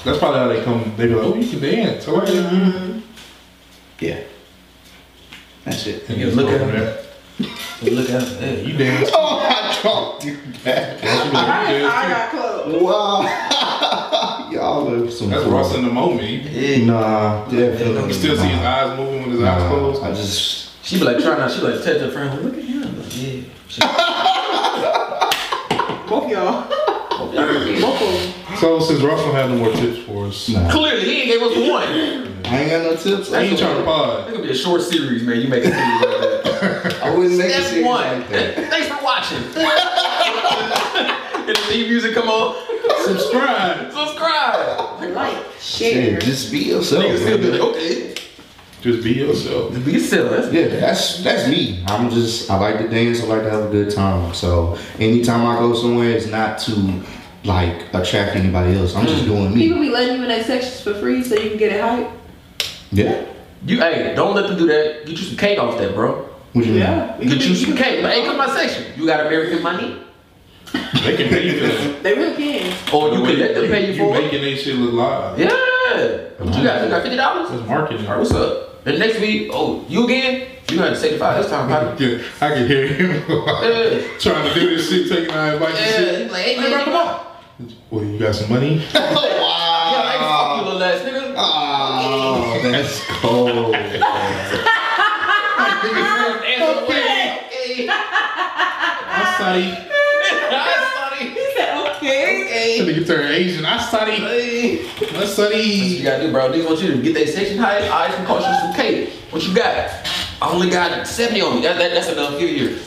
Speaker 4: That's probably how they come. They be like, oh, you can dance. All right.
Speaker 5: Yeah. That's it.
Speaker 4: And
Speaker 7: You
Speaker 4: just
Speaker 7: look at
Speaker 4: over
Speaker 7: him.
Speaker 4: there.
Speaker 7: You look at him. yeah, you-
Speaker 4: You dance.
Speaker 5: Oh I don't do that.
Speaker 4: Ross be like, you
Speaker 1: I
Speaker 4: dance
Speaker 1: got clothes.
Speaker 5: Wow. <laughs> y'all are some
Speaker 4: too. That's
Speaker 5: cool-
Speaker 4: Ross in the moment. You
Speaker 5: Nah, definitely.
Speaker 4: can still see his eyes moving with his eyes closed.
Speaker 5: I just
Speaker 7: She be like trying out. She like touch her friend. Look at him. Like, yeah. She-
Speaker 1: Both y'all.
Speaker 4: So since Ross don't have no more tips for us,
Speaker 5: Nah.
Speaker 7: Clearly, he ain't gave us one.
Speaker 5: I ain't got no tips.
Speaker 4: I ain't trying to pod.
Speaker 7: That could be a short series, man. You make a series like <laughs> that.
Speaker 5: I wouldn't make a
Speaker 7: Step
Speaker 5: series
Speaker 7: one.
Speaker 5: like that.
Speaker 7: Thanks for <laughs> watching. and the theme music come on. <laughs>
Speaker 4: Subscribe.
Speaker 7: Subscribe.
Speaker 1: Like,
Speaker 5: Shit,
Speaker 1: share.
Speaker 5: just be yourself.
Speaker 7: Niggas still be
Speaker 5: man.
Speaker 7: like, okay.
Speaker 4: Just be yourself.
Speaker 7: Be yourself. That's
Speaker 5: Yeah, that's that's me. I'm just I like to dance. I like to have a good time. So anytime I go somewhere, it's not to like attract anybody else. I'm
Speaker 7: Mm.
Speaker 5: just doing
Speaker 1: People
Speaker 5: me.
Speaker 1: be letting you in their sections for free so you can get it hype.
Speaker 5: Yeah.
Speaker 7: You hey, don't let them do that. Get you some cake off that, bro.
Speaker 5: What you mean?
Speaker 7: Get you some cake. Like, hey, come to my section. You got American money,
Speaker 4: They can pay you for that.
Speaker 1: They really can.
Speaker 7: or you can let them pay you
Speaker 4: You
Speaker 7: for it.
Speaker 4: making that shit look live.
Speaker 7: Yeah. What you got? You got fifty dollars. All
Speaker 4: That's marketing.
Speaker 7: right, what's up? And next week, oh, you again? You got seventy-five this time,
Speaker 4: I
Speaker 7: probably.
Speaker 4: can, I can hear him <laughs>
Speaker 7: Yeah.
Speaker 4: trying to do this shit, taking our advice and
Speaker 7: Yeah.
Speaker 4: shit.
Speaker 7: you Like, hey, man, bro, come on.
Speaker 4: Well, you got some money?
Speaker 7: Yeah, like, fuck you, little ass nigga.
Speaker 5: Oh, that's cold.
Speaker 4: I study.
Speaker 1: He said, okay.
Speaker 4: That nigga turned Asian. I study. I
Speaker 7: That's what you
Speaker 4: study.
Speaker 7: gotta do, bro. Niggas want you to get their section high. I just cost you some cake. What you got? I only got 70 on me. That, that, that's enough. Give it here.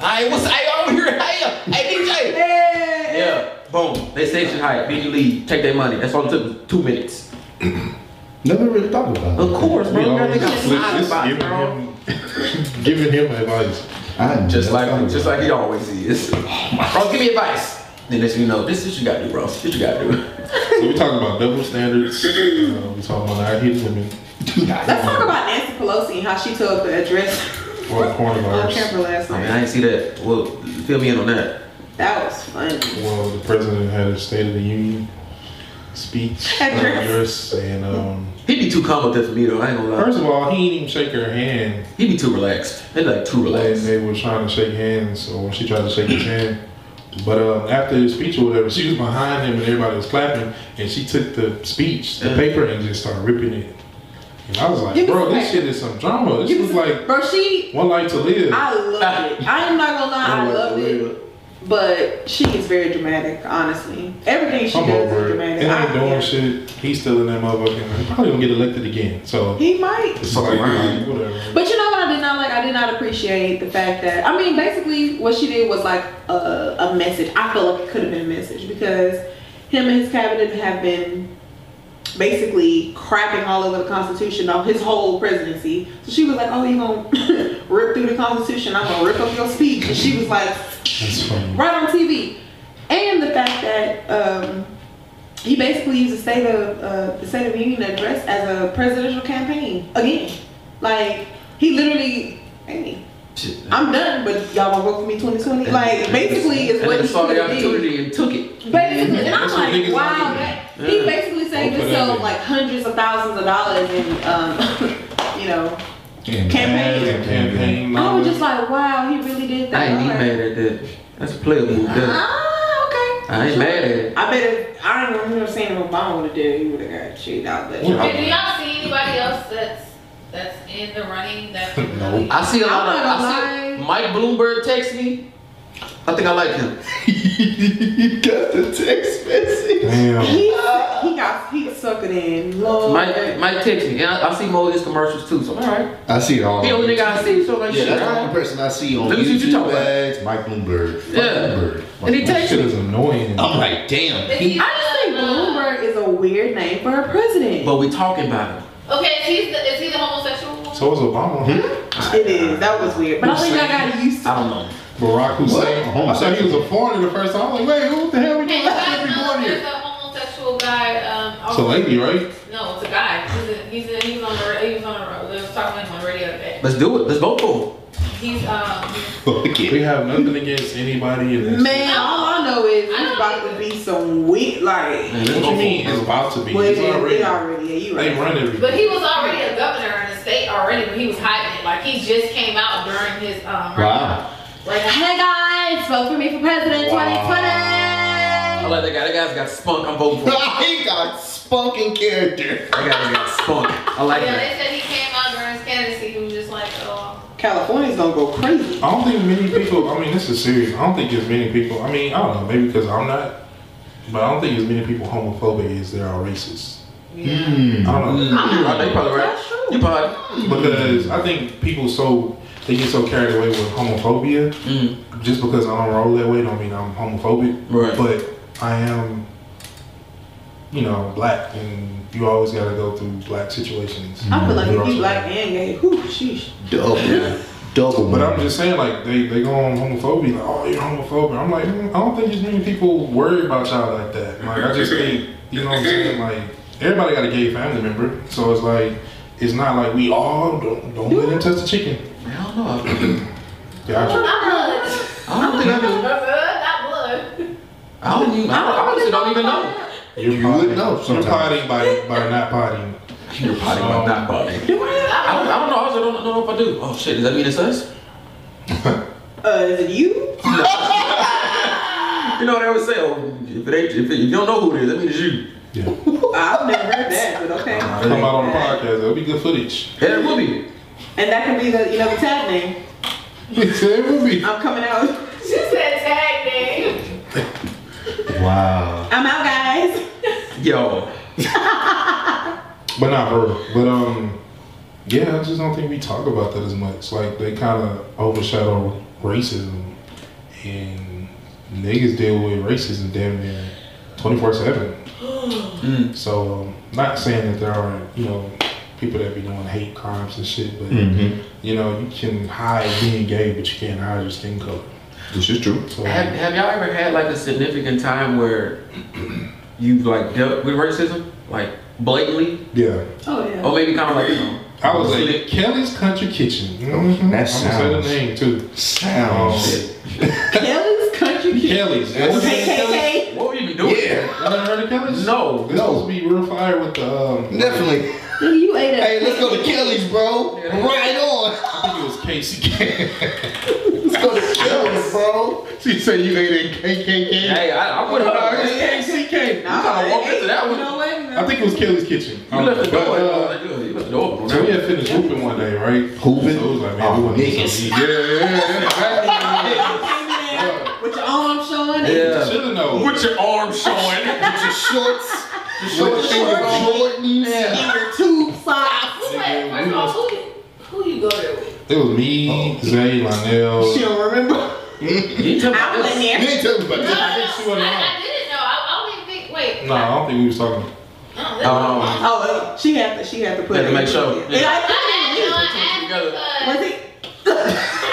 Speaker 7: Hey, what's hey, over here? Hey, hey, DJ.
Speaker 1: Yeah.
Speaker 7: Yeah. Boom. They section high. Then you leave. Take their money. That's all it took. was Two minutes.
Speaker 5: Never really thought about it.
Speaker 7: Of course,
Speaker 4: We
Speaker 7: bro.
Speaker 4: always
Speaker 7: That nigga
Speaker 4: flip
Speaker 7: side
Speaker 4: this,
Speaker 7: spot,
Speaker 4: giving
Speaker 7: bro.
Speaker 4: him, <laughs> giving him advice.
Speaker 5: I
Speaker 7: Just
Speaker 5: never thought
Speaker 7: like, just
Speaker 5: about
Speaker 7: like he always is. Bro, give me advice. Then next you know, this is what you gotta do, bro. This what you gotta do. <laughs>
Speaker 4: So we talking about double standards. Uh, we talking about our hidden women
Speaker 1: Let's talk about Nancy Pelosi and how she took the address
Speaker 4: or
Speaker 1: on
Speaker 4: coronavirus.
Speaker 1: camera last
Speaker 7: I mean,
Speaker 1: night.
Speaker 7: I ain't see that. Well, fill me in on that.
Speaker 1: That was funny.
Speaker 4: Well, the president had a State of the Union speech,
Speaker 1: Address.
Speaker 4: address, and um,
Speaker 7: He'd be too calm with that for me, though. I ain't gonna lie.
Speaker 4: first of all, he didn't even shake her hand
Speaker 7: He'd be too relaxed. He'd like too
Speaker 4: when
Speaker 7: relaxed.
Speaker 4: they were trying to shake hands, or when she tried to shake his hand. But um, after his speech or whatever, she was behind him and everybody was clapping, and she took the speech, the
Speaker 7: Yeah.
Speaker 4: paper, and just started ripping it. And I was like,
Speaker 1: Give me
Speaker 4: bro,
Speaker 1: some
Speaker 4: this
Speaker 1: back.
Speaker 4: shit is some drama. This
Speaker 1: Give me
Speaker 4: was
Speaker 1: some-
Speaker 4: like
Speaker 1: Bro, she,
Speaker 4: one life to live. <laughs>
Speaker 1: I loved it. I am not gonna lie, I loved it. But she is very dramatic, honestly. Everything she
Speaker 4: I'm
Speaker 1: does is
Speaker 4: over it.
Speaker 1: dramatic.
Speaker 4: It ain't
Speaker 1: I-
Speaker 4: doing
Speaker 1: yeah.
Speaker 4: shit. He's still in that motherfucker. He probably gonna get elected again. So
Speaker 1: He might.
Speaker 4: it's like
Speaker 5: Right.
Speaker 4: whatever.
Speaker 1: But you know what I did not like? I did not appreciate the fact that I mean, basically, what she did was like a, a message. I feel like it could have been a message because him and his cabinet have been basically crapping all over the Constitution of his whole presidency. So she was like, "Oh, you gonna <laughs> rip through the Constitution? I'm gonna rip up your speech." And she was like,
Speaker 4: That's funny.
Speaker 1: right on TV. And the fact that um, he basically used the state of uh, the state of the union address as a presidential campaign again. Like he literally, hey,
Speaker 7: Shit.
Speaker 1: I'm done, but y'all gonna vote for me 2020. Like basically, is
Speaker 7: And
Speaker 1: what
Speaker 7: they
Speaker 1: he
Speaker 7: saw
Speaker 1: could
Speaker 7: the
Speaker 1: have did.
Speaker 7: opportunity and took it.
Speaker 1: Basically, and I'm
Speaker 4: That's what
Speaker 1: like,
Speaker 4: niggas
Speaker 1: wow,
Speaker 4: like.
Speaker 1: that, he
Speaker 7: Yeah.
Speaker 1: basically saved
Speaker 4: Don't put
Speaker 1: himself
Speaker 4: that
Speaker 1: like hundreds of thousands of dollars in, um, <laughs> you know,
Speaker 5: it.
Speaker 1: campaign.
Speaker 4: Campaign, campaign.
Speaker 1: I was just like, wow, he really did that.
Speaker 7: I ain't even
Speaker 1: Alright.
Speaker 7: mad at that. That's a player move, there.
Speaker 1: Ah, okay.
Speaker 7: I ain't mad at it.
Speaker 1: I bet if I ain't remember seeing if Obama would have did, it, he would have got chewed out. But
Speaker 4: Yeah.
Speaker 8: Hey, do y'all see anybody else that's that's in the running? That's no.
Speaker 7: I see a lot of.
Speaker 1: I'm
Speaker 7: I
Speaker 1: not
Speaker 7: see
Speaker 1: lying.
Speaker 7: Mike Bloomberg text me. I think I like him.
Speaker 5: <laughs> you got the text message.
Speaker 4: Damn.
Speaker 1: he he got he suckered in. Lord,
Speaker 7: Mike, Mike text me, and I, I see more of his commercials too. So all right,
Speaker 5: I see it all.
Speaker 7: he the only nigga I see. So like
Speaker 5: Yeah,
Speaker 7: shit,
Speaker 5: that's
Speaker 7: all
Speaker 5: the only
Speaker 7: right.
Speaker 5: person I see on
Speaker 7: Let me see what you
Speaker 5: YouTube
Speaker 7: talking about.
Speaker 5: ads. Mike Bloomberg. Mike
Speaker 7: Yeah.
Speaker 5: Bloomberg.
Speaker 7: And he
Speaker 4: That
Speaker 7: text
Speaker 4: shit
Speaker 7: me.
Speaker 4: is annoying.
Speaker 1: Oh
Speaker 5: I'm like, damn.
Speaker 8: Is he,
Speaker 1: I just think Bloomberg is a weird name for a president.
Speaker 7: But we talking about him.
Speaker 8: Okay, is he the, is he the homosexual? one?
Speaker 4: So is Obama.
Speaker 1: it is. That was weird. But I think I got used to.
Speaker 7: I don't know.
Speaker 4: Barack Hussein.
Speaker 5: What?
Speaker 4: I thought he was a foreigner the first time. I'm like, wait, who the hell we doing?
Speaker 8: Hey, you guys
Speaker 4: He
Speaker 8: know
Speaker 4: born
Speaker 8: there's
Speaker 4: here.
Speaker 8: a homosexual guy. Um,
Speaker 4: It's a lady, right?
Speaker 8: No, it's a guy. He's a, he's a, he was on the ra- he was on the road. They was talking to him on the radio today.
Speaker 7: Let's do it. Let's vote for him.
Speaker 8: He's um.
Speaker 4: We have nothing against anybody in this.
Speaker 1: Man, all I know is it's about to be some weird like.
Speaker 7: Man,
Speaker 4: What
Speaker 7: let's vote
Speaker 4: you
Speaker 7: for
Speaker 4: mean?
Speaker 7: him.
Speaker 4: It's about to be.
Speaker 1: Well, it
Speaker 4: It's
Speaker 1: is. It
Speaker 4: already.
Speaker 1: already. Yeah, you
Speaker 4: They
Speaker 1: right.
Speaker 4: run everything.
Speaker 8: But he was already a governor in the state already when he was hiding it. Like he just came out during his um.
Speaker 5: Wow.
Speaker 8: Right now.
Speaker 1: Hey guys, vote for me for president 2020.
Speaker 7: I like that guy. That guy's got spunk. I'm voting for him.
Speaker 5: <laughs> he got spunking character.
Speaker 7: That guy's got spunk. I like
Speaker 8: Yeah,
Speaker 7: that.
Speaker 8: they said he came out during his candidacy. He was just like, oh.
Speaker 1: California's gonna go crazy.
Speaker 4: I don't think many people. I mean, this is serious. I don't think there's many people. I mean, I don't know. Maybe because I'm not But I don't think as many people homophobic as there are racist.
Speaker 8: Yeah.
Speaker 4: I don't know.
Speaker 6: I think Mm. probably right.
Speaker 8: That's true.
Speaker 6: You probably.
Speaker 4: because I think people so they get so carried away with homophobia.
Speaker 5: Mm.
Speaker 4: Just because I don't roll that way, don't mean I'm homophobic.
Speaker 6: Right.
Speaker 4: But I am, you know, black, and you always got to go through black situations.
Speaker 1: I feel like
Speaker 4: You're
Speaker 1: if
Speaker 4: also-
Speaker 1: you black and gay, whew, sheesh.
Speaker 5: Double. Double.
Speaker 4: But I'm just saying, like they they go on homophobia, like oh you're homophobic. I'm like mm, I don't think as many people worry about y'all like that. Like I just think you know what I'm saying. Like everybody got a gay family member, so it's like it's not like we all don't don't let them touch the chicken.
Speaker 6: I don't know. I think-
Speaker 4: Gotcha.
Speaker 8: Not blood.
Speaker 6: I don't think I do.
Speaker 8: Not blood. <laughs>
Speaker 6: I don't even. I, don't, I honestly don't even know.
Speaker 4: You're
Speaker 5: You would know
Speaker 4: You're
Speaker 5: sometimes.
Speaker 4: potting by by not potting.
Speaker 6: You're potty, but not potty. I don't, I don't know. I also don't, don't know if I do. Oh shit! Does that mean it's us?
Speaker 1: Uh, is it you?
Speaker 6: You know what I would say? Oh, if it ain't, if, it, if you don't know who it is, that means it's you.
Speaker 4: Yeah.
Speaker 1: I've never heard that, but okay.
Speaker 4: Come out on the podcast. That'll be good footage.
Speaker 6: Yeah, it will be.
Speaker 1: And that could be the you know the tag name.
Speaker 4: <laughs> it will be.
Speaker 1: I'm coming out.
Speaker 8: She said tag <laughs> name.
Speaker 5: wow.
Speaker 1: I'm out, guys.
Speaker 6: Yo,
Speaker 4: But not for real. But um, yeah, I just don't think we talk about that as much. Like they kind of overshadow racism, and niggas deal with racism damn near twenty four seven. So um, not saying that there aren't you know people that be doing hate crimes and shit, but
Speaker 5: Mm-hmm.
Speaker 4: you know you can hide being gay, but you can't hide your skin color.
Speaker 5: This is true.
Speaker 4: So
Speaker 6: have, have y'all ever had like a significant time where you've like dealt with racism, like blatantly,
Speaker 4: yeah,
Speaker 1: Oh yeah.
Speaker 6: or maybe kind of like you know?
Speaker 4: I was at Kelly's Country Kitchen. Mhm.
Speaker 5: That
Speaker 4: I'm gonna
Speaker 5: sounds-
Speaker 4: say the name too.
Speaker 5: Sounds.
Speaker 1: Kelly's country kid.
Speaker 4: Kelly's.
Speaker 1: KKK.
Speaker 6: What were you even doing?
Speaker 5: Yeah.
Speaker 4: You never heard of Kelly's?
Speaker 6: No.
Speaker 4: This supposed to be real fire with the. Um,
Speaker 5: Definitely.
Speaker 1: Nigga, you ate a
Speaker 5: Hey, let's go to Kelly's, bro. Right on.
Speaker 4: I think it was Casey.
Speaker 5: Let's go to Kelly's, bro. She said you ain't in KKK.
Speaker 6: Hey, I, I would have.
Speaker 4: KCK.
Speaker 1: Nah,
Speaker 6: You kinda walked
Speaker 1: it
Speaker 6: into that
Speaker 1: ain't-
Speaker 6: one.
Speaker 1: You know what? No.
Speaker 4: I think it was Kelly's Kitchen.
Speaker 6: You left the
Speaker 4: But,
Speaker 6: door.
Speaker 4: uh,
Speaker 6: open. you left the door. open.
Speaker 4: so we had finished hooping one day, right?
Speaker 5: Hooping?
Speaker 4: So it was like, man,
Speaker 5: Oh,
Speaker 4: we want to do
Speaker 5: niggas.
Speaker 4: something. Yeah, yeah, yeah.
Speaker 1: Came in there with your arm showing.
Speaker 4: yeah.
Speaker 6: Yeah.
Speaker 4: Should've known.
Speaker 6: With your arms showing.
Speaker 1: <laughs>
Speaker 5: With your shorts. Short
Speaker 4: With your
Speaker 5: finger Jordans.
Speaker 1: And your tube socks.
Speaker 8: Wait, first of all, who you, who you go there with?
Speaker 4: It was me, Zay, Lionel.
Speaker 1: She don't remember.
Speaker 6: You ain't talking about
Speaker 1: I went
Speaker 6: this.
Speaker 5: You
Speaker 1: there.
Speaker 5: ain't talking about
Speaker 8: I,
Speaker 5: that.
Speaker 4: she wasn't
Speaker 8: I, didn't know. I, I don't even think. Wait.
Speaker 4: No, I don't think we was talking.
Speaker 8: I don't know.
Speaker 6: Um,
Speaker 1: Oh, she had to. She had to put
Speaker 6: Had to
Speaker 1: it
Speaker 6: make
Speaker 1: in.
Speaker 6: sure.
Speaker 1: Yeah. And I-
Speaker 8: I didn't know. I
Speaker 1: Was
Speaker 8: asked
Speaker 1: it?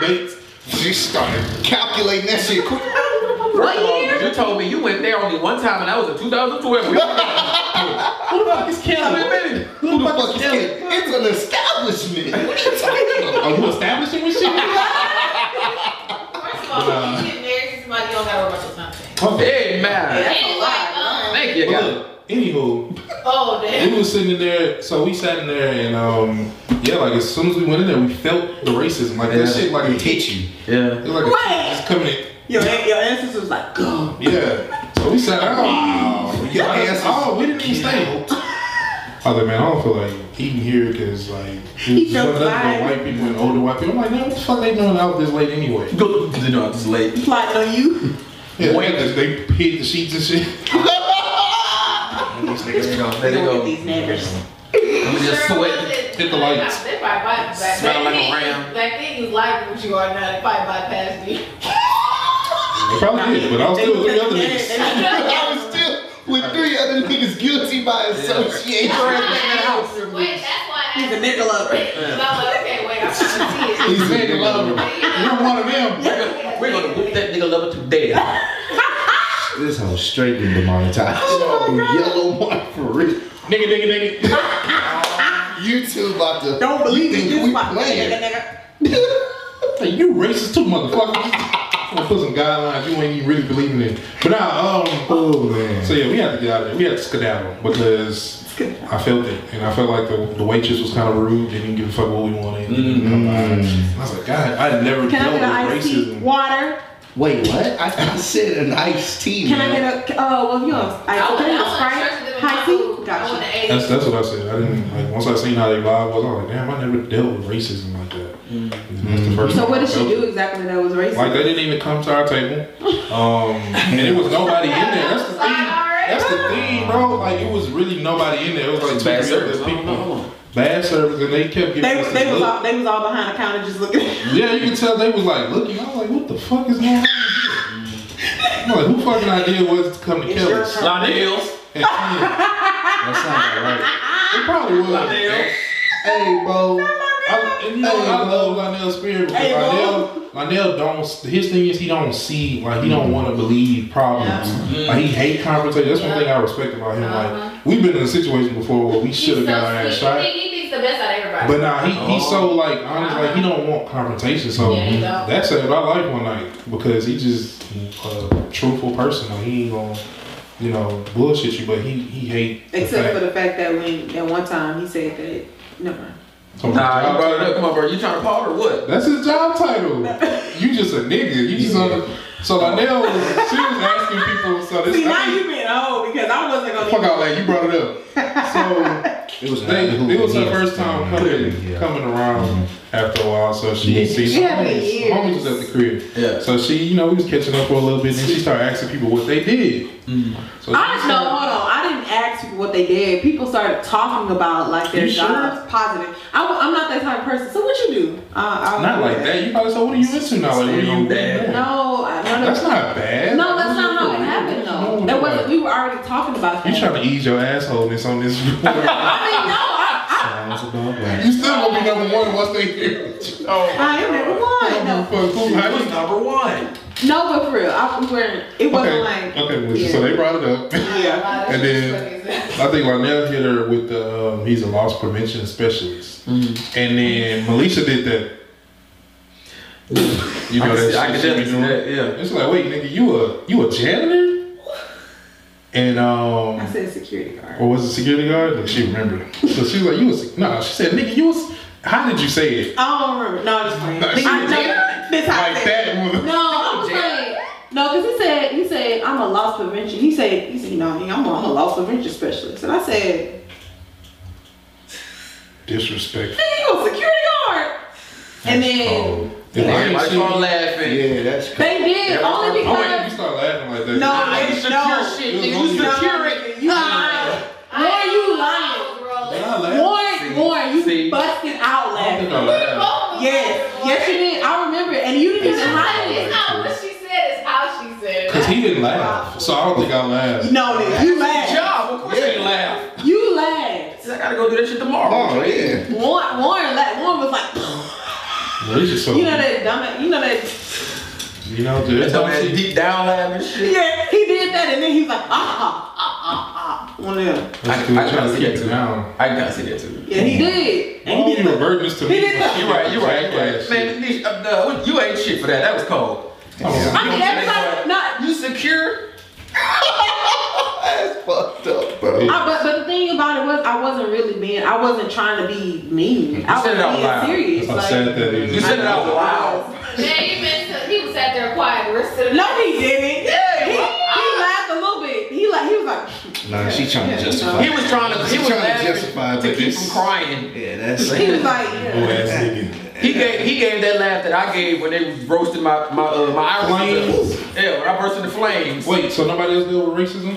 Speaker 5: Dates. She started calculating that shit quick.
Speaker 1: What year?
Speaker 6: you told me you went there only one time, and that was in 2012. We
Speaker 1: Who the fuck is Kelly?
Speaker 5: Who the fuck is Kelly? It's an establishment. What are you talking about?
Speaker 4: Are Oh, you establishing with shit?
Speaker 8: but first of all,
Speaker 4: Nah.
Speaker 8: when you get married to somebody, you don't gotta worry about your something.
Speaker 4: Okay.
Speaker 6: Hey, man.
Speaker 1: That's a lie.
Speaker 6: Thank you,
Speaker 4: But
Speaker 6: guys.
Speaker 4: look, anywho,
Speaker 8: Oh damn.
Speaker 4: we was sitting in there, so we sat in there, and um, yeah, like as soon as we went in there, we felt the racism. Like that
Speaker 6: Yeah.
Speaker 4: shit, like
Speaker 5: It
Speaker 4: it hit.
Speaker 5: hit you.
Speaker 6: Yeah.
Speaker 4: It was like
Speaker 1: Right.
Speaker 4: it's coming. In.
Speaker 1: Your an- your ancestors was like, go.
Speaker 4: Yeah. So we sat down.
Speaker 5: Wow. Your
Speaker 4: I-
Speaker 5: ass is-
Speaker 4: Oh, we didn't even stay. I was like, man, I don't feel like eating here because like
Speaker 1: He
Speaker 4: there's nothing
Speaker 1: felt
Speaker 4: but
Speaker 1: fine.
Speaker 4: white people and older white people. I'm like, man, what the fuck they doing out this late anyway?
Speaker 6: Go. You know, it's late.
Speaker 1: Plotting on you.
Speaker 4: Yeah,
Speaker 6: Boy.
Speaker 4: they, they hid the sheets and shit.
Speaker 6: There you go. There you
Speaker 1: Look at
Speaker 6: go.
Speaker 1: these neighbors.
Speaker 6: I'm just
Speaker 8: Sure
Speaker 6: sweating.
Speaker 8: wasn't-
Speaker 4: Hit the lights.
Speaker 8: They probably bypassed back
Speaker 6: Smell like a
Speaker 8: then-
Speaker 6: ram.
Speaker 8: Back then you was like what you are now. They probably bypassed me.
Speaker 4: They probably did, but I was
Speaker 1: They
Speaker 4: still with
Speaker 1: look
Speaker 4: three
Speaker 1: at
Speaker 4: other
Speaker 1: the
Speaker 4: niggas.
Speaker 1: internet, they look
Speaker 5: I was still with three other niggas guilty by association.
Speaker 8: Wait, that's why I
Speaker 1: at the
Speaker 8: asked.
Speaker 1: nigga lover.
Speaker 8: And I was like, okay, wait, I'm trying
Speaker 5: <laughs>
Speaker 8: to see it.
Speaker 5: He's a nigga
Speaker 8: <laughs>
Speaker 5: lover.
Speaker 8: But, you know,
Speaker 4: You're one of them.
Speaker 6: We're gonna- We're gonna whoop that nigga lover to
Speaker 1: <laughs>
Speaker 6: death.
Speaker 5: This hoe straight been demonetized. Yellow one for real.
Speaker 4: Nigga, nigga, nigga.
Speaker 5: <laughs> YouTube about to.
Speaker 1: Don't believe
Speaker 5: you
Speaker 1: me.
Speaker 5: think
Speaker 1: Just
Speaker 5: we
Speaker 1: watch nigga,
Speaker 5: playing.
Speaker 1: nigga.
Speaker 4: Hey, you racist too, motherfucker. I'm gonna put some guidelines you ain't even really believing in. But nah, um,
Speaker 5: Oh man.
Speaker 4: So yeah, we had to get out of there. We had to skedaddle because I felt it, and I felt like the, the waitress was kind of rude. They didn't give a fuck what we wanted. And I was like, God, I never
Speaker 1: Can I get an
Speaker 4: dealt
Speaker 1: iced
Speaker 4: with
Speaker 1: tea?
Speaker 4: racism.
Speaker 1: Water?
Speaker 5: Wait, what? I, I said an iced tea.
Speaker 1: Can I
Speaker 5: man.
Speaker 1: get a? Oh, well, you know,
Speaker 8: I
Speaker 1: I
Speaker 8: would-
Speaker 1: okay,
Speaker 8: I
Speaker 1: a
Speaker 8: wouldn't trust them
Speaker 1: Sprite,
Speaker 8: in
Speaker 1: high
Speaker 8: my
Speaker 1: tea.
Speaker 8: food. I
Speaker 1: Gotcha.
Speaker 8: wouldn't have ate
Speaker 4: That's
Speaker 8: it.
Speaker 4: that's what I said. I didn't like once I seen how they vibe was. I was like, damn, I never dealt with racism like that. That's the first
Speaker 1: So
Speaker 4: time
Speaker 1: what did
Speaker 4: I
Speaker 1: she
Speaker 4: felt
Speaker 1: do
Speaker 4: it.
Speaker 1: exactly that was racist?
Speaker 4: Like they didn't even come to our table, um, and there was nobody in there. That's the thing. That's the thing, bro. Like it was really nobody in there. It was like two
Speaker 6: Bad
Speaker 4: three
Speaker 6: service.
Speaker 4: other
Speaker 6: I don't know.
Speaker 4: people.
Speaker 6: Hold on.
Speaker 4: Bad service, and they kept giving
Speaker 1: they,
Speaker 4: us
Speaker 1: they
Speaker 4: this
Speaker 1: was
Speaker 4: look.
Speaker 1: all they was all behind the counter just looking. <laughs> at
Speaker 4: Yeah, you can tell they was like looking. I was like, what the fuck is going on? Here? I'm like, who fucking idea was to come to kill us?
Speaker 6: Not the <laughs> hills.
Speaker 4: And kill.
Speaker 5: That sounds right.
Speaker 4: It probably was.
Speaker 5: Hey, bro.
Speaker 4: I, and you know, I love Lionel Spirit because
Speaker 1: Hey,
Speaker 4: Lionel, Lionel don't. His thing is he don't see like he don't want to believe problems. Like he hate confrontation. That's one thing I respect about him.
Speaker 8: Mm-hmm. Uh-huh.
Speaker 4: Like we've been in a situation before where we should have
Speaker 8: He's so
Speaker 4: got our ass
Speaker 8: sweet.
Speaker 4: shot.
Speaker 8: He, he thinks the best out of everybody.
Speaker 4: But nah, he, he's so like honest, like he don't want confrontation. So
Speaker 8: Yeah, he don't.
Speaker 4: that saved our life one night because he just a truthful person. Like he ain't gonna, you know, bullshit you. But he he hate.
Speaker 1: Except for
Speaker 4: the
Speaker 1: the fact that when at one time he said that never mind.
Speaker 4: fact-
Speaker 6: Nah, you brought it up. Come on, bro. You trying to pause or what?
Speaker 4: That's his job title. You just a nigga. You just on the, so Lionel was she was asking people. So this
Speaker 1: See now
Speaker 4: I mean,
Speaker 1: you being old because I wasn't gonna
Speaker 4: fuck out like you brought it up. So
Speaker 5: It was
Speaker 4: they, it was her first time coming
Speaker 5: Yeah.
Speaker 4: coming around after a while. So she
Speaker 5: Yeah.
Speaker 4: see
Speaker 1: Yeah,
Speaker 4: some
Speaker 1: the
Speaker 4: homies,
Speaker 1: years.
Speaker 4: homies was at the crib.
Speaker 6: Yeah.
Speaker 4: So she, you know, we was catching up for a little bit, and
Speaker 5: Mm.
Speaker 4: then she started asking people what they did. So she
Speaker 1: I no,
Speaker 4: started-
Speaker 1: hold on. I didn't ask people what they did. People started talking about like their
Speaker 4: You sure?
Speaker 1: jobs, positive. I, am not that type of person. So what you do? Uh, I,
Speaker 4: Not like that. You probably said, "What are you into now? Like, what are you
Speaker 6: Dad.
Speaker 4: doing?"
Speaker 1: No, I, no, no.
Speaker 4: That's not bad.
Speaker 1: no, that's not how it happened though. That wasn't. We were already talking about that.
Speaker 4: You trying to ease your assholeness
Speaker 6: <laughs>
Speaker 4: on this? you <laughs>
Speaker 1: I mean, no, I,
Speaker 5: Sounds about right.
Speaker 4: still gonna be number one once they hear. Oh,
Speaker 1: I, I am number one. No,
Speaker 4: Fuck, who-
Speaker 6: I
Speaker 4: how
Speaker 6: was
Speaker 4: you-
Speaker 6: number one.
Speaker 1: no, but for real, I, we weren't. It wasn't
Speaker 4: Okay,
Speaker 1: like.
Speaker 4: okay. well, So they brought it up.
Speaker 1: Yeah.
Speaker 4: And <laughs> then- I think Lionel hit her with the um, he's a loss prevention specialist,
Speaker 6: Mm-hmm.
Speaker 4: and then Melissa did that. You know
Speaker 6: I can
Speaker 4: that
Speaker 6: see- I can
Speaker 4: shit she be
Speaker 6: definitely see
Speaker 4: doing.
Speaker 6: that. Yeah.
Speaker 4: It's like, wait, nigga, you a you a janitor? And
Speaker 1: I
Speaker 4: um,
Speaker 1: said security guard.
Speaker 4: or was it security guard? Like, she remembered. So she was like, you was nah. She said, nigga, you was. How did you say it?
Speaker 1: I don't remember. No, I'm just playing.
Speaker 4: No, she
Speaker 1: I
Speaker 4: was
Speaker 1: know-
Speaker 4: dead.
Speaker 1: This how I
Speaker 4: Like
Speaker 1: said it.
Speaker 4: that woman.
Speaker 1: No, I was like, no, because he said, he said, I'm a loss prevention. He said, he said, no, I'm a, I'm a loss prevention specialist. And I said,
Speaker 4: Disrespectful.
Speaker 1: nigga, you a security guard. And then
Speaker 4: If I ain't
Speaker 6: Everybody
Speaker 4: seen-
Speaker 6: started laughing.
Speaker 5: Yeah, that's
Speaker 1: they did, only
Speaker 4: Oh, wait, you
Speaker 1: because,
Speaker 4: start laughing like that.
Speaker 1: no,
Speaker 6: I ain't
Speaker 1: they,
Speaker 6: secure
Speaker 1: no.
Speaker 6: shit,
Speaker 4: nigga. You
Speaker 1: No, no,
Speaker 6: secure
Speaker 1: no,
Speaker 6: it.
Speaker 1: nigga. You lying. Why are you lying?
Speaker 4: Did I laugh?
Speaker 1: Warren, Warren,
Speaker 6: see.
Speaker 1: you busted out
Speaker 4: I
Speaker 1: laughing.
Speaker 4: think I laughed.
Speaker 1: Yes, yes you did. I remember it. And you didn't even hide it.
Speaker 8: Oh, It's not what she said, it's how she said it.
Speaker 4: Cause he didn't laugh, so I don't think I laughed.
Speaker 1: No, nigga, you laughed.
Speaker 6: Job, of course you ain't laugh.
Speaker 1: You laughed.
Speaker 6: I gotta go do that shit tomorrow.
Speaker 5: Oh, yeah.
Speaker 1: Warren, Warren, laughed. Warren was like, <laughs>
Speaker 4: Melissa, so
Speaker 1: you know that dumb, you know that.
Speaker 4: You know, dude.
Speaker 6: That dumbass deep down laughing shit.
Speaker 1: Yeah, he did that, and then he's like, ah, ah, ah, ah, ah. On there.
Speaker 4: That's
Speaker 6: I-
Speaker 4: good.
Speaker 6: I
Speaker 4: trying
Speaker 6: gotta
Speaker 4: to
Speaker 6: see
Speaker 4: keep
Speaker 6: that
Speaker 4: it
Speaker 6: too.
Speaker 4: down.
Speaker 6: I gotta see that too.
Speaker 1: Yeah, he did.
Speaker 4: Why
Speaker 1: And he
Speaker 4: would
Speaker 1: did
Speaker 4: you
Speaker 1: that.
Speaker 4: revert this to
Speaker 1: He
Speaker 4: me?
Speaker 1: did that.
Speaker 6: You right, you right, you right.
Speaker 4: Jackass
Speaker 6: Man, these- uh, no, you ain't shit for that. That was cold.
Speaker 4: Come on.
Speaker 1: I mean, everybody, not.
Speaker 6: You secure?
Speaker 5: That's fucked up, bro.
Speaker 1: I, but, but the thing about it was, I wasn't really being, I wasn't trying to be mean. I
Speaker 6: You said it out loud.
Speaker 1: was being serious.
Speaker 4: That's how
Speaker 1: like-
Speaker 4: sad that is.
Speaker 6: You said it out loud.
Speaker 8: Yeah, he, been, he was sat there quiet the rest of the
Speaker 1: No, he didn't.
Speaker 6: Yeah,
Speaker 1: he, he
Speaker 6: well,
Speaker 1: laughed a little bit. He like, he was like,
Speaker 5: Nah, she trying to justify.
Speaker 6: He was trying to. He
Speaker 5: She
Speaker 6: was
Speaker 5: trying to
Speaker 6: laughing
Speaker 5: justify
Speaker 6: to
Speaker 5: that
Speaker 6: keep
Speaker 5: this-
Speaker 6: from crying.
Speaker 5: Yeah, <laughs> that's
Speaker 1: he was like, yeah.
Speaker 4: Ass nigga.
Speaker 6: He gave. He gave that laugh that I gave when they was roasting my my uh, my
Speaker 4: Flames.
Speaker 6: iris. Yeah, when I burst into flames.
Speaker 4: Wait, so nobody else deal with racism?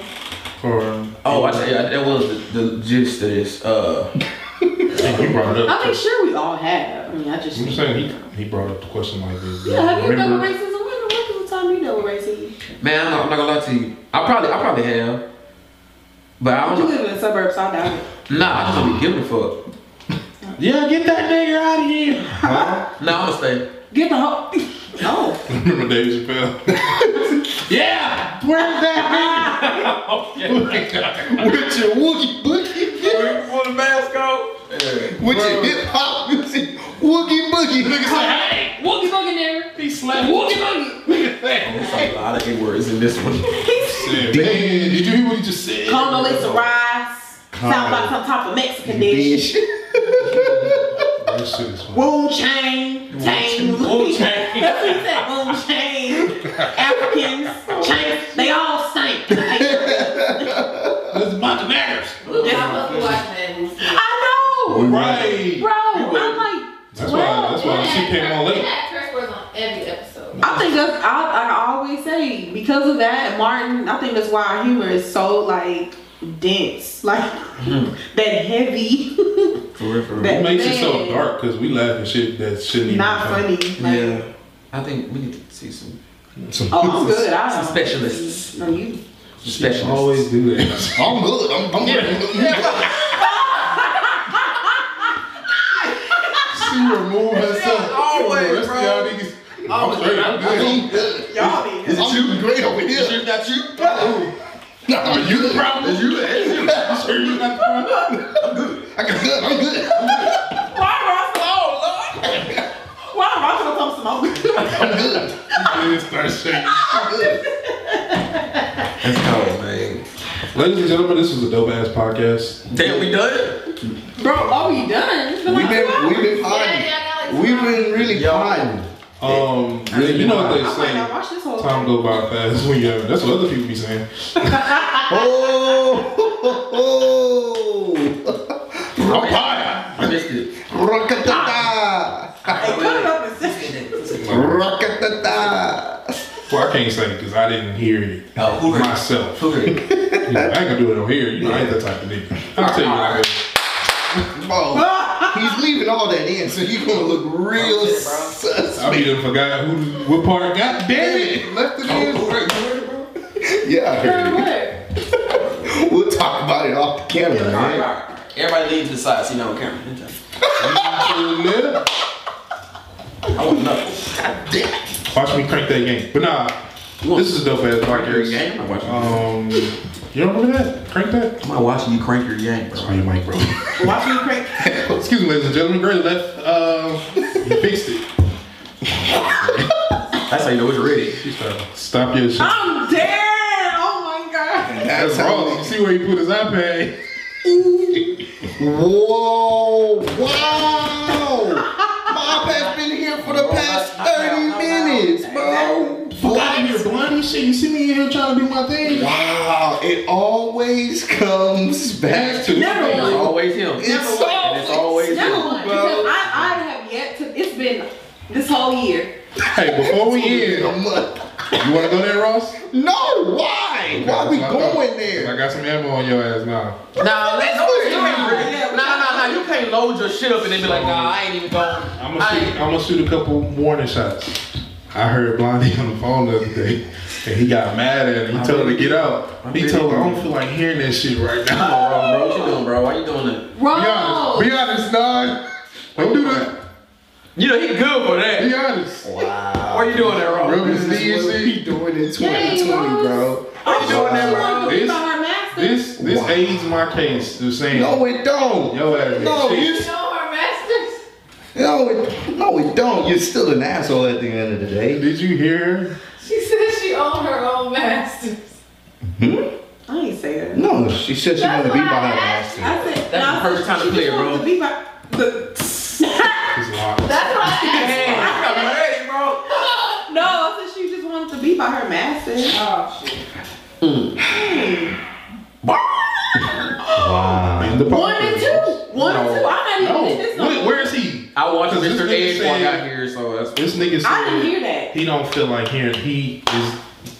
Speaker 4: Or
Speaker 6: Oh, I tell you, that was the, the gist of this. Uh,
Speaker 4: Hey, you brought it
Speaker 1: I
Speaker 4: up.
Speaker 1: mean, sure, we all have. I mean, I just.
Speaker 4: I'm just saying he, he brought up the question like this.
Speaker 1: yeah, have you dealt
Speaker 4: Remember-
Speaker 1: with racism? When when was the time you dealt with racism?
Speaker 6: man, I'm not, I'm not gonna lie to you. I probably, I probably have, but I
Speaker 1: You
Speaker 6: don't.
Speaker 1: live in the suburbs, so I doubt it.
Speaker 6: know. Nah, I just don't be giving a fuck.
Speaker 4: Yeah, get that nigga out of here. Huh?
Speaker 6: Nah, I'm gonna stay.
Speaker 1: Get the whole. <laughs> no.
Speaker 4: Remember Dave <laughs> Chappelle?
Speaker 6: Yeah.
Speaker 4: Where's that <laughs> nigga? with your Wookie boogie.
Speaker 6: Put the mask on.
Speaker 5: With your hip hop music, Woogie Boogie. Niggas like,
Speaker 8: Woogie boogie nigga.
Speaker 4: He slapped Wookie <laughs> boogie. Look at that.
Speaker 6: There's a lot of A words in this one.
Speaker 4: Said, man, did you hear what he just said?
Speaker 1: Congolese rice. Sound like some type of Mexican dish.
Speaker 4: <laughs> That shit is funny.
Speaker 1: Wool chain, tang. <laughs>
Speaker 6: Wool chain.
Speaker 1: That's what he said. Wool chain. Africans, chain. They all stink. I
Speaker 4: There's a bunch of niggers.
Speaker 8: I'm watching that movie.
Speaker 1: know,
Speaker 4: Right.
Speaker 1: bro. I'm like
Speaker 4: That's why. That's why she
Speaker 1: I think that's I, I always say because of that Martin. I think that's why our humor is so like dense, like <laughs> that heavy, <laughs>
Speaker 7: For real, for real.
Speaker 1: that
Speaker 4: It makes it so
Speaker 1: bad.
Speaker 4: dark because we laugh at shit that shouldn't even
Speaker 1: not
Speaker 4: happen.
Speaker 1: funny. Like,
Speaker 7: yeah. I think we need to see some,
Speaker 4: Some <laughs>
Speaker 1: Oh, I'm good. I
Speaker 7: Some
Speaker 1: don't-
Speaker 7: specialists.
Speaker 1: No, you.
Speaker 7: some specialists.
Speaker 4: always do <laughs> that.
Speaker 5: I'm good. I'm, I'm
Speaker 4: she removed herself.
Speaker 6: always,
Speaker 4: from the rest of
Speaker 6: bro.
Speaker 4: y'all niggas. I'm straight. I'm good.
Speaker 5: I'm good.
Speaker 1: Y'all did.
Speaker 5: I'm doing great over here.
Speaker 6: Not you. Ooh.
Speaker 5: Nah, you the problem.
Speaker 6: Is you? Is you? You sure you not the problem?
Speaker 5: I got good. I'm good.
Speaker 1: Why Ross? Oh Lord. Why Ross gonna come smoke?
Speaker 5: I'm good.
Speaker 4: Then start shaking.
Speaker 5: I'm good.
Speaker 7: That's cold, man.
Speaker 4: Ladies and gentlemen, this was a dope ass podcast.
Speaker 7: Damn, we done?
Speaker 1: Bro, oh, you done? It's been
Speaker 5: We've
Speaker 1: like two
Speaker 5: been
Speaker 1: hours.
Speaker 5: we've been potting.
Speaker 8: Yeah, y'all
Speaker 5: We've been really
Speaker 7: Yo.
Speaker 5: potting.
Speaker 4: Um, you know what they
Speaker 1: I might not
Speaker 4: say.
Speaker 1: watch this whole
Speaker 4: Time
Speaker 1: thing.
Speaker 4: go by fast when you have it. That's what other people be saying.
Speaker 5: Oh,
Speaker 7: I missed it.
Speaker 5: rockatata,
Speaker 7: Ah.
Speaker 1: Hey, cut it up and send it.
Speaker 5: rockatata.
Speaker 4: Well, I can't say because I didn't hear it
Speaker 7: Oh, who heard it?
Speaker 4: myself.
Speaker 7: Who heard it?
Speaker 4: You know, I ain't gonna do it on here. You know, I ain't that type of nigga. I'll tell you what I heard.
Speaker 5: Oh, he's leaving all that in, so he's gonna look real
Speaker 7: shit, bro.
Speaker 5: sus.
Speaker 4: I mean, I forgot who, what part. God damn
Speaker 1: <laughs>
Speaker 4: it!
Speaker 5: Left it
Speaker 7: Who
Speaker 5: in.
Speaker 7: heard it? Who heard it, bro?
Speaker 5: Oh, Yeah, I
Speaker 1: Hey,
Speaker 5: heard
Speaker 1: what?
Speaker 5: it. We'll talk about it off camera,
Speaker 7: All right, all
Speaker 5: man.
Speaker 7: right. Everybody leave the side, see now on camera.
Speaker 4: Yeah.
Speaker 7: I want nothing.
Speaker 4: Watch me crank that game. But nah, this is a dope ass
Speaker 7: Crank your
Speaker 4: podcast.
Speaker 7: game? I'm watching.
Speaker 4: Um, you don't remember that? Crank that.
Speaker 7: I'm not watching you crank your game, bro.
Speaker 4: Oh, your mic, bro.
Speaker 1: Watch me crank.
Speaker 4: <laughs> Excuse me, ladies and gentlemen. Gray left. Um, he fixed it.
Speaker 7: That's how you know it's ready.
Speaker 4: She started. Stop your shit.
Speaker 1: I'm dead. Oh my god.
Speaker 5: That's
Speaker 4: That's
Speaker 5: how.
Speaker 4: wrong. You see where he put his iPad?
Speaker 5: Whoa! Wow! My iPad's been here for the past 30 minutes, bro.
Speaker 4: Forgot you're blind and shit. You see me in here trying to do my thing.
Speaker 5: Wow! It always comes back to
Speaker 1: Never
Speaker 7: It's
Speaker 1: won.
Speaker 7: always him.
Speaker 5: It's
Speaker 7: And it's always
Speaker 1: Never
Speaker 7: him.
Speaker 1: won. Because I, I have yet to. It's been this whole year.
Speaker 4: Hey, before we end,
Speaker 5: in a month.
Speaker 4: you want to go there, Ross?
Speaker 5: No, why? Why we
Speaker 4: That's what I thought.
Speaker 5: going
Speaker 4: I
Speaker 5: there?
Speaker 4: got some ammo on your ass now.
Speaker 7: Nah, let's
Speaker 5: Let's
Speaker 7: go.
Speaker 5: do it.
Speaker 7: Nah, nah, nah. You can't load your shit up and then be like, nah, I ain't even going.
Speaker 4: I'm
Speaker 7: I
Speaker 4: gonna shoot.
Speaker 7: ain't-
Speaker 4: I'm gonna shoot a couple warning shots. I heard Blondie on the phone the other day, and he got mad at him. He told him to get out. He told him I don't feel like hearing that shit right <laughs>
Speaker 7: Come
Speaker 4: now.
Speaker 7: on, bro, bro. What you doing, bro? Why you doing that?
Speaker 4: Be honest.
Speaker 1: Wrong.
Speaker 4: Be honest, dog. Don't do that.
Speaker 7: You know he good for that.
Speaker 4: Be honest.
Speaker 5: Oh,
Speaker 7: Why you doing that, bro?
Speaker 4: Rub his
Speaker 5: This
Speaker 4: knee
Speaker 5: is what
Speaker 4: and
Speaker 5: we
Speaker 4: shit.
Speaker 5: doing in 2020,
Speaker 1: Dang, Ross.
Speaker 5: bro.
Speaker 7: Why you doing that, bro?
Speaker 1: She wanted to
Speaker 4: This-
Speaker 1: be by her master.
Speaker 4: This this
Speaker 5: Wow.
Speaker 4: aids my case. Just saying.
Speaker 5: No, it don't.
Speaker 4: Yo ass.
Speaker 5: No,
Speaker 4: Shit.
Speaker 5: you
Speaker 8: You know her masters.
Speaker 5: no, it, no, it don't. You're still an asshole at the end of the day.
Speaker 4: Did you hear?
Speaker 8: She says she owned her own masters.
Speaker 1: I ain't say that.
Speaker 5: Hmm? No, she said she wanted to be by
Speaker 8: That's why I
Speaker 5: her
Speaker 8: asked.
Speaker 5: master.
Speaker 1: I said,
Speaker 7: That's the first time to
Speaker 1: she
Speaker 7: play it,
Speaker 1: just wanted
Speaker 7: bro.
Speaker 1: To be by the, <laughs>
Speaker 4: It's locked.
Speaker 8: That's why I asked.
Speaker 7: Man, I got ready, bro.
Speaker 1: no, I said she just wanted to be by her master. Oh shit.
Speaker 5: Wow.
Speaker 4: In the
Speaker 1: One and two. One and two. I'm not even
Speaker 4: No.
Speaker 1: this
Speaker 4: Wait,
Speaker 1: no.
Speaker 4: where is he?
Speaker 7: I watched
Speaker 4: Cause this
Speaker 7: Mr.
Speaker 4: nigga
Speaker 7: Edge walk
Speaker 4: said-
Speaker 7: out here, so that's.
Speaker 4: This nigga
Speaker 1: I didn't
Speaker 4: said
Speaker 1: hear that.
Speaker 4: he don't feel like hearing. He is.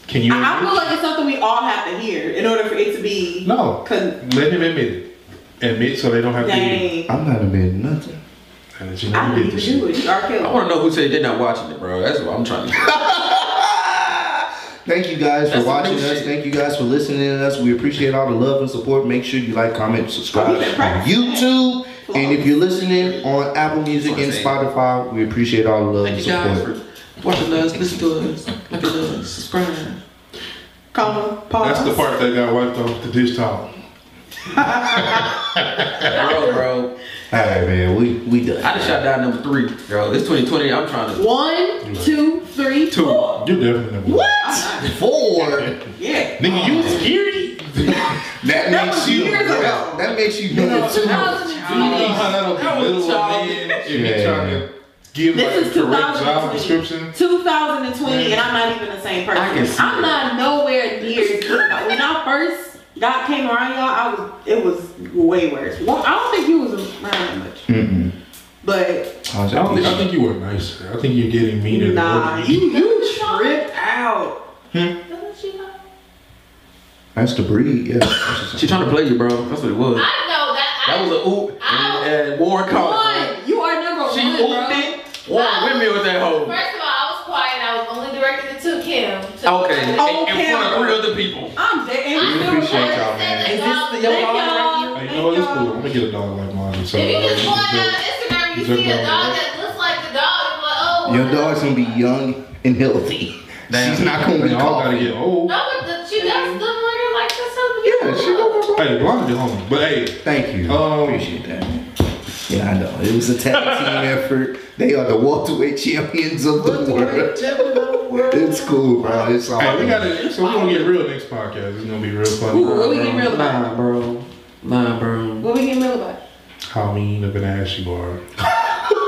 Speaker 4: Can you?
Speaker 1: I, I
Speaker 4: admit
Speaker 1: feel
Speaker 4: it?
Speaker 1: like it's something we all have to hear in order for it to be.
Speaker 4: No.
Speaker 1: Con-
Speaker 4: Let him admit it. Admit so they don't have to hear.
Speaker 1: dang.
Speaker 5: I'm not admitting nothing.
Speaker 4: And that you
Speaker 1: I
Speaker 4: never
Speaker 1: didn't
Speaker 4: did
Speaker 1: even
Speaker 4: this shit.
Speaker 1: do it. You are
Speaker 7: I
Speaker 1: killed.
Speaker 7: want to know who said they're not watching it, bro. That's what I'm trying to.
Speaker 5: Thank you guys for
Speaker 7: That's some
Speaker 5: watching
Speaker 7: new
Speaker 5: us.
Speaker 7: shit.
Speaker 5: Thank you guys for listening to us. We appreciate all the love and support. Make sure you like, comment, subscribe
Speaker 1: We've been
Speaker 5: on
Speaker 1: practicing.
Speaker 5: YouTube. And if you're listening on Apple Music and Spotify, we appreciate all the love and
Speaker 7: Thank you guys
Speaker 5: support.
Speaker 7: for watching us, listen to us, like at us, subscribe.
Speaker 1: Comma. Pause.
Speaker 4: That's the part that got wiped off the dish towel.
Speaker 7: Bro, bro.
Speaker 5: All right, man. We we done.
Speaker 7: I just shot down number three, bro. It's 2020. I'm trying to.
Speaker 1: One, two, three,
Speaker 7: Two.
Speaker 1: four.
Speaker 4: You definitely never.
Speaker 5: What? Four?
Speaker 1: Yeah.
Speaker 4: Nigga, you security.
Speaker 5: That
Speaker 1: That
Speaker 5: makes
Speaker 1: was
Speaker 5: you.
Speaker 1: years ago.
Speaker 5: That makes you number two.
Speaker 4: I don't know how that'll
Speaker 7: That was
Speaker 4: be little
Speaker 7: childish.
Speaker 4: again if you
Speaker 5: Yeah.
Speaker 4: trying to give
Speaker 1: This
Speaker 4: like
Speaker 1: is
Speaker 4: the correct job
Speaker 1: 2020.
Speaker 4: description.
Speaker 1: 2020, and I'm not even the same person.
Speaker 7: I can see
Speaker 1: am not nowhere near. as good. Like, when I first got came around y'all, I was it was way worse. Well, I don't think you was around that much. But
Speaker 5: I was
Speaker 4: I don't
Speaker 5: like,
Speaker 4: think, I think you were nicer. I think you're getting meaner. than
Speaker 1: nah,
Speaker 4: what
Speaker 1: you you tripped out.
Speaker 8: Doesn't she know?
Speaker 5: That's the breed, yeah.
Speaker 7: She trying to play you, bro. That's what it was.
Speaker 8: I know that. I,
Speaker 7: That was a oop. And, and Warren caught it.
Speaker 1: One, you are number
Speaker 7: She
Speaker 1: one, bro.
Speaker 7: ooped it. Warren windmill with that hoe.
Speaker 8: First of all, I was quiet. I was only directed to Kim. To
Speaker 7: Okay. In,
Speaker 1: Oh,
Speaker 7: in front of three other people.
Speaker 1: I'm dead.
Speaker 5: We
Speaker 1: And you still
Speaker 5: appreciate
Speaker 1: recording.
Speaker 5: y'all, man.
Speaker 8: Is
Speaker 7: the-
Speaker 8: this
Speaker 7: your
Speaker 1: Thank
Speaker 7: dog
Speaker 1: y'all.
Speaker 4: Hey,
Speaker 1: Thank
Speaker 4: you know what? It's cool. I'm
Speaker 1: y'all.
Speaker 4: gonna get a dog like mine. So
Speaker 8: If you
Speaker 4: like,
Speaker 8: just
Speaker 4: you
Speaker 8: go on
Speaker 4: can-
Speaker 8: Instagram, you
Speaker 4: Is that
Speaker 8: see a
Speaker 4: wrong,
Speaker 8: dog
Speaker 4: right?
Speaker 8: that looks like the dog. But oh,
Speaker 5: Your dog's gonna be young and healthy.
Speaker 7: Damn.
Speaker 5: She's not gonna
Speaker 4: They
Speaker 5: be
Speaker 4: all gotta
Speaker 5: caught.
Speaker 4: get old.
Speaker 8: No, but the, she does the wonder like that's how
Speaker 5: Yeah, she gonna
Speaker 4: Hey, Blonde, your homie. But hey,
Speaker 5: Thank you.
Speaker 4: Um,
Speaker 5: Appreciate that. Yeah, I know. It was a tag team <laughs> effort. They are the welterweight champions of the world. It's cool, bro. It's all
Speaker 4: hey, we
Speaker 5: good.
Speaker 4: gotta. So we're gonna get real next podcast. It's gonna be real funny.
Speaker 1: Ooh, what we getting real about?
Speaker 7: Nah, bro. Nah, bro.
Speaker 1: What we getting real about?
Speaker 4: How mean of an ass you are.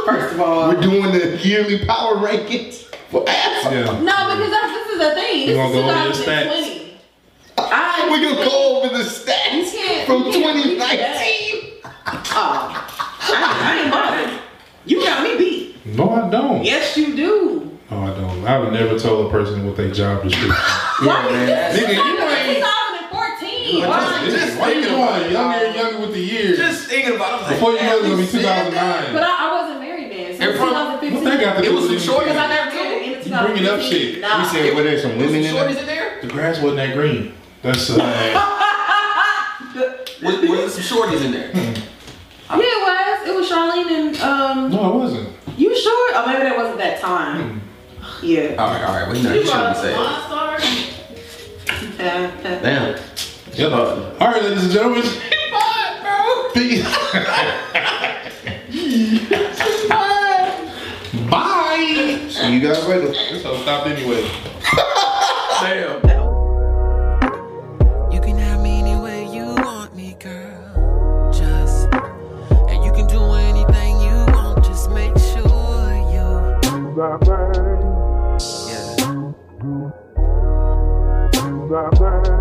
Speaker 1: First of all.
Speaker 5: We're doing the yearly power rankings for ass.
Speaker 4: Yeah.
Speaker 1: No, because that's, this is the thing.
Speaker 4: You wanna
Speaker 1: This
Speaker 4: go over your
Speaker 1: is 2020. I,
Speaker 5: We're gonna go over the
Speaker 1: You
Speaker 5: stats
Speaker 1: can't-
Speaker 5: from
Speaker 1: you can't reach
Speaker 5: 2019.
Speaker 1: Oh, I, I ain't bothered. You got me beat.
Speaker 4: No, I don't.
Speaker 1: Yes, you do.
Speaker 4: No, I don't. I would never tell a person what their job description. is.
Speaker 1: Why is this
Speaker 4: Nigga, you
Speaker 1: like
Speaker 4: ain't.
Speaker 1: 2014?
Speaker 4: Why
Speaker 1: Why?
Speaker 4: just why you
Speaker 7: thinking
Speaker 4: going
Speaker 7: about
Speaker 4: younger
Speaker 7: it.
Speaker 4: and younger with the years?
Speaker 7: Just thinking about it, I was
Speaker 4: Before you know it's gonna be
Speaker 1: But
Speaker 4: 2009.
Speaker 1: I, I wasn't married then. So
Speaker 7: In front-
Speaker 4: What they
Speaker 1: 2015.
Speaker 4: got to
Speaker 7: It
Speaker 4: do
Speaker 7: was
Speaker 4: with
Speaker 7: some short-
Speaker 1: Because I
Speaker 4: anything?
Speaker 1: never did it.
Speaker 4: You bringing up shit.
Speaker 1: Nah.
Speaker 4: We
Speaker 5: Yeah, where there's some women in there.
Speaker 7: Shorties in there?
Speaker 4: The grass wasn't that green. That's uh,
Speaker 7: <laughs> Was, was there some shorties in there? <laughs>
Speaker 1: yeah, it was. It was Charlene and um.
Speaker 4: no, it wasn't.
Speaker 1: You sure? Oh, maybe that wasn't that time.
Speaker 4: Hmm. <laughs>
Speaker 1: Yeah.
Speaker 7: Alright, alright, well, you know, you shouldn't be saying.
Speaker 8: monster.
Speaker 1: Uh, uh,
Speaker 7: Damn.
Speaker 4: Yep. All right, ladies and gentlemen. Peace. Bye.
Speaker 5: See you guys later.
Speaker 4: This whole stopped anyway.
Speaker 7: Damn.
Speaker 10: You can have me any way you want me, girl. Just and you can do anything you want. Just make sure you. Yeah.